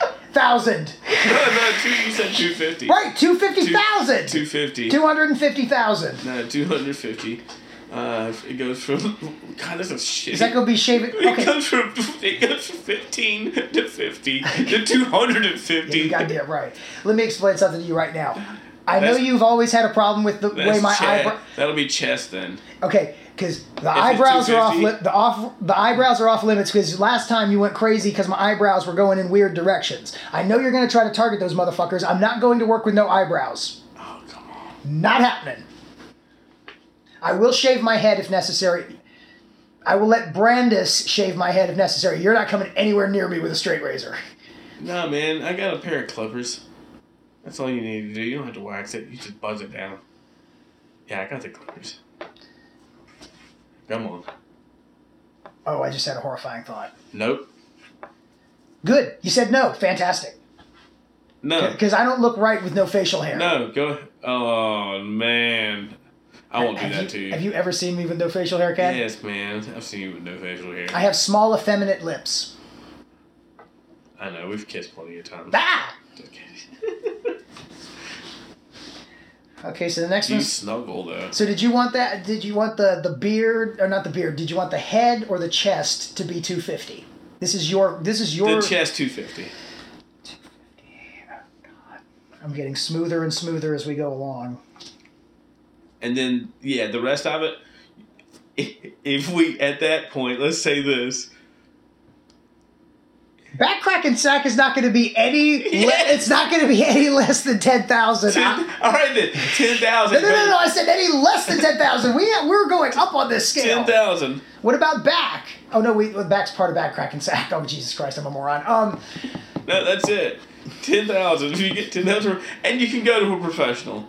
S2: 1,000.
S1: No, no, two. You said two fifty.
S2: Right,
S1: Two
S2: 250,000.
S1: fifty.
S2: 250,000.
S1: No, two hundred fifty. Uh, it goes from. God, that's a shit.
S2: Is that going to be shaving?
S1: It
S2: Okay.
S1: goes from it goes from fifteen to fifty to two hundred and fifty.
S2: You goddamn right. Let me explain something to you right now. I know
S1: That's-
S2: you've always had a problem with the way my eyebrow.
S1: That'll be chest then.
S2: Okay, because the eyebrows are off. Li-
S1: 250?
S2: the off. The eyebrows are off limits because last time you went crazy because my eyebrows were going in weird directions. I know you're going to try to target those motherfuckers. I'm not going to work with no eyebrows.
S1: Oh come on.
S2: Not happening. I will shave my head if necessary. I will let Brandis shave my head if necessary. You're not coming anywhere near me with a straight razor.
S1: Nah, man, I got a pair of clippers. That's all you need to do. You don't have to wax it. You just buzz it down. Yeah, I got the clippers. Come on.
S2: Oh, I just had a horrifying thought.
S1: Nope.
S2: Good. You said no. Fantastic.
S1: No,
S2: Because I don't look right with no facial hair.
S1: no, go. Oh man, I won't do
S2: have
S1: that
S2: you,
S1: to you.
S2: Have you ever seen me with no facial hair, Kat?
S1: Yes, man. I've seen you with no facial hair.
S2: I have small, effeminate lips.
S1: I know we've kissed plenty of times.
S2: Ah!
S1: Okay.
S2: Okay, so the next
S1: you
S2: one.
S1: snuggle though.
S2: So did you want that? Did you want the the beard or not the beard? Did you want the head or the chest to be two fifty? This is your. This is your.
S1: The chest two fifty.
S2: I'm getting smoother and smoother as we go along.
S1: and then yeah, the rest of it. i- If we at that point, let's say this.
S2: Backcrack and sack is not going to be any. le-
S1: Yeah.
S2: it's not going to be any less than ten thousand.
S1: Ten, all right then, ten thousand.
S2: No, no, no, no! I said any less than ten thousand. We we're going up on this scale.
S1: Ten thousand.
S2: What about back? Oh no, wait, back's part of back crack and sack. Oh Jesus Christ, I'm a moron. Um,
S1: No, that's it. Ten thousand. If you get ten thousand, and you can go to a professional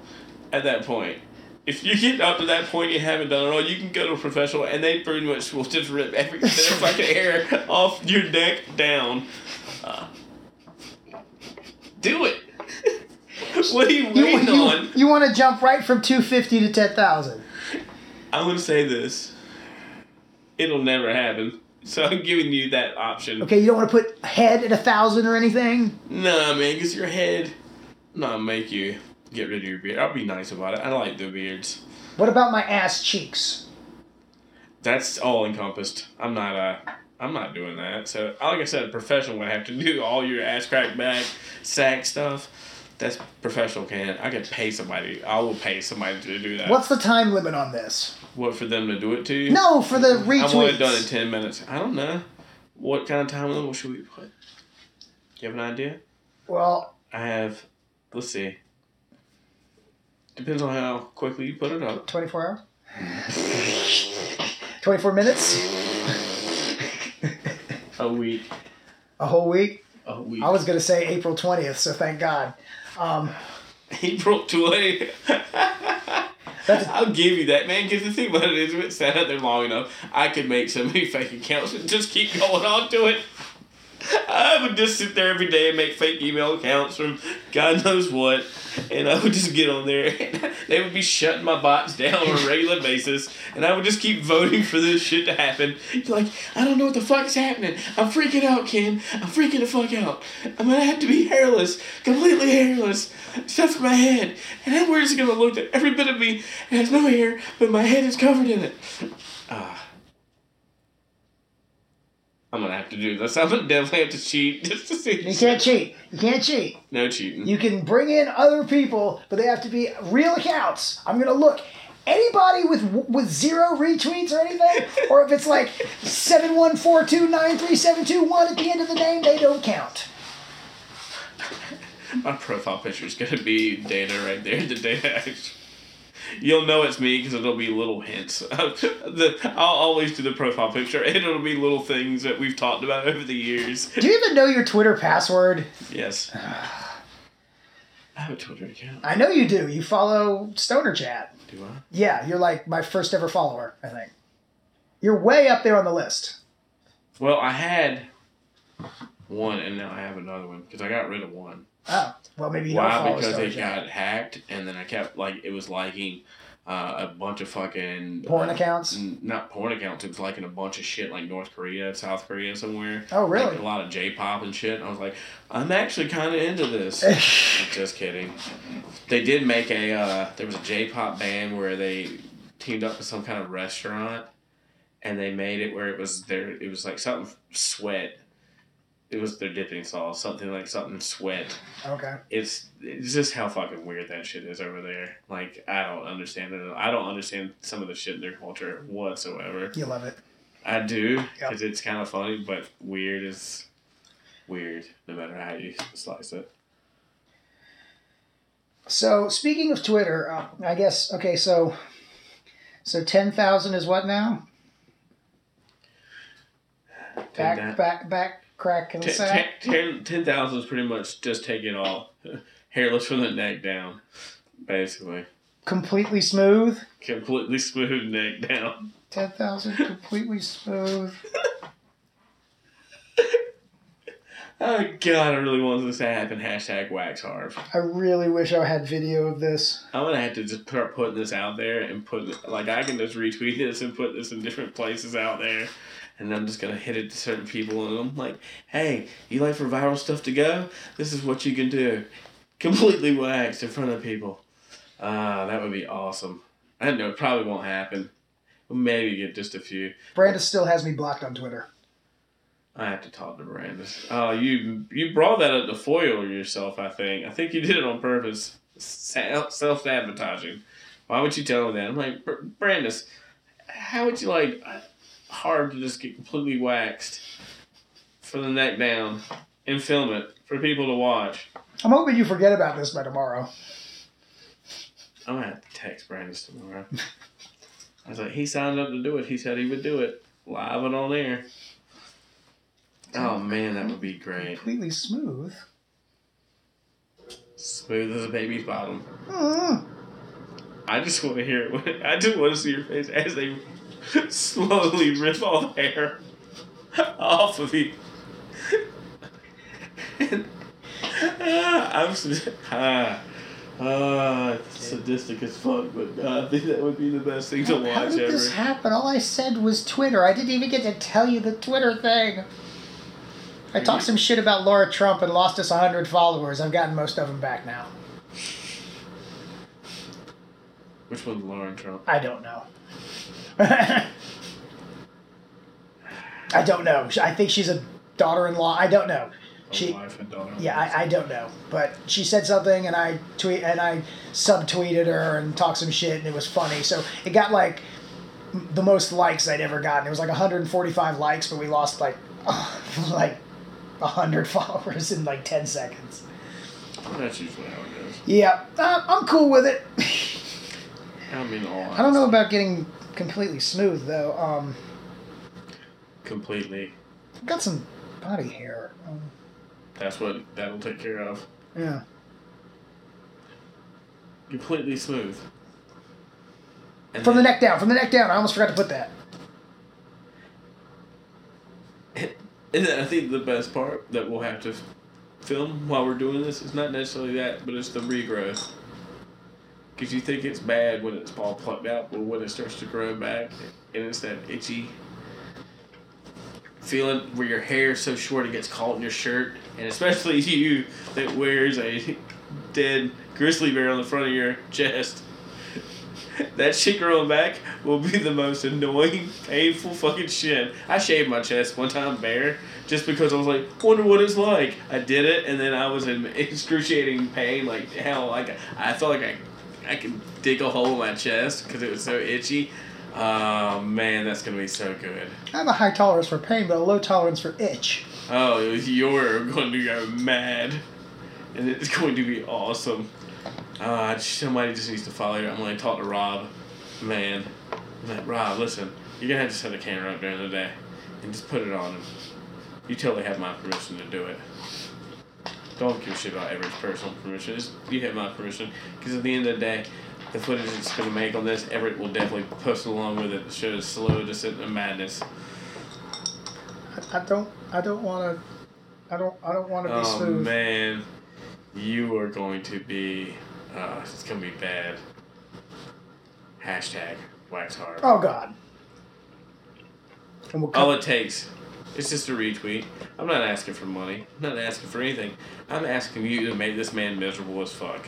S1: at that point. If you get up to that point, you haven't done it all. You can go to a professional, and they pretty much will just rip every bit of fucking hair off your neck down. Uh, do it. what are you
S2: you,
S1: waiting on?
S2: you, you want to jump right from two fifty to ten thousand?
S1: I'm gonna say this. It'll never happen. So I'm giving you that option.
S2: Okay, you don't want to put head at a thousand or anything.
S1: Nah, man, because your head. Nah, make you get rid of your beard. I'll be nice about it. I like the beards.
S2: What about my ass cheeks?
S1: That's all encompassed. I'm not uh I'm not doing that. So like I said, a professional would have to do all your ass crack back, sack stuff. That's professional can. I could pay somebody. I will pay somebody to do that.
S2: What's the time limit on this?
S1: What for them to do it to you?
S2: No, for the
S1: I want it done in
S2: retweets.
S1: ten minutes. I don't know. What kind of time limit should we put? Do you have an idea?
S2: Well,
S1: I have. Let's see. Depends on how quickly you put it up.
S2: twenty four hours. Twenty four minutes.
S1: A week.
S2: A whole week.
S1: A week.
S2: I was gonna say April twentieth, so thank God. Um,
S1: April twenty.
S2: That's-
S1: I'll give you that, man. Because the thing about it is, if it sat out there long enough, I could make so many fake accounts and just keep going on to it. I would just sit there every day and make fake email accounts from God knows what, and I would just get on there. And they would be shutting my bots down on a regular basis, and I would just keep voting for this shit to happen. You're like, I don't know what the fuck's happening. I'm freaking out, Ken. I'm freaking the fuck out. I'm gonna have to be hairless, completely hairless, except for my head. And that word's gonna look at every bit of me and has no hair, but my head is covered in it. Ah. I'm gonna have to do this. I'm gonna definitely have to cheat just to see.
S2: you can't cheat. You can't cheat.
S1: No cheating.
S2: You can bring in other people, but they have to be real accounts. I'm gonna look. Anybody with with zero retweets or anything, or if it's like seven one four two nine three seven two one at the end of the name, they don't count.
S1: My profile picture is gonna be data right there. The data. act. You'll know it's me because it'll be little hints. the, I'll always do the profile picture, and it'll be little things that we've talked about over the years.
S2: Do you even know your Twitter password?
S1: Yes. I have a Twitter account.
S2: I know you do. You follow Stoner Chat.
S1: Do I?
S2: Yeah, you're like my first ever follower. I think you're way up there on the list.
S1: Well, I had one, and now I have another one because I got rid of one.
S2: Oh, well maybe you don't
S1: Why?
S2: follow
S1: Because
S2: Stoner
S1: it
S2: Chat.
S1: got hacked, and then I kept like it was liking uh, a bunch of fucking
S2: Porn
S1: uh,
S2: accounts.
S1: n- Not porn accounts. It was liking a bunch of shit like North Korea, South Korea, somewhere.
S2: Oh,
S1: Like,
S2: really?
S1: a lot of J-pop and shit. I was like, I'm actually kind of into this. Just kidding. They did make a. Uh, there was a J-pop band where they teamed up with some kind of restaurant, and they made it where it was their. It was like something sweat. It was their dipping sauce, something like something sweat
S2: okay.
S1: it's it's just how fucking weird that shit is over there. Like I don't understand it. I don't understand some of the shit in their culture whatsoever.
S2: You love it.
S1: I do because it's kind of funny, but weird is weird no matter how you slice it.
S2: So speaking of Twitter, uh, I guess okay. So, so ten thousand is what now? Back,
S1: Ten
S2: back, back, crack and
S1: thousand
S2: sack.
S1: is pretty much just take it all hairless from the neck down, basically
S2: Completely smooth.
S1: completely smooth neck down.
S2: Ten thousand, completely smooth.
S1: Oh god, I really want this to happen. Hashtag wax harv.
S2: I really wish I had video of this.
S1: I'm gonna have to just start putting this out there and put like I can just retweet this and put this in different places out there, and I'm just gonna hit it to certain people and I'm like, hey, you like for viral stuff to go? This is what you can do, completely waxed in front of people. Ah, that would be awesome. I don't know it probably won't happen. Maybe get just a few.
S2: Brandon still has me blocked on Twitter.
S1: I have to talk to Miranda. Oh, you you brought that up to foil yourself. I think. I think you did it on purpose. Self sabotaging. Why would you tell me that? I'm like, "Br- Brandis, how would you like hard to just get completely waxed from the neck down and film it for people to watch?
S2: I'm hoping you forget about this by tomorrow.
S1: I'm gonna have to text Brandis tomorrow. I was like, he signed up to do it. He said he would do it live and on air. Oh man, that would be great.
S2: Completely smooth.
S1: Smooth as a baby's bottom.
S2: Mm.
S1: I just want to hear it. when- I just want to see your face as they slowly rip all the hair off of you. Ah, I'm sad- ah, ah, sadistic as fuck, but uh, I think that would be the best thing to watch
S2: How did
S1: ever.
S2: this happen? All I said was Twitter. I didn't even get to tell you the Twitter thing. I talked some shit about Laura Trump and lost us 100 followers. I've gotten most of them back now.
S1: Which one's Lauren Trump?
S2: I don't know. I don't know. I think she's a daughter-in-law. I don't know. She,
S1: wife and daughter.
S2: yeah, I, I don't know. But she said something, and I tweet and I subtweeted her and talked some shit, and it was funny. So it got like m- the most likes I'd ever gotten. It was like 145 likes, but we lost like like 100 followers in like 10 seconds.
S1: That's usually how it goes.
S2: Yeah, uh, I'm cool with it.
S1: I mean, all
S2: I don't know about getting completely smooth though. Um,
S1: Completely.
S2: I've got some body hair. Um,
S1: That's what that'll take care of.
S2: yeah.
S1: Completely smooth. And
S2: From the
S1: then-
S2: neck down, from the neck down. I almost forgot to put that.
S1: And then I think the best part that we'll have to f- film while we're doing this is not necessarily that, but it's the regrowth. Because you think it's bad when it's all plucked out, but when it starts to grow back, and it's that itchy feeling where your hair is so short it gets caught in your shirt, and especially you that wears a dead grizzly bear on the front of your chest. That shit growing back will be the most annoying, painful fucking shit. I shaved my chest one time bare just because I was like, wonder what it's like. I did it, and then I was in excruciating pain, like hell. Like I felt like I, I could dig a hole in my chest because it was so itchy. Oh man, that's gonna be so good.
S2: I have a high tolerance for pain, but a low tolerance for itch.
S1: Oh, you're going to go mad, and it's going to be awesome. Uh, somebody just needs to follow you. I'm going to talk to Rob, man. I'm like, Rob, listen, you're gonna have to set a camera up during the day, and just put it on him. You totally have my permission to do it. Don't give a shit about every personal permission. Just, you have my permission, because at the end of the day. The footage it's gonna make on this, Everett will definitely post along with it. It shows slow descent and madness.
S2: I, I don't. I don't want to. I don't. I don't want to be
S1: Oh
S2: smooth.
S1: man, you are going to be. Uh, it's gonna be bad. Hashtag wax hard.
S2: Oh God. And we'll
S1: All
S2: cut,
S1: it takes, it's just a retweet. I'm not asking for money. I'm not asking for anything. I'm asking you to make this man miserable as fuck,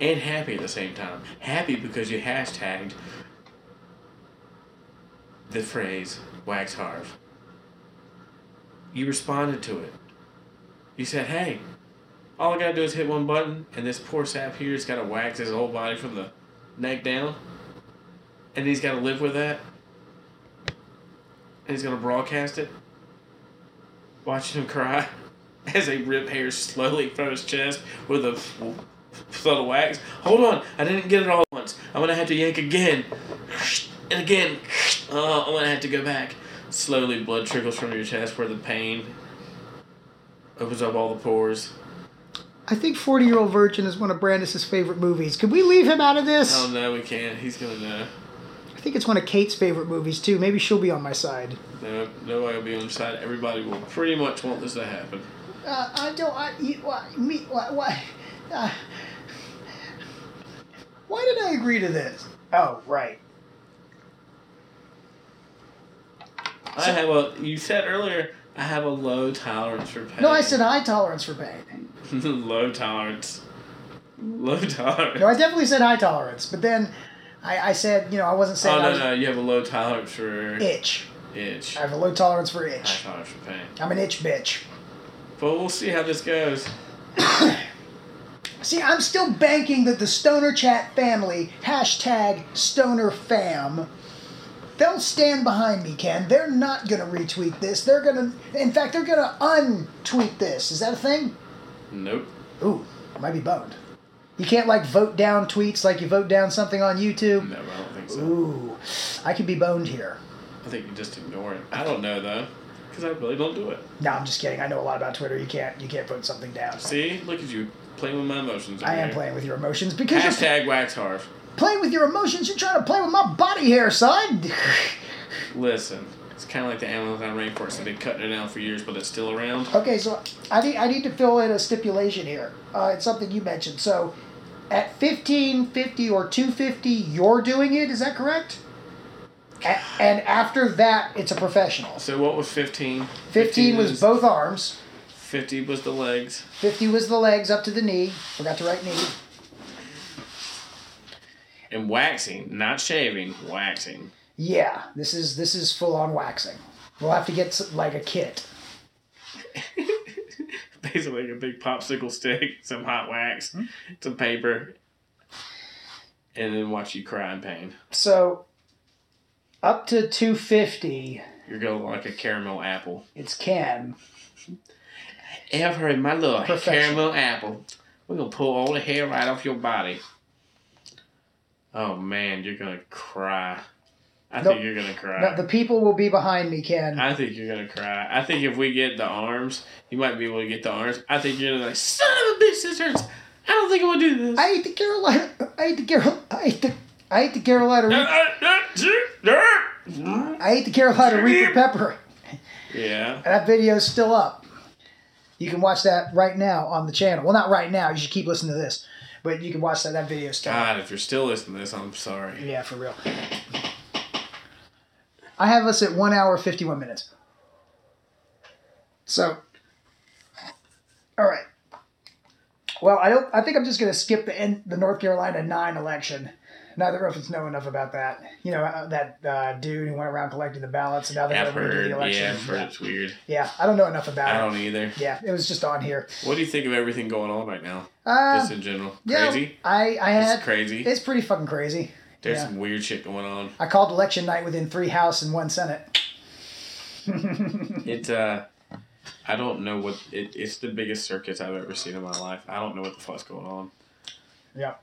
S1: and happy at the same time. Happy because you hashtagged the phrase wax hard. You responded to it. You said, hey, all I gotta do is hit one button, and this poor sap here's gotta wax his whole body from the neck down, and he's gotta live with that, and he's gonna broadcast it. Watching him cry as they rip hair slowly from his chest with a flood of wax. Hold on, I didn't get it all at once. I'm gonna have to yank again, and again. Oh, I'm gonna have to go back. Slowly, blood trickles from your chest where the pain opens up all the pores.
S2: I think Forty Year Old Virgin is one of Brandis's favorite movies. Could we leave him out of this?
S1: Oh no, we can't. He's gonna know.
S2: I think it's one of Kate's favorite movies too. Maybe she'll be on my side.
S1: No, nobody will be on the side. Everybody will pretty much want this to happen.
S2: uh, I don't I eat why, meat. Why, why, uh, why did I agree to this? Oh, right.
S1: I have a. You said earlier I have a low tolerance for pain.
S2: No, I said high tolerance for pain.
S1: low tolerance. Low tolerance.
S2: No, I definitely said high tolerance, but then I, I said, you know, I wasn't saying
S1: oh
S2: I
S1: no
S2: was
S1: no! You have a low tolerance for
S2: itch.
S1: itch.
S2: I have a low tolerance for
S1: High
S2: itch.
S1: tolerance for pain.
S2: I'm an itch bitch.
S1: But we'll see how this goes.
S2: See, I'm still banking that the Stoner Chat family, hashtag Stoner Fam, they'll stand behind me, Ken. They're not going to retweet this. They're going to, in fact, they're going to untweet this. Is that a thing?
S1: Nope.
S2: Ooh, I might be boned. You can't, like, vote down tweets like you vote down something on YouTube.
S1: No, I don't think so.
S2: Ooh, I could be boned here.
S1: I think you just ignore it. I don't know though, because I really don't do it.
S2: No, I'm just kidding. I know a lot about Twitter. You can't, you can't vote something down.
S1: See, look at you playing with my emotions.
S2: I
S1: over
S2: am
S1: here.
S2: playing with your emotions because you're
S1: Hashtag wax hard.
S2: playing with your emotions. You're trying to play with my body here, son.
S1: Listen, it's kind of like the Amazon rainforest. They've been cutting it down for years, but it's still around.
S2: Okay, so I need I need to fill in a stipulation here. Uh, it's something you mentioned. So, at fifteen fifty or two fifty, you're doing it. Is that correct? A- and after that, it's a professional.
S1: So what was 15?
S2: Fifteen was both arms.
S1: 50 was the legs.
S2: Fifty was the legs up to the knee. Forgot to write knee.
S1: And waxing, not shaving, waxing.
S2: Yeah, this is this is full on waxing. We'll have to get s like a kit.
S1: Basically like a big popsicle stick, some hot wax,
S2: Hmm.
S1: some paper, and then watch you cry in pain.
S2: So, up to two fifty,
S1: You're going like a caramel apple.
S2: it's Ken.
S1: Ever in my life,
S2: Perfection.
S1: caramel apple. We're gonna pull all the hair right off your body. Oh man, you're gonna cry. I
S2: No.
S1: think you're gonna cry.
S2: No, the people will be behind me, Ken.
S1: I think you're gonna cry. I think if we get the arms, you might be able to get the arms. I think you're gonna be like, son of a bitch, this hurts. I don't think I want to do this.
S2: I ate the Carolina. I ate the Carol. I ate the. I ate the Carolina. Reaper, I ate the Carolina Reaper pepper,
S1: yeah,
S2: and that video's still up. You can watch that right now on the channel. Well, not right now. You should keep listening to this, but you can watch that. That video's still. up.
S1: God, if you're still listening to this, I'm sorry.
S2: Yeah, for real. I have us at one hour fifty-one minutes. So, all right. Well, I don't. I think I'm just going to skip the end, the North Carolina nine election. Neither of us know enough about that. You know uh, that uh, dude who went around collecting the ballots, and now they're
S1: I've
S2: going to
S1: heard,
S2: do the election.
S1: yeah, I've heard it's weird.
S2: Yeah, I don't know enough
S1: I
S2: about it.
S1: don't either.
S2: Yeah, it was just on here.
S1: What do you think of everything going on right now?
S2: Uh,
S1: Just in general,
S2: yeah,
S1: crazy.
S2: I I
S1: It's
S2: had
S1: crazy.
S2: it's pretty fucking crazy.
S1: There's
S2: yeah.
S1: some weird shit going on.
S2: I called election night within three House and one Senate.
S1: It's uh, I don't know what it, it's the biggest circus I've ever seen in my life. I don't know what the fuck's going on.
S2: Yeah.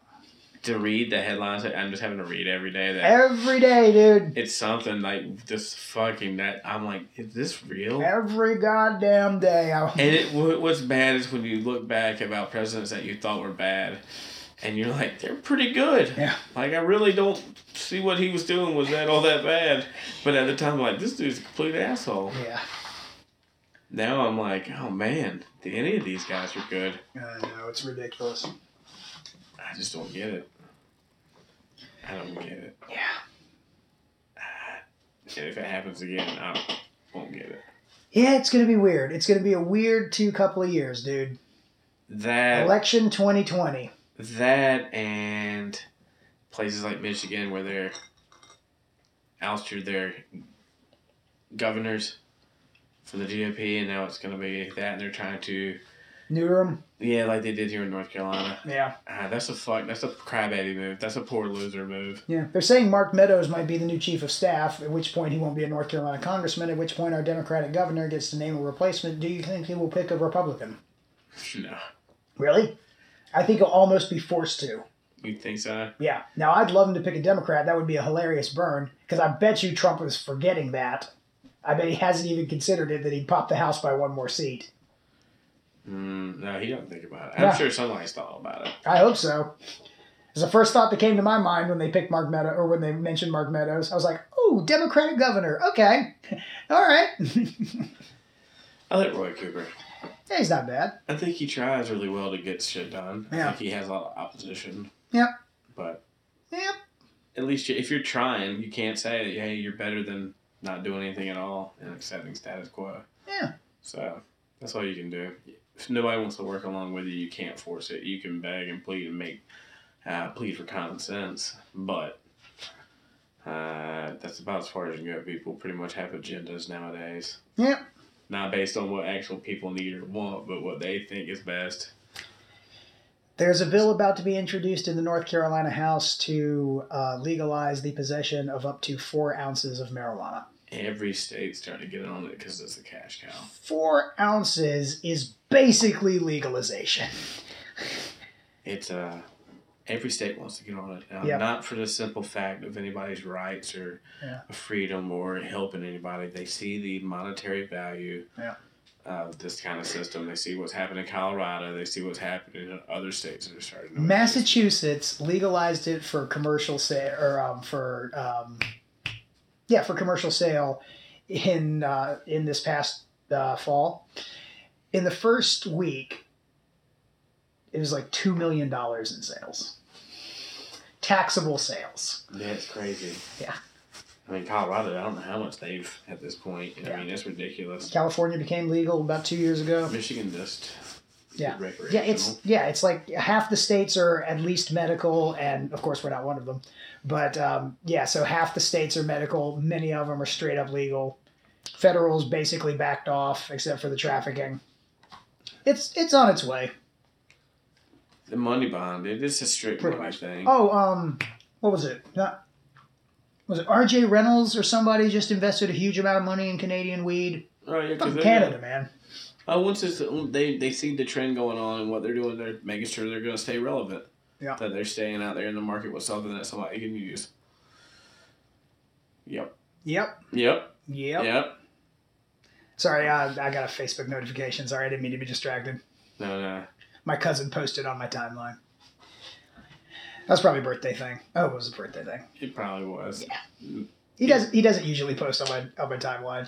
S1: To read the headlines, I'm just having to read every day that
S2: Every day, dude.
S1: it's something like this fucking that I'm like, is this real? And
S2: Every goddamn day. I,
S1: it wh- what's bad is when you look back about presidents that you thought were bad, and you're like, they're pretty good.
S2: yeah.
S1: Like I really don't see what he was doing was that all that bad. But at the time, I'm like this dude's a complete asshole.
S2: Yeah.
S1: Now I'm like, oh man, any of these guys are good.
S2: I know. It's ridiculous.
S1: I just don't get it. I don't get it.
S2: Yeah.
S1: And if it happens again, I won't get it.
S2: Yeah, it's going to be weird. It's going to be a weird two couple of years, dude.
S1: That
S2: Election 2020.
S1: that and places like Michigan where they're ousted their governors for the GOP, and now it's gonna be that, and they're trying to
S2: Newham.
S1: yeah, like they did here in North Carolina.
S2: Yeah.
S1: Ah, that's a fuck. That's a crybaby move. That's a poor loser move.
S2: Yeah. They're saying Mark Meadows might be the new chief of staff, at which point he won't be a North Carolina congressman, at which point our Democratic governor gets to name a replacement. Do you think he will pick a Republican?
S1: No,
S2: Really? I think he'll almost be forced to.
S1: you think so?
S2: Yeah. Now, I'd love him to pick a Democrat. That would be a hilarious burn because I bet you Trump was forgetting that. I bet he hasn't even considered it that he'd pop the House by one more seat.
S1: Mm, no, he don't think about it.
S2: Yeah.
S1: I'm sure somebody's thought about it.
S2: I hope so. It's the first thought that came to my mind when they picked Mark Meadows or when they mentioned Mark Meadows. I was like, "Oh, Democratic governor. Okay, all right."
S1: I like Roy Cooper.
S2: Yeah, he's not bad.
S1: I think he tries really well to get shit done. I
S2: Yeah.
S1: think he has a lot of opposition.
S2: Yep.
S1: But
S2: Yep.
S1: at least you, if you're trying, you can't say that, hey, you're better than not doing anything at all and accepting status quo.
S2: Yeah.
S1: So that's all you can do. If nobody wants to work along with you, you can't force it. You can beg and plead and make uh, plead for common sense, but uh, that's about as far as you can go. People pretty much have agendas nowadays,
S2: Yep.
S1: not based on what actual people need or want, but what they think is best.
S2: There's a bill about to be introduced in the North Carolina House to uh, legalize the possession of up to four ounces of marijuana.
S1: Every state's trying to get in on it because it's a cash cow.
S2: Four ounces is basically legalization.
S1: It's uh, every state wants to get on it, uh,
S2: Yeah.
S1: not for the simple fact of anybody's rights or
S2: Yeah.
S1: freedom or helping anybody. They see the monetary value
S2: Yeah.
S1: of this kind of system. They see what's happening in Colorado. They see what's happening in other states that are starting. to
S2: Massachusetts legalized it for commercial sale, or um, for um, yeah, for commercial sale in uh, in this past uh, fall. In the first week, it was like two million dollars in sales, taxable sales.
S1: That's crazy.
S2: Yeah.
S1: I mean, Colorado. I don't know how much they've at this point. I
S2: Yeah.
S1: mean, it's ridiculous.
S2: California became legal about two years ago.
S1: Michigan just. is
S2: Yeah. Yeah,
S1: recreational.
S2: it's yeah, it's like half the states are at least medical, and of course we're not one of them. But um, yeah, so half the states are medical. Many of them are straight up legal. Federal's basically backed off, except for the trafficking. It's it's on its way.
S1: the money bond. It is a strict
S2: Pretty
S1: money
S2: much.
S1: thing.
S2: Oh, um, what was it? Not, was it R.J. Reynolds or somebody just invested a huge amount of money in Canadian weed?
S1: Oh, yeah, 'cause
S2: Fucking
S1: they're-
S2: Canada, man.
S1: Oh, once it's, they they see the trend going on and what they're doing, they're making sure they're going to stay relevant.
S2: Yeah.
S1: That they're staying out there in the market with something that somebody can use. Yep.
S2: Yep.
S1: Yep.
S2: Yep.
S1: Yep.
S2: Sorry, I, I got a Facebook notification. Sorry, I didn't mean to be distracted.
S1: No, no.
S2: my cousin posted on my timeline. That's probably a birthday thing. Oh, it was a birthday thing.
S1: It probably was.
S2: Yeah. He doesn't. He doesn't usually post on my on my timeline.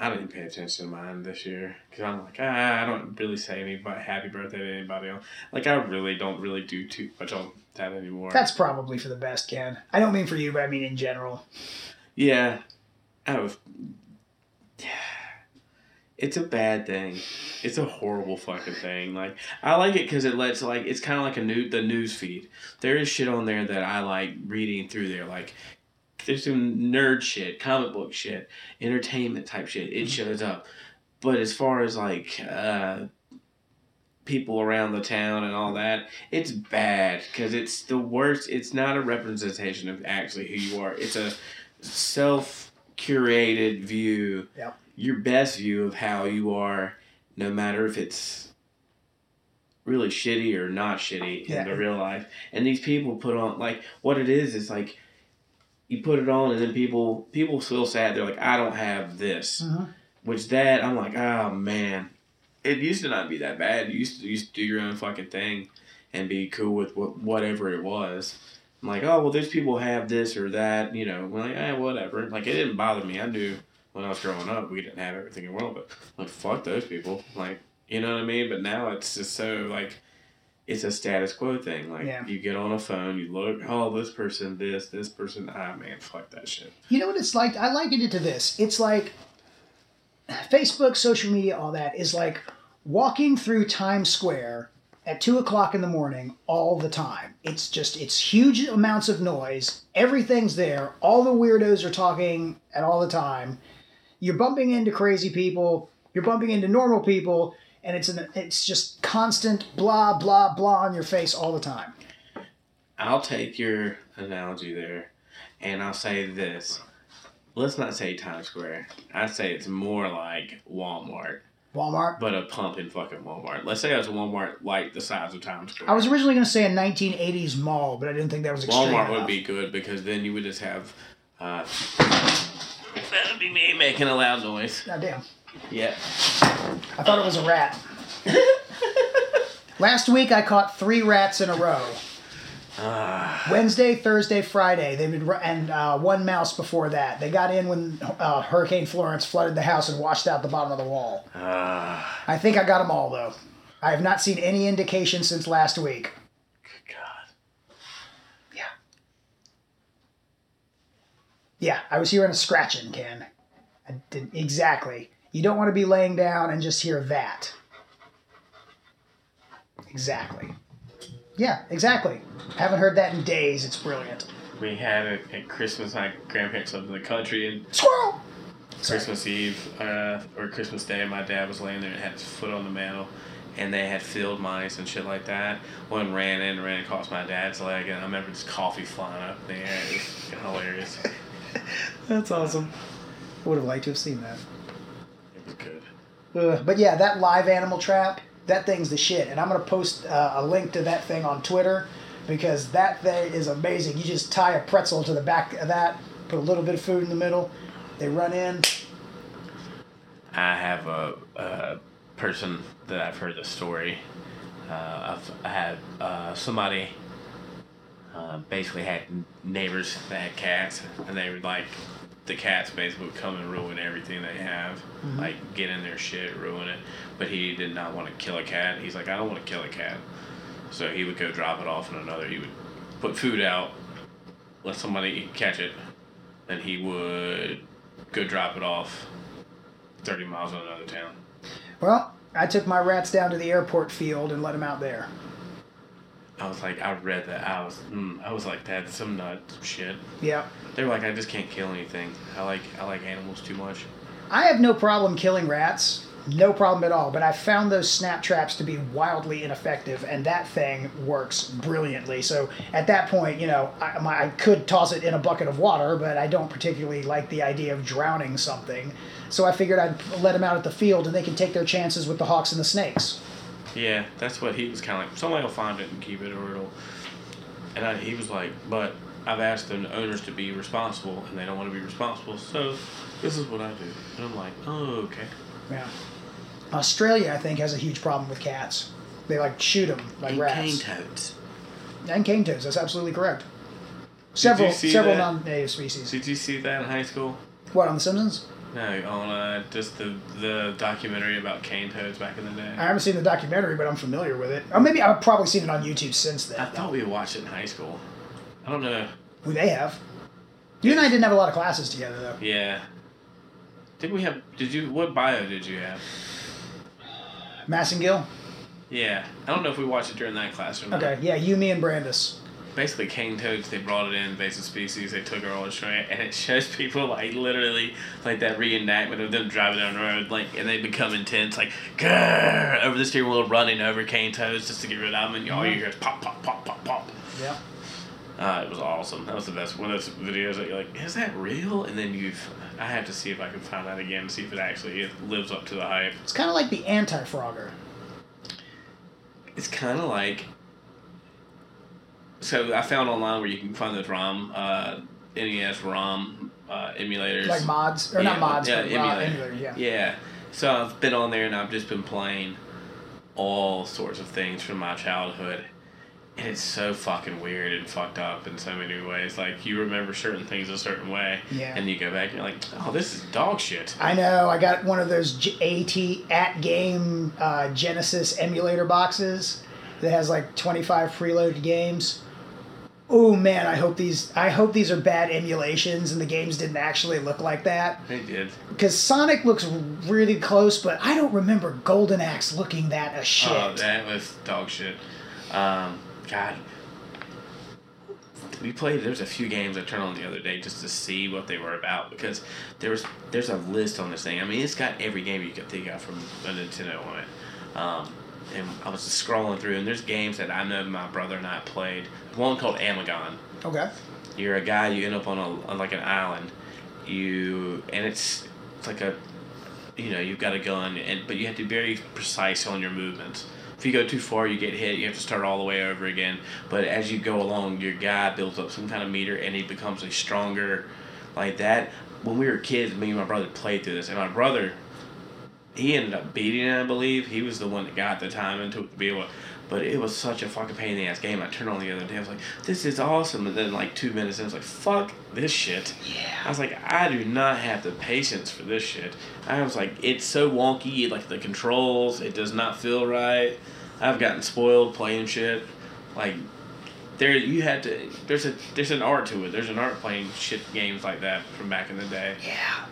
S1: I didn't pay attention to mine this year because I'm like, ah, I don't really say anybody happy birthday to anybody else. Like, I really don't really do too much on that anymore.
S2: That's probably for the best, Ken. I don't mean for you, but I mean in general.
S1: Yeah. Oh. It's a bad thing. It's a horrible fucking thing. Like I like it because it lets like it's kind of like a new the news feed. There is shit on there that I like reading through there. Like there's some nerd shit, comic book shit, entertainment type shit.
S2: Mm-hmm.
S1: It shows up. But as far as like uh, people around the town and all that, it's bad because it's the worst. It's not a representation of actually who you are. It's a self curated view,
S2: Yep.
S1: your best view of how you are, no matter if it's really shitty or not shitty
S2: Yeah.
S1: in the real life. And these people put on like what it is is like you put it on and then people people feel sad. They're like, I don't have this.
S2: Mhm.
S1: Which that I'm like, oh man. It used to not be that bad. You used to, you used to do your own fucking thing and be cool with what, whatever it was. I'm like, oh well, those people have this or that, you know. We're like, eh, whatever. Like it didn't bother me. I knew when I was growing up, we didn't have everything in the world, but like, fuck those people. Like, you know what I mean? But now it's just so like, it's a status quo thing. Like,
S2: Yeah.
S1: you get on a phone, you look, oh, this person, this, this person. Ah, man, fuck that shit.
S2: You know what it's like? I liken it to this. It's like Facebook, social media, all that is like walking through Times Square at two o'clock in the morning all the time. It's just it's huge amounts of noise. Everything's there. All the weirdos are talking at all the time. You're bumping into crazy people. You're bumping into normal people, and it's an, it's just constant blah blah blah on your face all the time.
S1: I'll take your analogy there, and I'll say this. Let's not say Times Square. I'd say it's more like Walmart,
S2: Walmart.
S1: but a pump in fucking Walmart. Let's say it's Walmart like the size of Times Square.
S2: I was originally going to say a 1980s mall, but I didn't think that was extreme
S1: Walmart would
S2: enough.
S1: be good because then you would just have. Uh, that would be me making a loud noise.
S2: God damn.
S1: Yeah.
S2: I thought it was a rat. Last week I caught three rats in a row.
S1: Ah,
S2: Wednesday, Thursday, Friday. They've been ru- and uh, one mouse before that. They got in when uh, Hurricane Florence flooded the house and washed out the bottom of the wall.
S1: Ah,
S2: I think I got them all though. I have not seen any indication since last week.
S1: good God.
S2: Yeah. Yeah, I was hearing a scratching, Ken. I didn't, exactly. You don't want to be laying down and just hear that. Exactly. Yeah, exactly. Haven't heard that in days. It's brilliant.
S1: We had it at Christmas. My grandparents lived in the country, and
S2: Squirrel!
S1: Christmas Eve uh, or Christmas Day, my dad was laying there and had his foot on the mantle, and they had field mice and shit like that. One ran in, ran across my dad's leg, and I remember just coffee flying up in the air. It was fucking hilarious.
S2: That's awesome. I would have liked to have seen that.
S1: It was good.
S2: Ugh, but yeah, that live animal trap, that thing's the shit. And I'm going to post uh, a link to that thing on Twitter because that thing is amazing. You just tie a pretzel to the back of that, put a little bit of food in the middle, they run in.
S1: I have a, a person that I've heard the story. Uh, I've I had uh, somebody uh, basically had neighbors that had cats, and they would like the cats basically would come and ruin everything they have, like get in their shit, ruin it. But he did not want to kill a cat. He's like, I don't want to kill a cat. So he would go drop it off in another. He would put food out, let somebody catch it, then he would go drop it off 30 miles in another town.
S2: Well, I took my rats down to the airport field and let them out there.
S1: I was like, I read that. I was, mm, I was like, that's some nut shit.
S2: Yeah.
S1: They were like, I just can't kill anything. I like, I like animals too much.
S2: I have no problem killing rats. No problem at all, but I found those snap traps to be wildly ineffective, and that thing works brilliantly. So at that point, you know, I, my, I could toss it in a bucket of water, but I don't particularly like the idea of drowning something. So I figured I'd let them out at the field, and they can take their chances with the hawks and the snakes.
S1: Yeah, that's what he was kind of like. Somebody will find it and keep it, or it'll. And I, he was like, but I've asked the owners to be responsible, and they don't want to be responsible. So this is what I do. And I'm like, oh okay.
S2: Yeah. Australia, I think, has a huge problem with cats. They like shoot them like
S1: and
S2: rats.
S1: cane toads.
S2: and cane toads. That's absolutely correct. Several
S1: see
S2: several
S1: that?
S2: non-native species.
S1: Did you see that in high school?
S2: What on the Simpsons?
S1: No, on uh, just the the documentary about cane toads back in the day.
S2: I haven't seen the documentary, but I'm familiar with it. Or maybe I've probably seen it on YouTube since
S1: I
S2: then.
S1: thought we watched it in high school. I don't know.
S2: We may have. You and I didn't have a lot of classes together though.
S1: Yeah. Did we have? Did you? What bio did you have?
S2: Massengill.
S1: Yeah, I don't know if we watched it during that class or not.
S2: Okay, yeah, you, me, and Brandis.
S1: Basically, cane toads. They brought it in, invasive species. They took her all Australia, and it shows people like literally like that reenactment of them driving down the road, like, and they become intense, like, grrr, over the steering wheel, running over cane toads just to get rid of them, and all you hear is pop, pop, pop, pop, pop.
S2: Yeah.
S1: Uh, it was awesome. That was the best one of those videos that you're like, is that real? And then you've, I have to see if I can find that again to see if it actually it lives up to the hype.
S2: It's kind of like the anti-frogger.
S1: It's kind of like, so I found online where you can find those ROM, uh, NES ROM uh, emulators.
S2: Like mods. Or not mods, but raw emulators, yeah.
S1: Yeah. So I've been on there and I've just been playing all sorts of things from my childhood. And it's so fucking weird and fucked up in so many ways. Like you remember certain things a certain way,
S2: Yeah.
S1: and you go back and you're like, "Oh, this is dog shit."
S2: I know, I got one of those G- AT at game uh, Genesis emulator boxes that has like 25 preloaded games. Oh man, I hope these I hope these are bad emulations and the games didn't actually look like that.
S1: They did.
S2: Because Sonic looks really close, but I don't remember Golden Axe looking that a shit.
S1: Oh, that was dog shit. Um, God. We played. There's a few games I turned on the other day just to see what they were about because there was there's a list on this thing. I mean, it's got every game you could think of from a Nintendo on it. Um, and I was just scrolling through, and there's games that I know my brother and I played. One called Amagon.
S2: okay.
S1: You're a guy. You end up on a on like an island. You and it's it's like a you know you've got a gun and but you have to be very precise on your movements. If you go too far, you get hit. You have to start all the way over again. But as you go along, your guy builds up some kind of meter and he becomes a stronger like that. When we were kids, me and my brother played through this, and my brother he ended up beating it, I believe. He was the one that got the time into it to be able to But it was such a fucking pain in the ass game. I turned on the other day. I was like, this is awesome. And then like two minutes in, I was like, fuck this shit. I
S2: Yeah.
S1: was like, I do not have the patience for this shit. I was like, it's so wonky, like the controls, it does not feel right. I've gotten spoiled playing shit. Like there you had to there's a there's an art to it. There's an art playing shit games like that from back in the day.
S2: Yeah.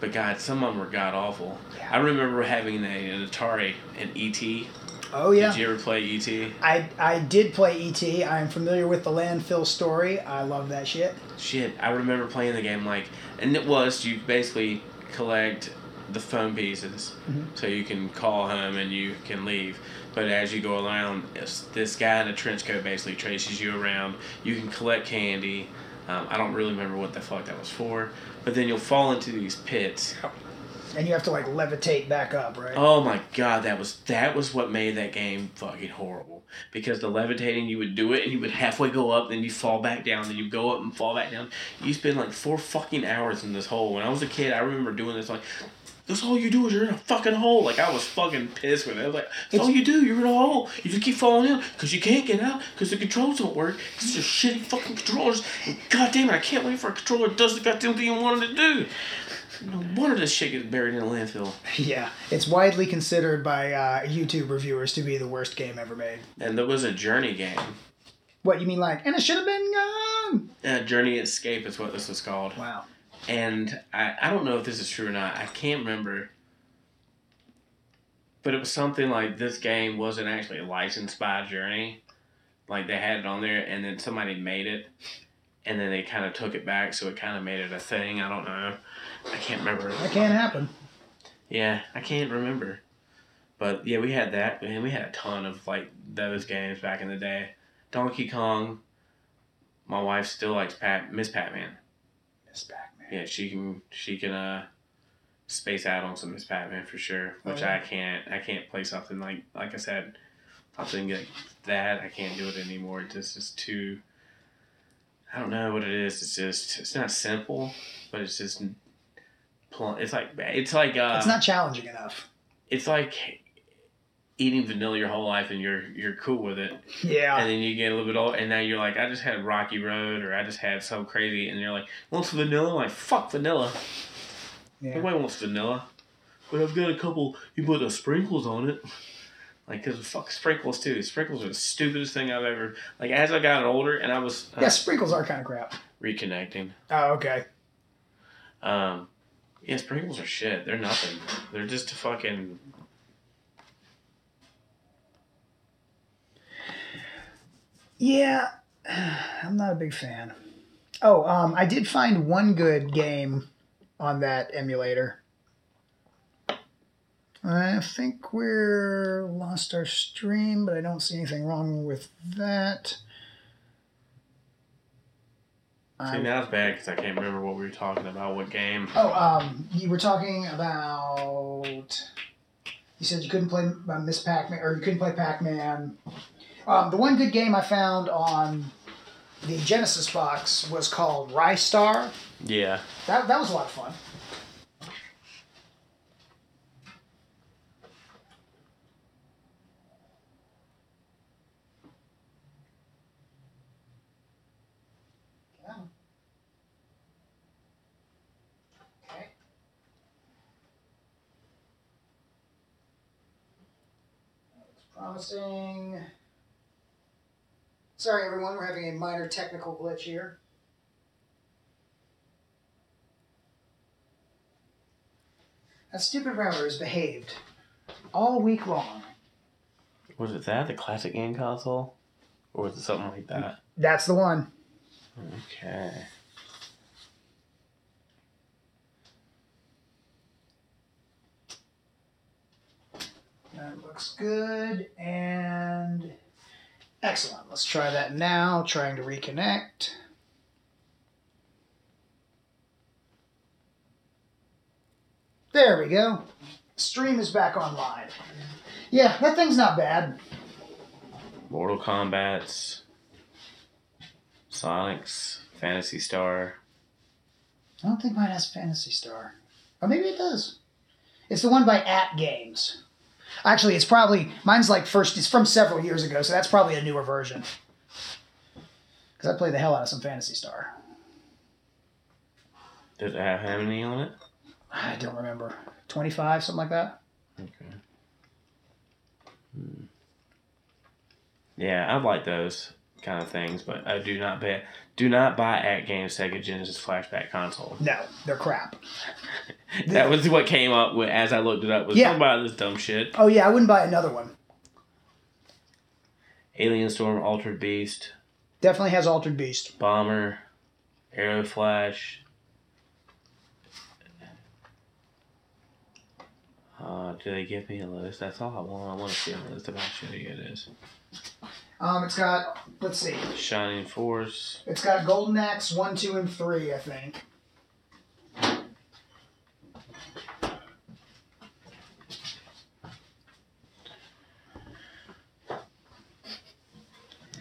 S1: But God, some of them were god awful.
S2: Yeah.
S1: I remember having a, an Atari and E.T.
S2: Oh yeah.
S1: Did you ever play E E.T.?
S2: I I did play ET. I am familiar with the landfill story. I love that shit.
S1: Shit, I remember playing the game like, and it was you basically collect the phone pieces,
S2: Mm-hmm.
S1: so you can call home and you can leave. But as you go around, it's- this guy in a trench coat basically traces you around. You can collect candy. Um, I don't really remember what the fuck that was for, but then you'll fall into these pits.
S2: And you have to like levitate back up, right?
S1: Oh my god, that was that was what made that game fucking horrible. Because the levitating, you would do it, and you would halfway go up, then you fall back down, then you go up and fall back down. You spend like four fucking hours in this hole. When I was a kid, I remember doing this like. That's all you do is you're in a fucking hole. Like I was fucking pissed with it. I was like, that's all you do. You're in a hole. You just keep falling in because you can't get out because the controls don't work. Because they're shitty fucking controllers. And God damn it, I can't wait for a controller that does the goddamn thing I wanted to do. No wonder this shit gets buried in a landfill.
S2: Yeah, it's widely considered by uh, YouTube reviewers to be the worst game ever made.
S1: And there was a Journey game.
S2: What you mean, like, and it should have been gone?
S1: Uh, Journey Escape is what this was called.
S2: Wow.
S1: And I, I don't know if this is true or not. I can't remember. But it was something like this game wasn't actually licensed by Journey. Like they had it on there and then somebody made it and then they kind of took it back so it kind of made it a thing. I don't know. I can't remember.
S2: That can't happen.
S1: Yeah, I can't remember. But yeah, we had that, and we had a ton of like those games back in the day. Donkey Kong. My wife still likes Pat Miss Pac-Man.
S2: Miss Pac-Man.
S1: Yeah, she can she can uh space out on some Miss Pac-Man for sure,
S2: Oh,
S1: which
S2: yeah.
S1: I can't. I can't play something like like I said, something like that. I can't do it anymore. This is too. I don't know what it is. It's just it's not simple, but it's just. pl- It's like it's like uh,
S2: it's not challenging enough.
S1: it's like eating vanilla your whole life and you're you're cool with it
S2: Yeah.
S1: and then you get a little bit old and now you're like i just had rocky road or i just had some crazy and you're like wants vanilla I'm like fuck vanilla
S2: yeah.
S1: nobody wants vanilla but i've got a couple you put the sprinkles on it like because fuck sprinkles too sprinkles are the stupidest thing i've ever like as i got older and i was uh,
S2: Yeah, sprinkles are kind of crap.
S1: reconnecting
S2: Oh, okay.
S1: um yeah sprinkles are shit they're nothing they're just a fucking
S2: Yeah, I'm not a big fan. Oh, um, I did find one good game on that emulator. I think we're lost our stream, but I don't see anything wrong with that.
S1: see
S2: Um,
S1: now it's bad because i can't remember what we were talking about what game
S2: oh, um, you were talking about. You said you couldn't play uh, Miss Pac-Man, or you couldn't play Pac-Man. Um, the one good game I found on the Genesis box was called Rystar.
S1: yeah
S2: That, that was a lot of fun. Yeah. Okay. That looks Promising. Sorry, everyone, we're having a minor technical glitch here. That stupid router has behaved all week long.
S1: Was it that the classic game console, or was it something like that?
S2: That's the one.
S1: Okay.
S2: That looks good and excellent. Let's try that now. Trying to reconnect. There we go. Stream is back online. Yeah, that thing's not bad.
S1: Mortal Kombat's, Sonic's, Fantasy Star.
S2: I don't think mine has Fantasy Star. Or maybe it does. It's the one by At Games. Actually, it's probably mine's like first. It's from several years ago, so that's probably a newer version. Because I played the hell out of some Fantasy Star.
S1: Does it have any on it?
S2: I don't remember. Twenty five, something like that.
S1: Okay. Hmm. Yeah, I like those kind of things, but I do not bet. Do not buy at games Sega Genesis flashback console.
S2: No, they're crap.
S1: that was what came up with as I looked it up. Was
S2: Yeah.
S1: yeah. about this dumb shit.
S2: Oh yeah, I wouldn't buy another one.
S1: Alien Storm, Altered Beast,
S2: Definitely has Altered Beast.
S1: Bomber, Arrow Flash. Uh, do they give me a list? That's all I want. I want to see a list of how shitty it is.
S2: Um, it's got let's see,
S1: Shining Force.
S2: it's got Golden Axe one, two, and three. I think.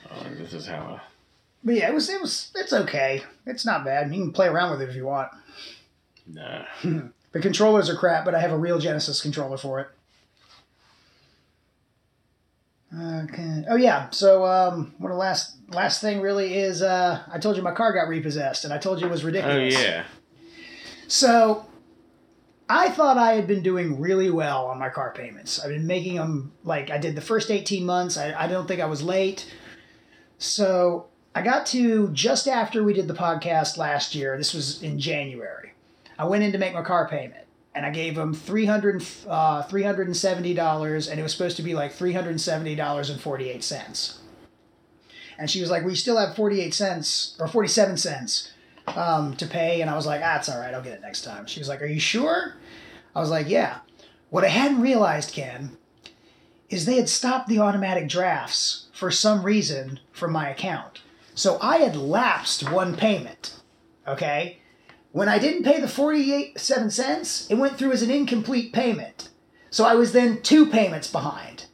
S1: Oh, this is how. I,
S2: But yeah, it was it was it's okay. It's not bad. You can play around with it if you want.
S1: nah.
S2: The controllers are crap, but I have a real Genesis controller for it. Okay. Oh yeah. So um, one of the last last thing really is uh, I told you my car got repossessed, and I told you it was
S1: Oh
S2: ridiculous.
S1: yeah.
S2: So I thought I had been doing really well on my car payments. I've been making them like I did the first 18 months. I, I don't think I was late. So I got to just after we did the podcast last year. This was in January. I went in to make my car payment and I gave them 300, uh, $370 and it was supposed to be like $370.48. And she was like, we still have 48 cents or 47 cents um, to pay, and I was like, ah, it's all right, I'll get it next time. She was like, are you sure? I was like, yeah. What I hadn't realized, Ken, is they had stopped the automatic drafts for some reason from my account. So I had lapsed one payment, okay? When I didn't pay the 48 7 cents, it went through as an incomplete payment. So I was then two payments behind.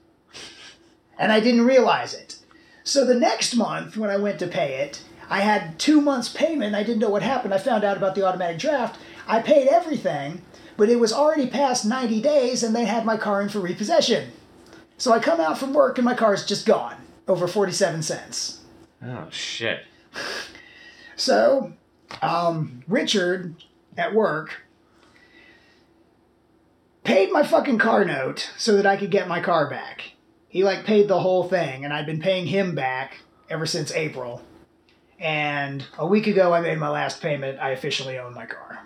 S2: And I didn't realize it. So the next month, when I went to pay it, I had two months' payment. I didn't know what happened. I found out about the automatic draft. I paid everything, but it was already past 90 days and they had my car in for repossession. So I come out from work and my car's just gone over 47 cents.
S1: Oh shit.
S2: So, um, Richard at work paid my fucking car note so that I could get my car back. He like paid the whole thing, and I've been paying him back ever since April. And a week ago, I made my last payment. I officially own my car.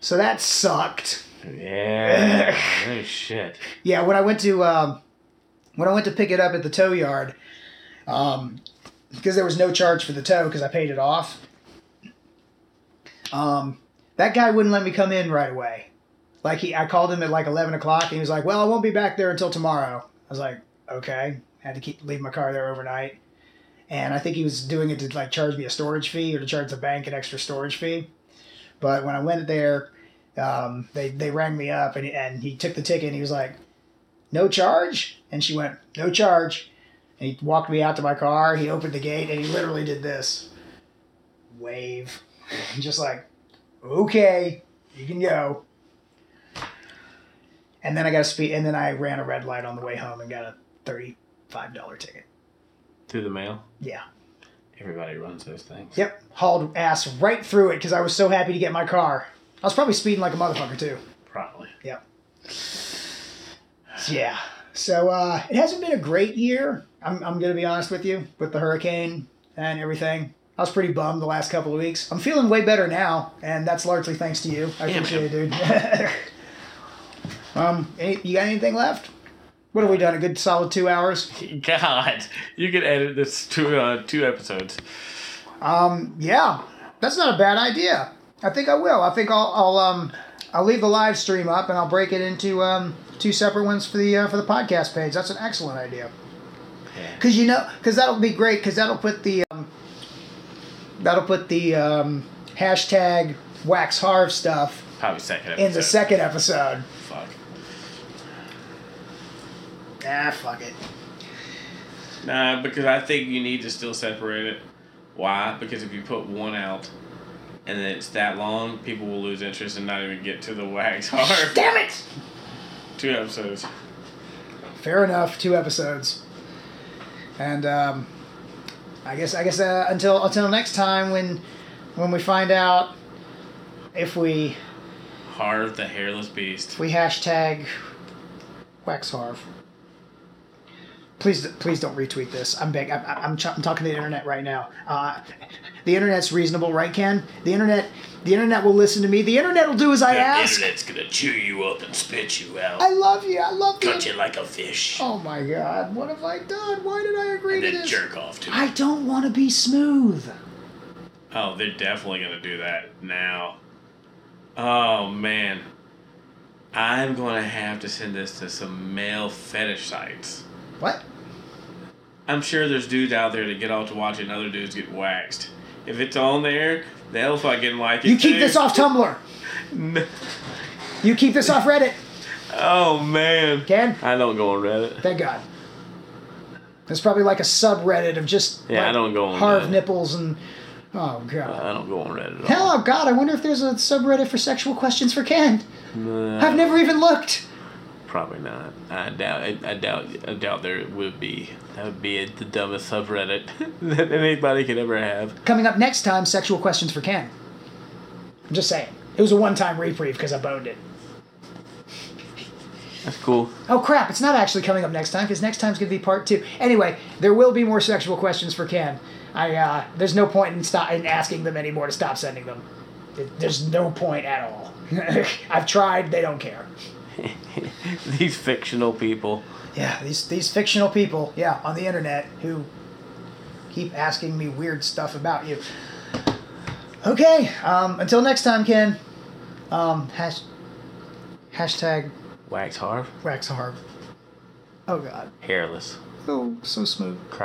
S2: So that sucked.
S1: Yeah. oh shit.
S2: Yeah, when I went to um, when I went to pick it up at the tow yard, um, because there was no charge for the tow because I paid it off. Um, that guy wouldn't let me come in right away. Like he, I called him at like eleven o'clock, and he was like, "Well, I won't be back there until tomorrow." I was like, "Okay." Had to keep leave my car there overnight, and I think he was doing it to like charge me a storage fee or to charge the bank an extra storage fee. But when I went there, um, they they rang me up, and and he took the ticket, and he was like, "No charge," and she went, "No charge." And he walked me out to my car. He opened the gate, and he literally did this wave, just like, "Okay, you can go." And then I got a speed, and then I ran a red light on the way home and got a thirty-five dollar ticket.
S1: Through the mail.
S2: Yeah.
S1: Everybody runs those things.
S2: Yep, hauled ass right through it because I was so happy to get my car. I was probably speeding like a motherfucker too.
S1: Probably.
S2: Yeah. So uh, it hasn't been a great year. I'm, I'm going to be honest with you, with the hurricane and everything. I was pretty bummed the last couple of weeks. I'm feeling way better now, and that's largely thanks to you. I
S1: Yeah,
S2: appreciate it, dude. um, any, you got anything left? What have we done? A good solid two hours.
S1: God, you could edit this to uh, two episodes.
S2: Yeah, that's not a bad idea. I think I will. I think I'll, I'll um I'll leave the live stream up and I'll break it into um two separate ones for the uh, for the podcast page. That's an excellent idea.
S1: Yeah.
S2: Cause you know, cause that'll be great. Cause that'll put the um, that'll put the um, hashtag Wax Harv stuff
S1: Probably second episode.
S2: in the second episode.
S1: Fuck.
S2: Ah, fuck it.
S1: Nah, because I think you need to still separate it. Why? Because if you put one out and then it's that long, people will lose interest and not even get to the wax hard.
S2: Damn it!
S1: Two episodes.
S2: Fair enough. Two episodes. And um, I guess I guess uh, until until next time when when we find out if we
S1: Heart of the Hairless Beast.
S2: if we hashtag Waxharv. Please, please don't retweet this. I'm big. I'm, I'm, ch- I'm talking to the internet right now. Uh, the internet's reasonable, right, Ken? The internet, the internet will listen to me. The internet will do as I ask.
S1: internet's gonna chew you up and spit you out.
S2: I love you. I love you.
S1: you like a fish.
S2: Oh my God! What have I done? Why did I agree to this?
S1: off to
S2: I don't want to be smooth.
S1: Oh, they're definitely gonna do that now. Oh man. I'm gonna have to send this to some male fetish sites.
S2: What?
S1: I'm sure there's dudes out there that get off to watching other dudes get waxed. If it's on there, they'll fucking like it.
S2: You keep
S1: too.
S2: this off Tumblr. You keep this off Reddit.
S1: Oh man.
S2: Ken?
S1: I don't go on Reddit.
S2: Thank God. There's probably like a subreddit of just
S1: Yeah, I
S2: like,
S1: don't go on
S2: Harv
S1: that.
S2: nipples and oh god.
S1: I don't go on Reddit at all.
S2: Hell, oh god! I wonder if there's a subreddit for sexual questions for Ken.
S1: No,
S2: I've never even looked.
S1: Probably not. I doubt. I, I doubt. I doubt there would be. That would be the dumbest subreddit that anybody could ever have.
S2: Coming up next time, sexual questions for Ken. I'm just saying. It was a one-time reprieve because I boned it.
S1: That's cool.
S2: Oh crap, it's not actually coming up next time because next time's going to be part two. Anyway, there will be more sexual questions for Ken. I uh, There's no point in, stop, in asking them anymore to stop sending them. Th- There's no point at all. I've tried, they don't care.
S1: These fictional people.
S2: Yeah, these, these fictional people, yeah, on the internet who keep asking me weird stuff about you. Okay, um, until next time, Ken. Um, hash, hashtag
S1: Wax Harv,
S2: Raxharv. Oh god.
S1: hairless.
S2: Oh, so smooth.